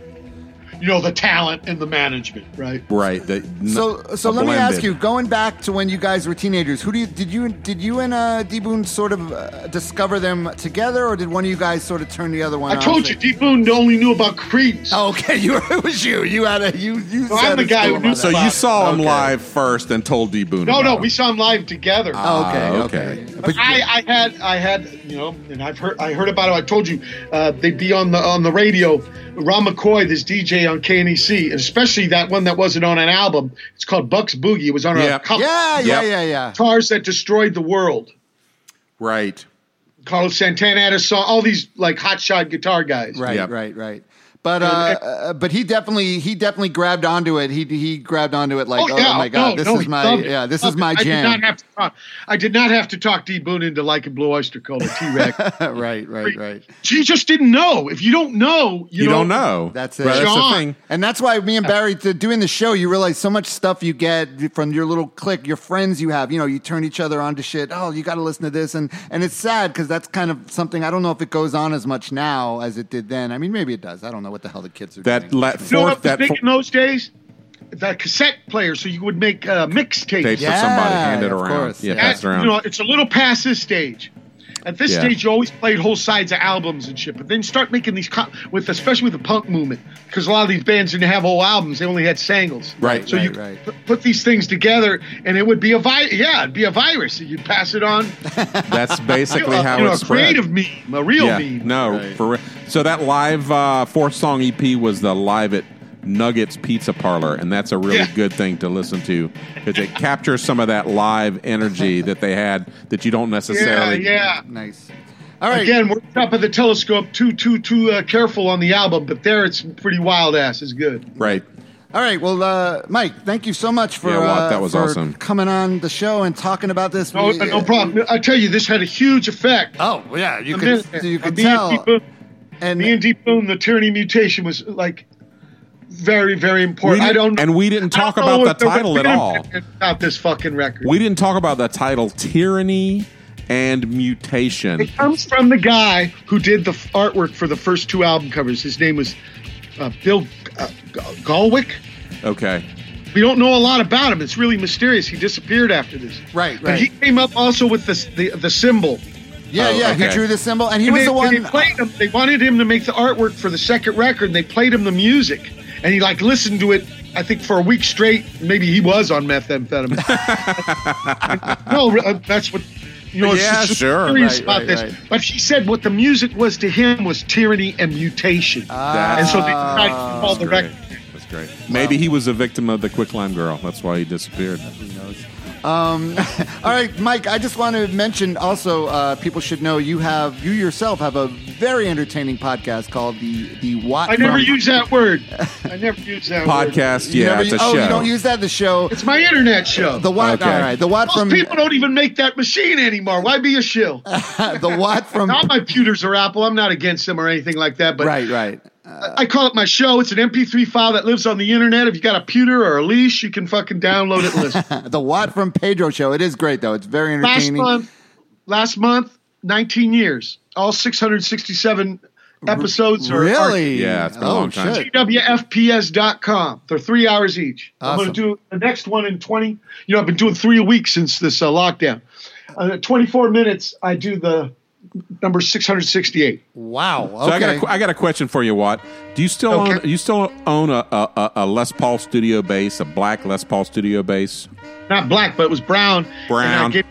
C: You know, the talent and the management, right?
B: Right. the-
D: So,
B: n- a
D: so let me
B: blended.
D: ask you, going back to when you guys were teenagers, who do you did you did you and uh, D Boone sort of uh, discover them together, or did one of you guys sort of turn the other one?
C: I
D: on?
C: told you, Deep Boone only knew about Creedence.
D: Oh, okay, you it was you. You had a you you.
C: No, I'm
D: said
C: the
D: it's
C: guy
D: cool
C: who knew
D: about
B: So
D: that.
B: you saw him
D: Okay.
B: live first and told D Boone.
C: no,
B: about
C: no,
B: him.
C: we saw him live together.
D: Oh, okay,
B: Ah,
D: okay.
B: okay.
D: But
C: I, I had I had you know, and I've heard I heard about it. I told you uh, they'd be on the on the radio. Ron McCoy, this DJ on KNEC, and especially that one that wasn't on an album. It's called Bucks Boogie. It was on
B: Yeah.
C: a couple
D: yeah, yeah,
B: Yep.
D: yeah, yeah.
C: guitars that destroyed the world.
B: Right.
C: Carlos Santana had a song. All these like hotshot guitar guys.
D: Right,
B: Yep.
D: right, right. But uh, uh, but he definitely he definitely grabbed onto it. He he grabbed onto it like, oh, my god,
C: no,
D: this
C: no,
D: is
C: he
D: my
C: loved it.
D: yeah, this
C: Loved
D: is
C: it.
D: my
C: I did
D: jam.
C: not have to talk. I did not have to talk D Boone into liking Blue Oyster Cult or T Rex.
D: right, right, right.
C: she just didn't know. If you don't know, you,
B: You, don't know.
D: That's
B: Right, that's
D: it.
C: Sean.
B: the thing.
D: And that's why me and Barry to, doing the show, you realize so much stuff you get from your little clique, your friends you have. You know, you turn each other on to shit. Oh, you got to listen to this, and and it's sad because that's kind of something I don't know if it goes on as much now as it did then. I mean, maybe it does. I don't know what the hell the kids are
B: That
D: doing.
B: la-
C: You know what
B: fourth.
C: was
B: That
C: big
B: fourth
C: in those days? The cassette player, so you would make uh, mixtapes.
B: tape
D: Yeah,
B: for somebody handed
D: of
B: around.
D: course,
B: yeah,
D: yeah.
B: passed
C: At-
B: around.
C: You know, it's a little past this stage. At this
B: Yeah.
C: stage, you always played whole sides of albums and shit. But then start making these co- with, especially with the punk movement, because a lot of these bands didn't have whole albums; they only had singles.
B: Right,
C: So you
D: right, right.
C: p- put these things together, and it would be a vi- yeah, it'd be a virus. You'd pass it on.
B: that's basically
C: you know,
B: how
C: you know,
B: it
C: a
B: spread.
C: creative meme, a real
B: yeah.
C: meme.
B: No, for real. So that live uh, fourth song EP was the live at Nuggets Pizza Parlor, and that's a really
C: Yeah.
B: good thing to listen to because it captures some of that live energy that they had that you don't
C: yeah,
B: necessarily.
C: yeah.
D: nice. All right.
C: Again, we're top of the telescope. Too, too, too uh, careful on the album, but there it's pretty wild ass. It's good.
B: Right.
D: All right. Well, uh, Mike, thank you so much for
B: Yeah, Walt,
D: uh,
B: that was
D: for
B: awesome.
D: coming on the show and talking about this.
C: No,
D: We-
C: no problem. I tell you, this had a huge effect.
D: Oh yeah, you
C: A
D: could
C: minute.
D: you could
C: Me and
D: tell.
C: Deep Boone-
D: And
C: Me and Deep Boone, the Tyranny mutation was like very, very
B: We
C: important. I
B: didn't-
C: don't,
B: and we didn't
C: I don't
B: talk about
C: know
B: the
C: if there was
B: title at all.
C: benefit About this fucking record,
B: We didn't talk about the title Tyranny and Mutation.
C: it comes from the guy who did the f- artwork for the first two album covers. His name was uh, Bill uh, G- Galwick.
B: Okay.
C: We don't know a lot about him. It's really mysterious. He disappeared after this.
D: Right,
C: But
D: right.
C: he came up also with this, the the symbol.
D: yeah,
B: Oh,
D: yeah, he
B: okay.
D: drew the symbol, and he
C: And
D: was
C: they,
D: the one.
C: and they played him. They wanted him to make the artwork for the second record, and they played him the music, and he like listened to it. I think for a week straight. Maybe he was on methamphetamine. no, re- uh, that's what. You know,
B: Yeah,
C: it's just
B: sure.
C: Serious
D: Right,
C: about
D: right,
C: this.
D: right.
C: But he said what the music was to him was tyranny and mutation,
D: Ah,
C: and so they tried to call the
B: great.
C: record.
B: That's great. Maybe he was a victim of the quicklime girl. That's why he disappeared.
D: All right, Mike. I just want to mention also, uh, people should know you have you yourself have a very entertaining podcast called the the What.
C: I never
D: From-
C: use that word. I never use that Word.
B: Podcast,
D: You
B: yeah,
D: never
B: it's
D: u-
B: a
D: oh,
B: show.
D: you don't use that the show.
C: It's my internet show.
D: The Watt,
B: Okay.
D: all right. The Watt
C: Most
D: from
C: people don't even make that machine anymore. Why be a shill?
D: the Watt from
C: Not my pewters are Apple. I'm not against them or anything like that. But
D: right, right.
C: I call it my show. It's an MP3 file that lives on the internet. If you got a pewter or a leash, you can fucking download it. and Listen.
D: The Watt from Pedro show. It is great though. It's very
C: last
D: entertaining.
C: month, last month, 19 years. All 667 episodes are
D: really?
B: Yeah, it's been a
D: oh,
B: long time.
D: Shit.
C: WFPS.com. They're three hours each. I'm
D: Awesome.
C: going to do the next one in 20. You know, I've been doing three a week since this uh, lockdown. Uh, 24 minutes, I do the number 668.
D: Wow. Okay.
B: So I got a, I got a question for you, Watt. Do you still
C: Okay.
B: own you still own a, a, a- a Les Paul studio bass, a black Les Paul studio bass?
C: Not black, but it was brown. And I
B: Brown.
C: gave,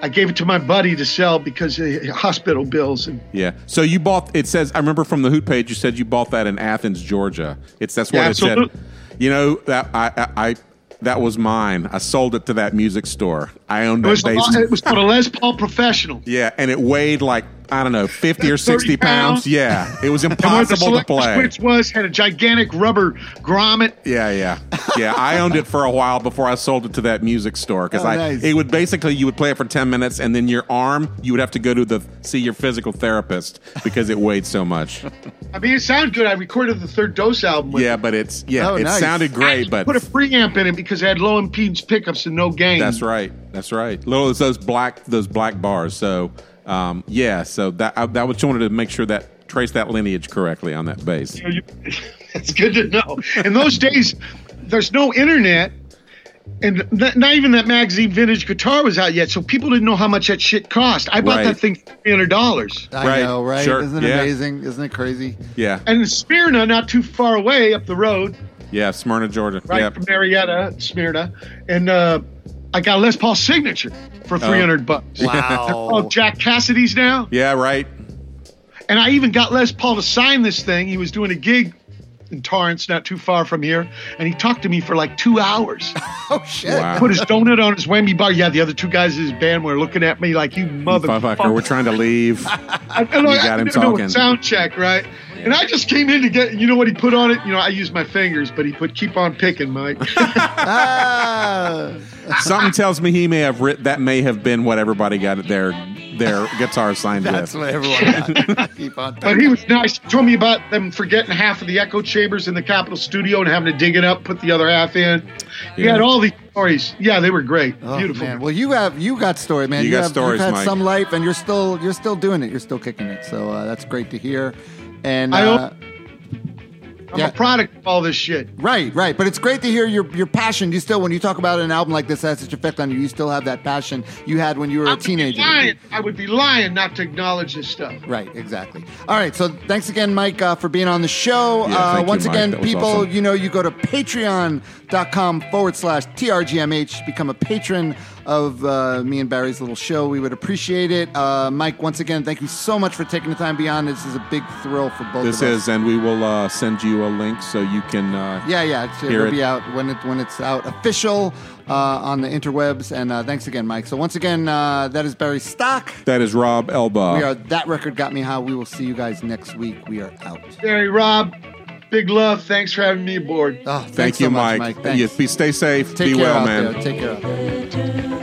C: I gave it to my buddy to sell because uh, hospital bills. And
B: Yeah. So you bought it says I remember from the Hoot page you said you bought that in Athens, Georgia. It's that's what
C: Yeah,
B: it
C: absolute-
B: said. You know that I, I I that was mine. I sold it to that music store. I owned
C: it
B: that
C: was,
B: bass.
C: it was called a Les Paul Professional.
B: yeah, and it weighed like I don't know, fifty
C: 30
B: or sixty pounds.
C: pounds.
B: Yeah, it was
C: And where the
B: impossible to
C: select
B: play.
C: switch was had a gigantic rubber grommet.
B: Yeah, yeah, yeah. I owned it for a while before I sold it to that music store because
D: Oh,
B: I
D: nice.
B: it would basically you would play it for ten minutes and then your arm you would have to go to the see your physical therapist because it weighed so much.
C: I mean, it sounded good. I recorded the third dose album with
B: Yeah, but it's yeah,
D: Oh,
B: it
D: nice.
B: sounded great, but
C: put a preamp in it because I had low impedance pickups and no gain.
B: that's right, that's right. Little it's those black those black bars. So um, yeah, so that I, that was just wanted to make sure that trace that lineage correctly on that bass.
C: You know, you- That's good to know. In those days, there's no internet, and th- not even that magazine vintage guitar was out yet, so people didn't know how much that shit cost. I bought
B: Right.
C: that thing for three hundred dollars.
D: I
B: Right,
D: know, right?
B: sure,
D: Isn't it
B: yeah.
D: amazing? Isn't it crazy?
B: Yeah,
C: And in Smyrna, not too far away up the road,
B: yeah, Smyrna, Georgia.
C: right
B: yeah.
C: from Marietta, Smyrna, and uh, I got a Les Paul signature for three hundred bucks. Oh,
D: Wow.
C: Jack Cassidy's now.
B: yeah, right.
C: And I even got Les Paul to sign this thing. He was doing a gig in Torrance, not too far from here, and he talked to me for like two hours.
D: oh shit.
B: Wow.
C: Put his donut on his whammy bar. Yeah, the other two guys in his band were looking at me like, "You
B: Motherfucker, we're
C: motherfucker!"
B: trying to leave.
C: I, I,
B: You got him
C: didn't know what
B: talking.
C: Sound check, right? And I just came in to get. You know what he put on it? You know, I used my fingers, but he put "Keep on picking," Mike.
D: Ah.
B: Something tells me he may have writ- that may have been what everybody got their their guitar signed
D: That's
B: with.
D: what everyone got. Keep on.
C: but he was nice. He told me about them forgetting half of the echo chambers in the Capitol studio and having to dig it up, put the other half in. He
B: Yeah.
C: had all these stories. Yeah, they were great.
D: Oh,
C: Beautiful.
D: Man. Well, you have you got story, man.
B: You got
D: have,
B: stories,
D: You've had
B: Mike.
D: some life, and you're still you're still doing it. You're still kicking it. So uh, that's great to hear. And
C: I
D: uh,
C: I'm
D: Yeah.
C: a product of all this shit.
D: right, right. But it's great to hear your your passion. You still, when you talk about an album like this, that has such effect on you. You still have that passion you had when you were
C: I
D: a
C: would be
D: teenager.
C: lying- I would be lying not to acknowledge this stuff.
D: Right, exactly. All right, so thanks again, Mike, uh, for being on the show.
B: Yeah,
D: uh,
B: thank you,
D: once
B: Mike.
D: again,
B: That was
D: people,
B: awesome.
D: you know, you go to patreon.com forward slash TRGMH, become a patron of uh, me and Barry's little show. We would appreciate it. Uh, Mike, once again, thank you so much for taking the time beyond. This is a big thrill for both
B: This
D: of us.
B: is, and we will uh, send you a link so you can. Uh,
D: Yeah, yeah, it's,
B: Hear
D: it'll
B: it.
D: be out when it when it's out official uh, on the interwebs. And uh, thanks again, Mike. So once again, uh, that is Barry Stock.
B: That is Rob Elba.
D: We are that record got me how. We will see you guys next week. We are out.
C: Barry Rob, big love. Thanks for having me aboard.
D: Oh, thanks
B: Thank you,
D: so much,
B: Mike.
D: Mike.
B: You-
D: Thanks.
B: be, stay safe.
D: Take
B: be
D: care
B: well,
D: out
B: man.
D: there. Take care out there.
G: return.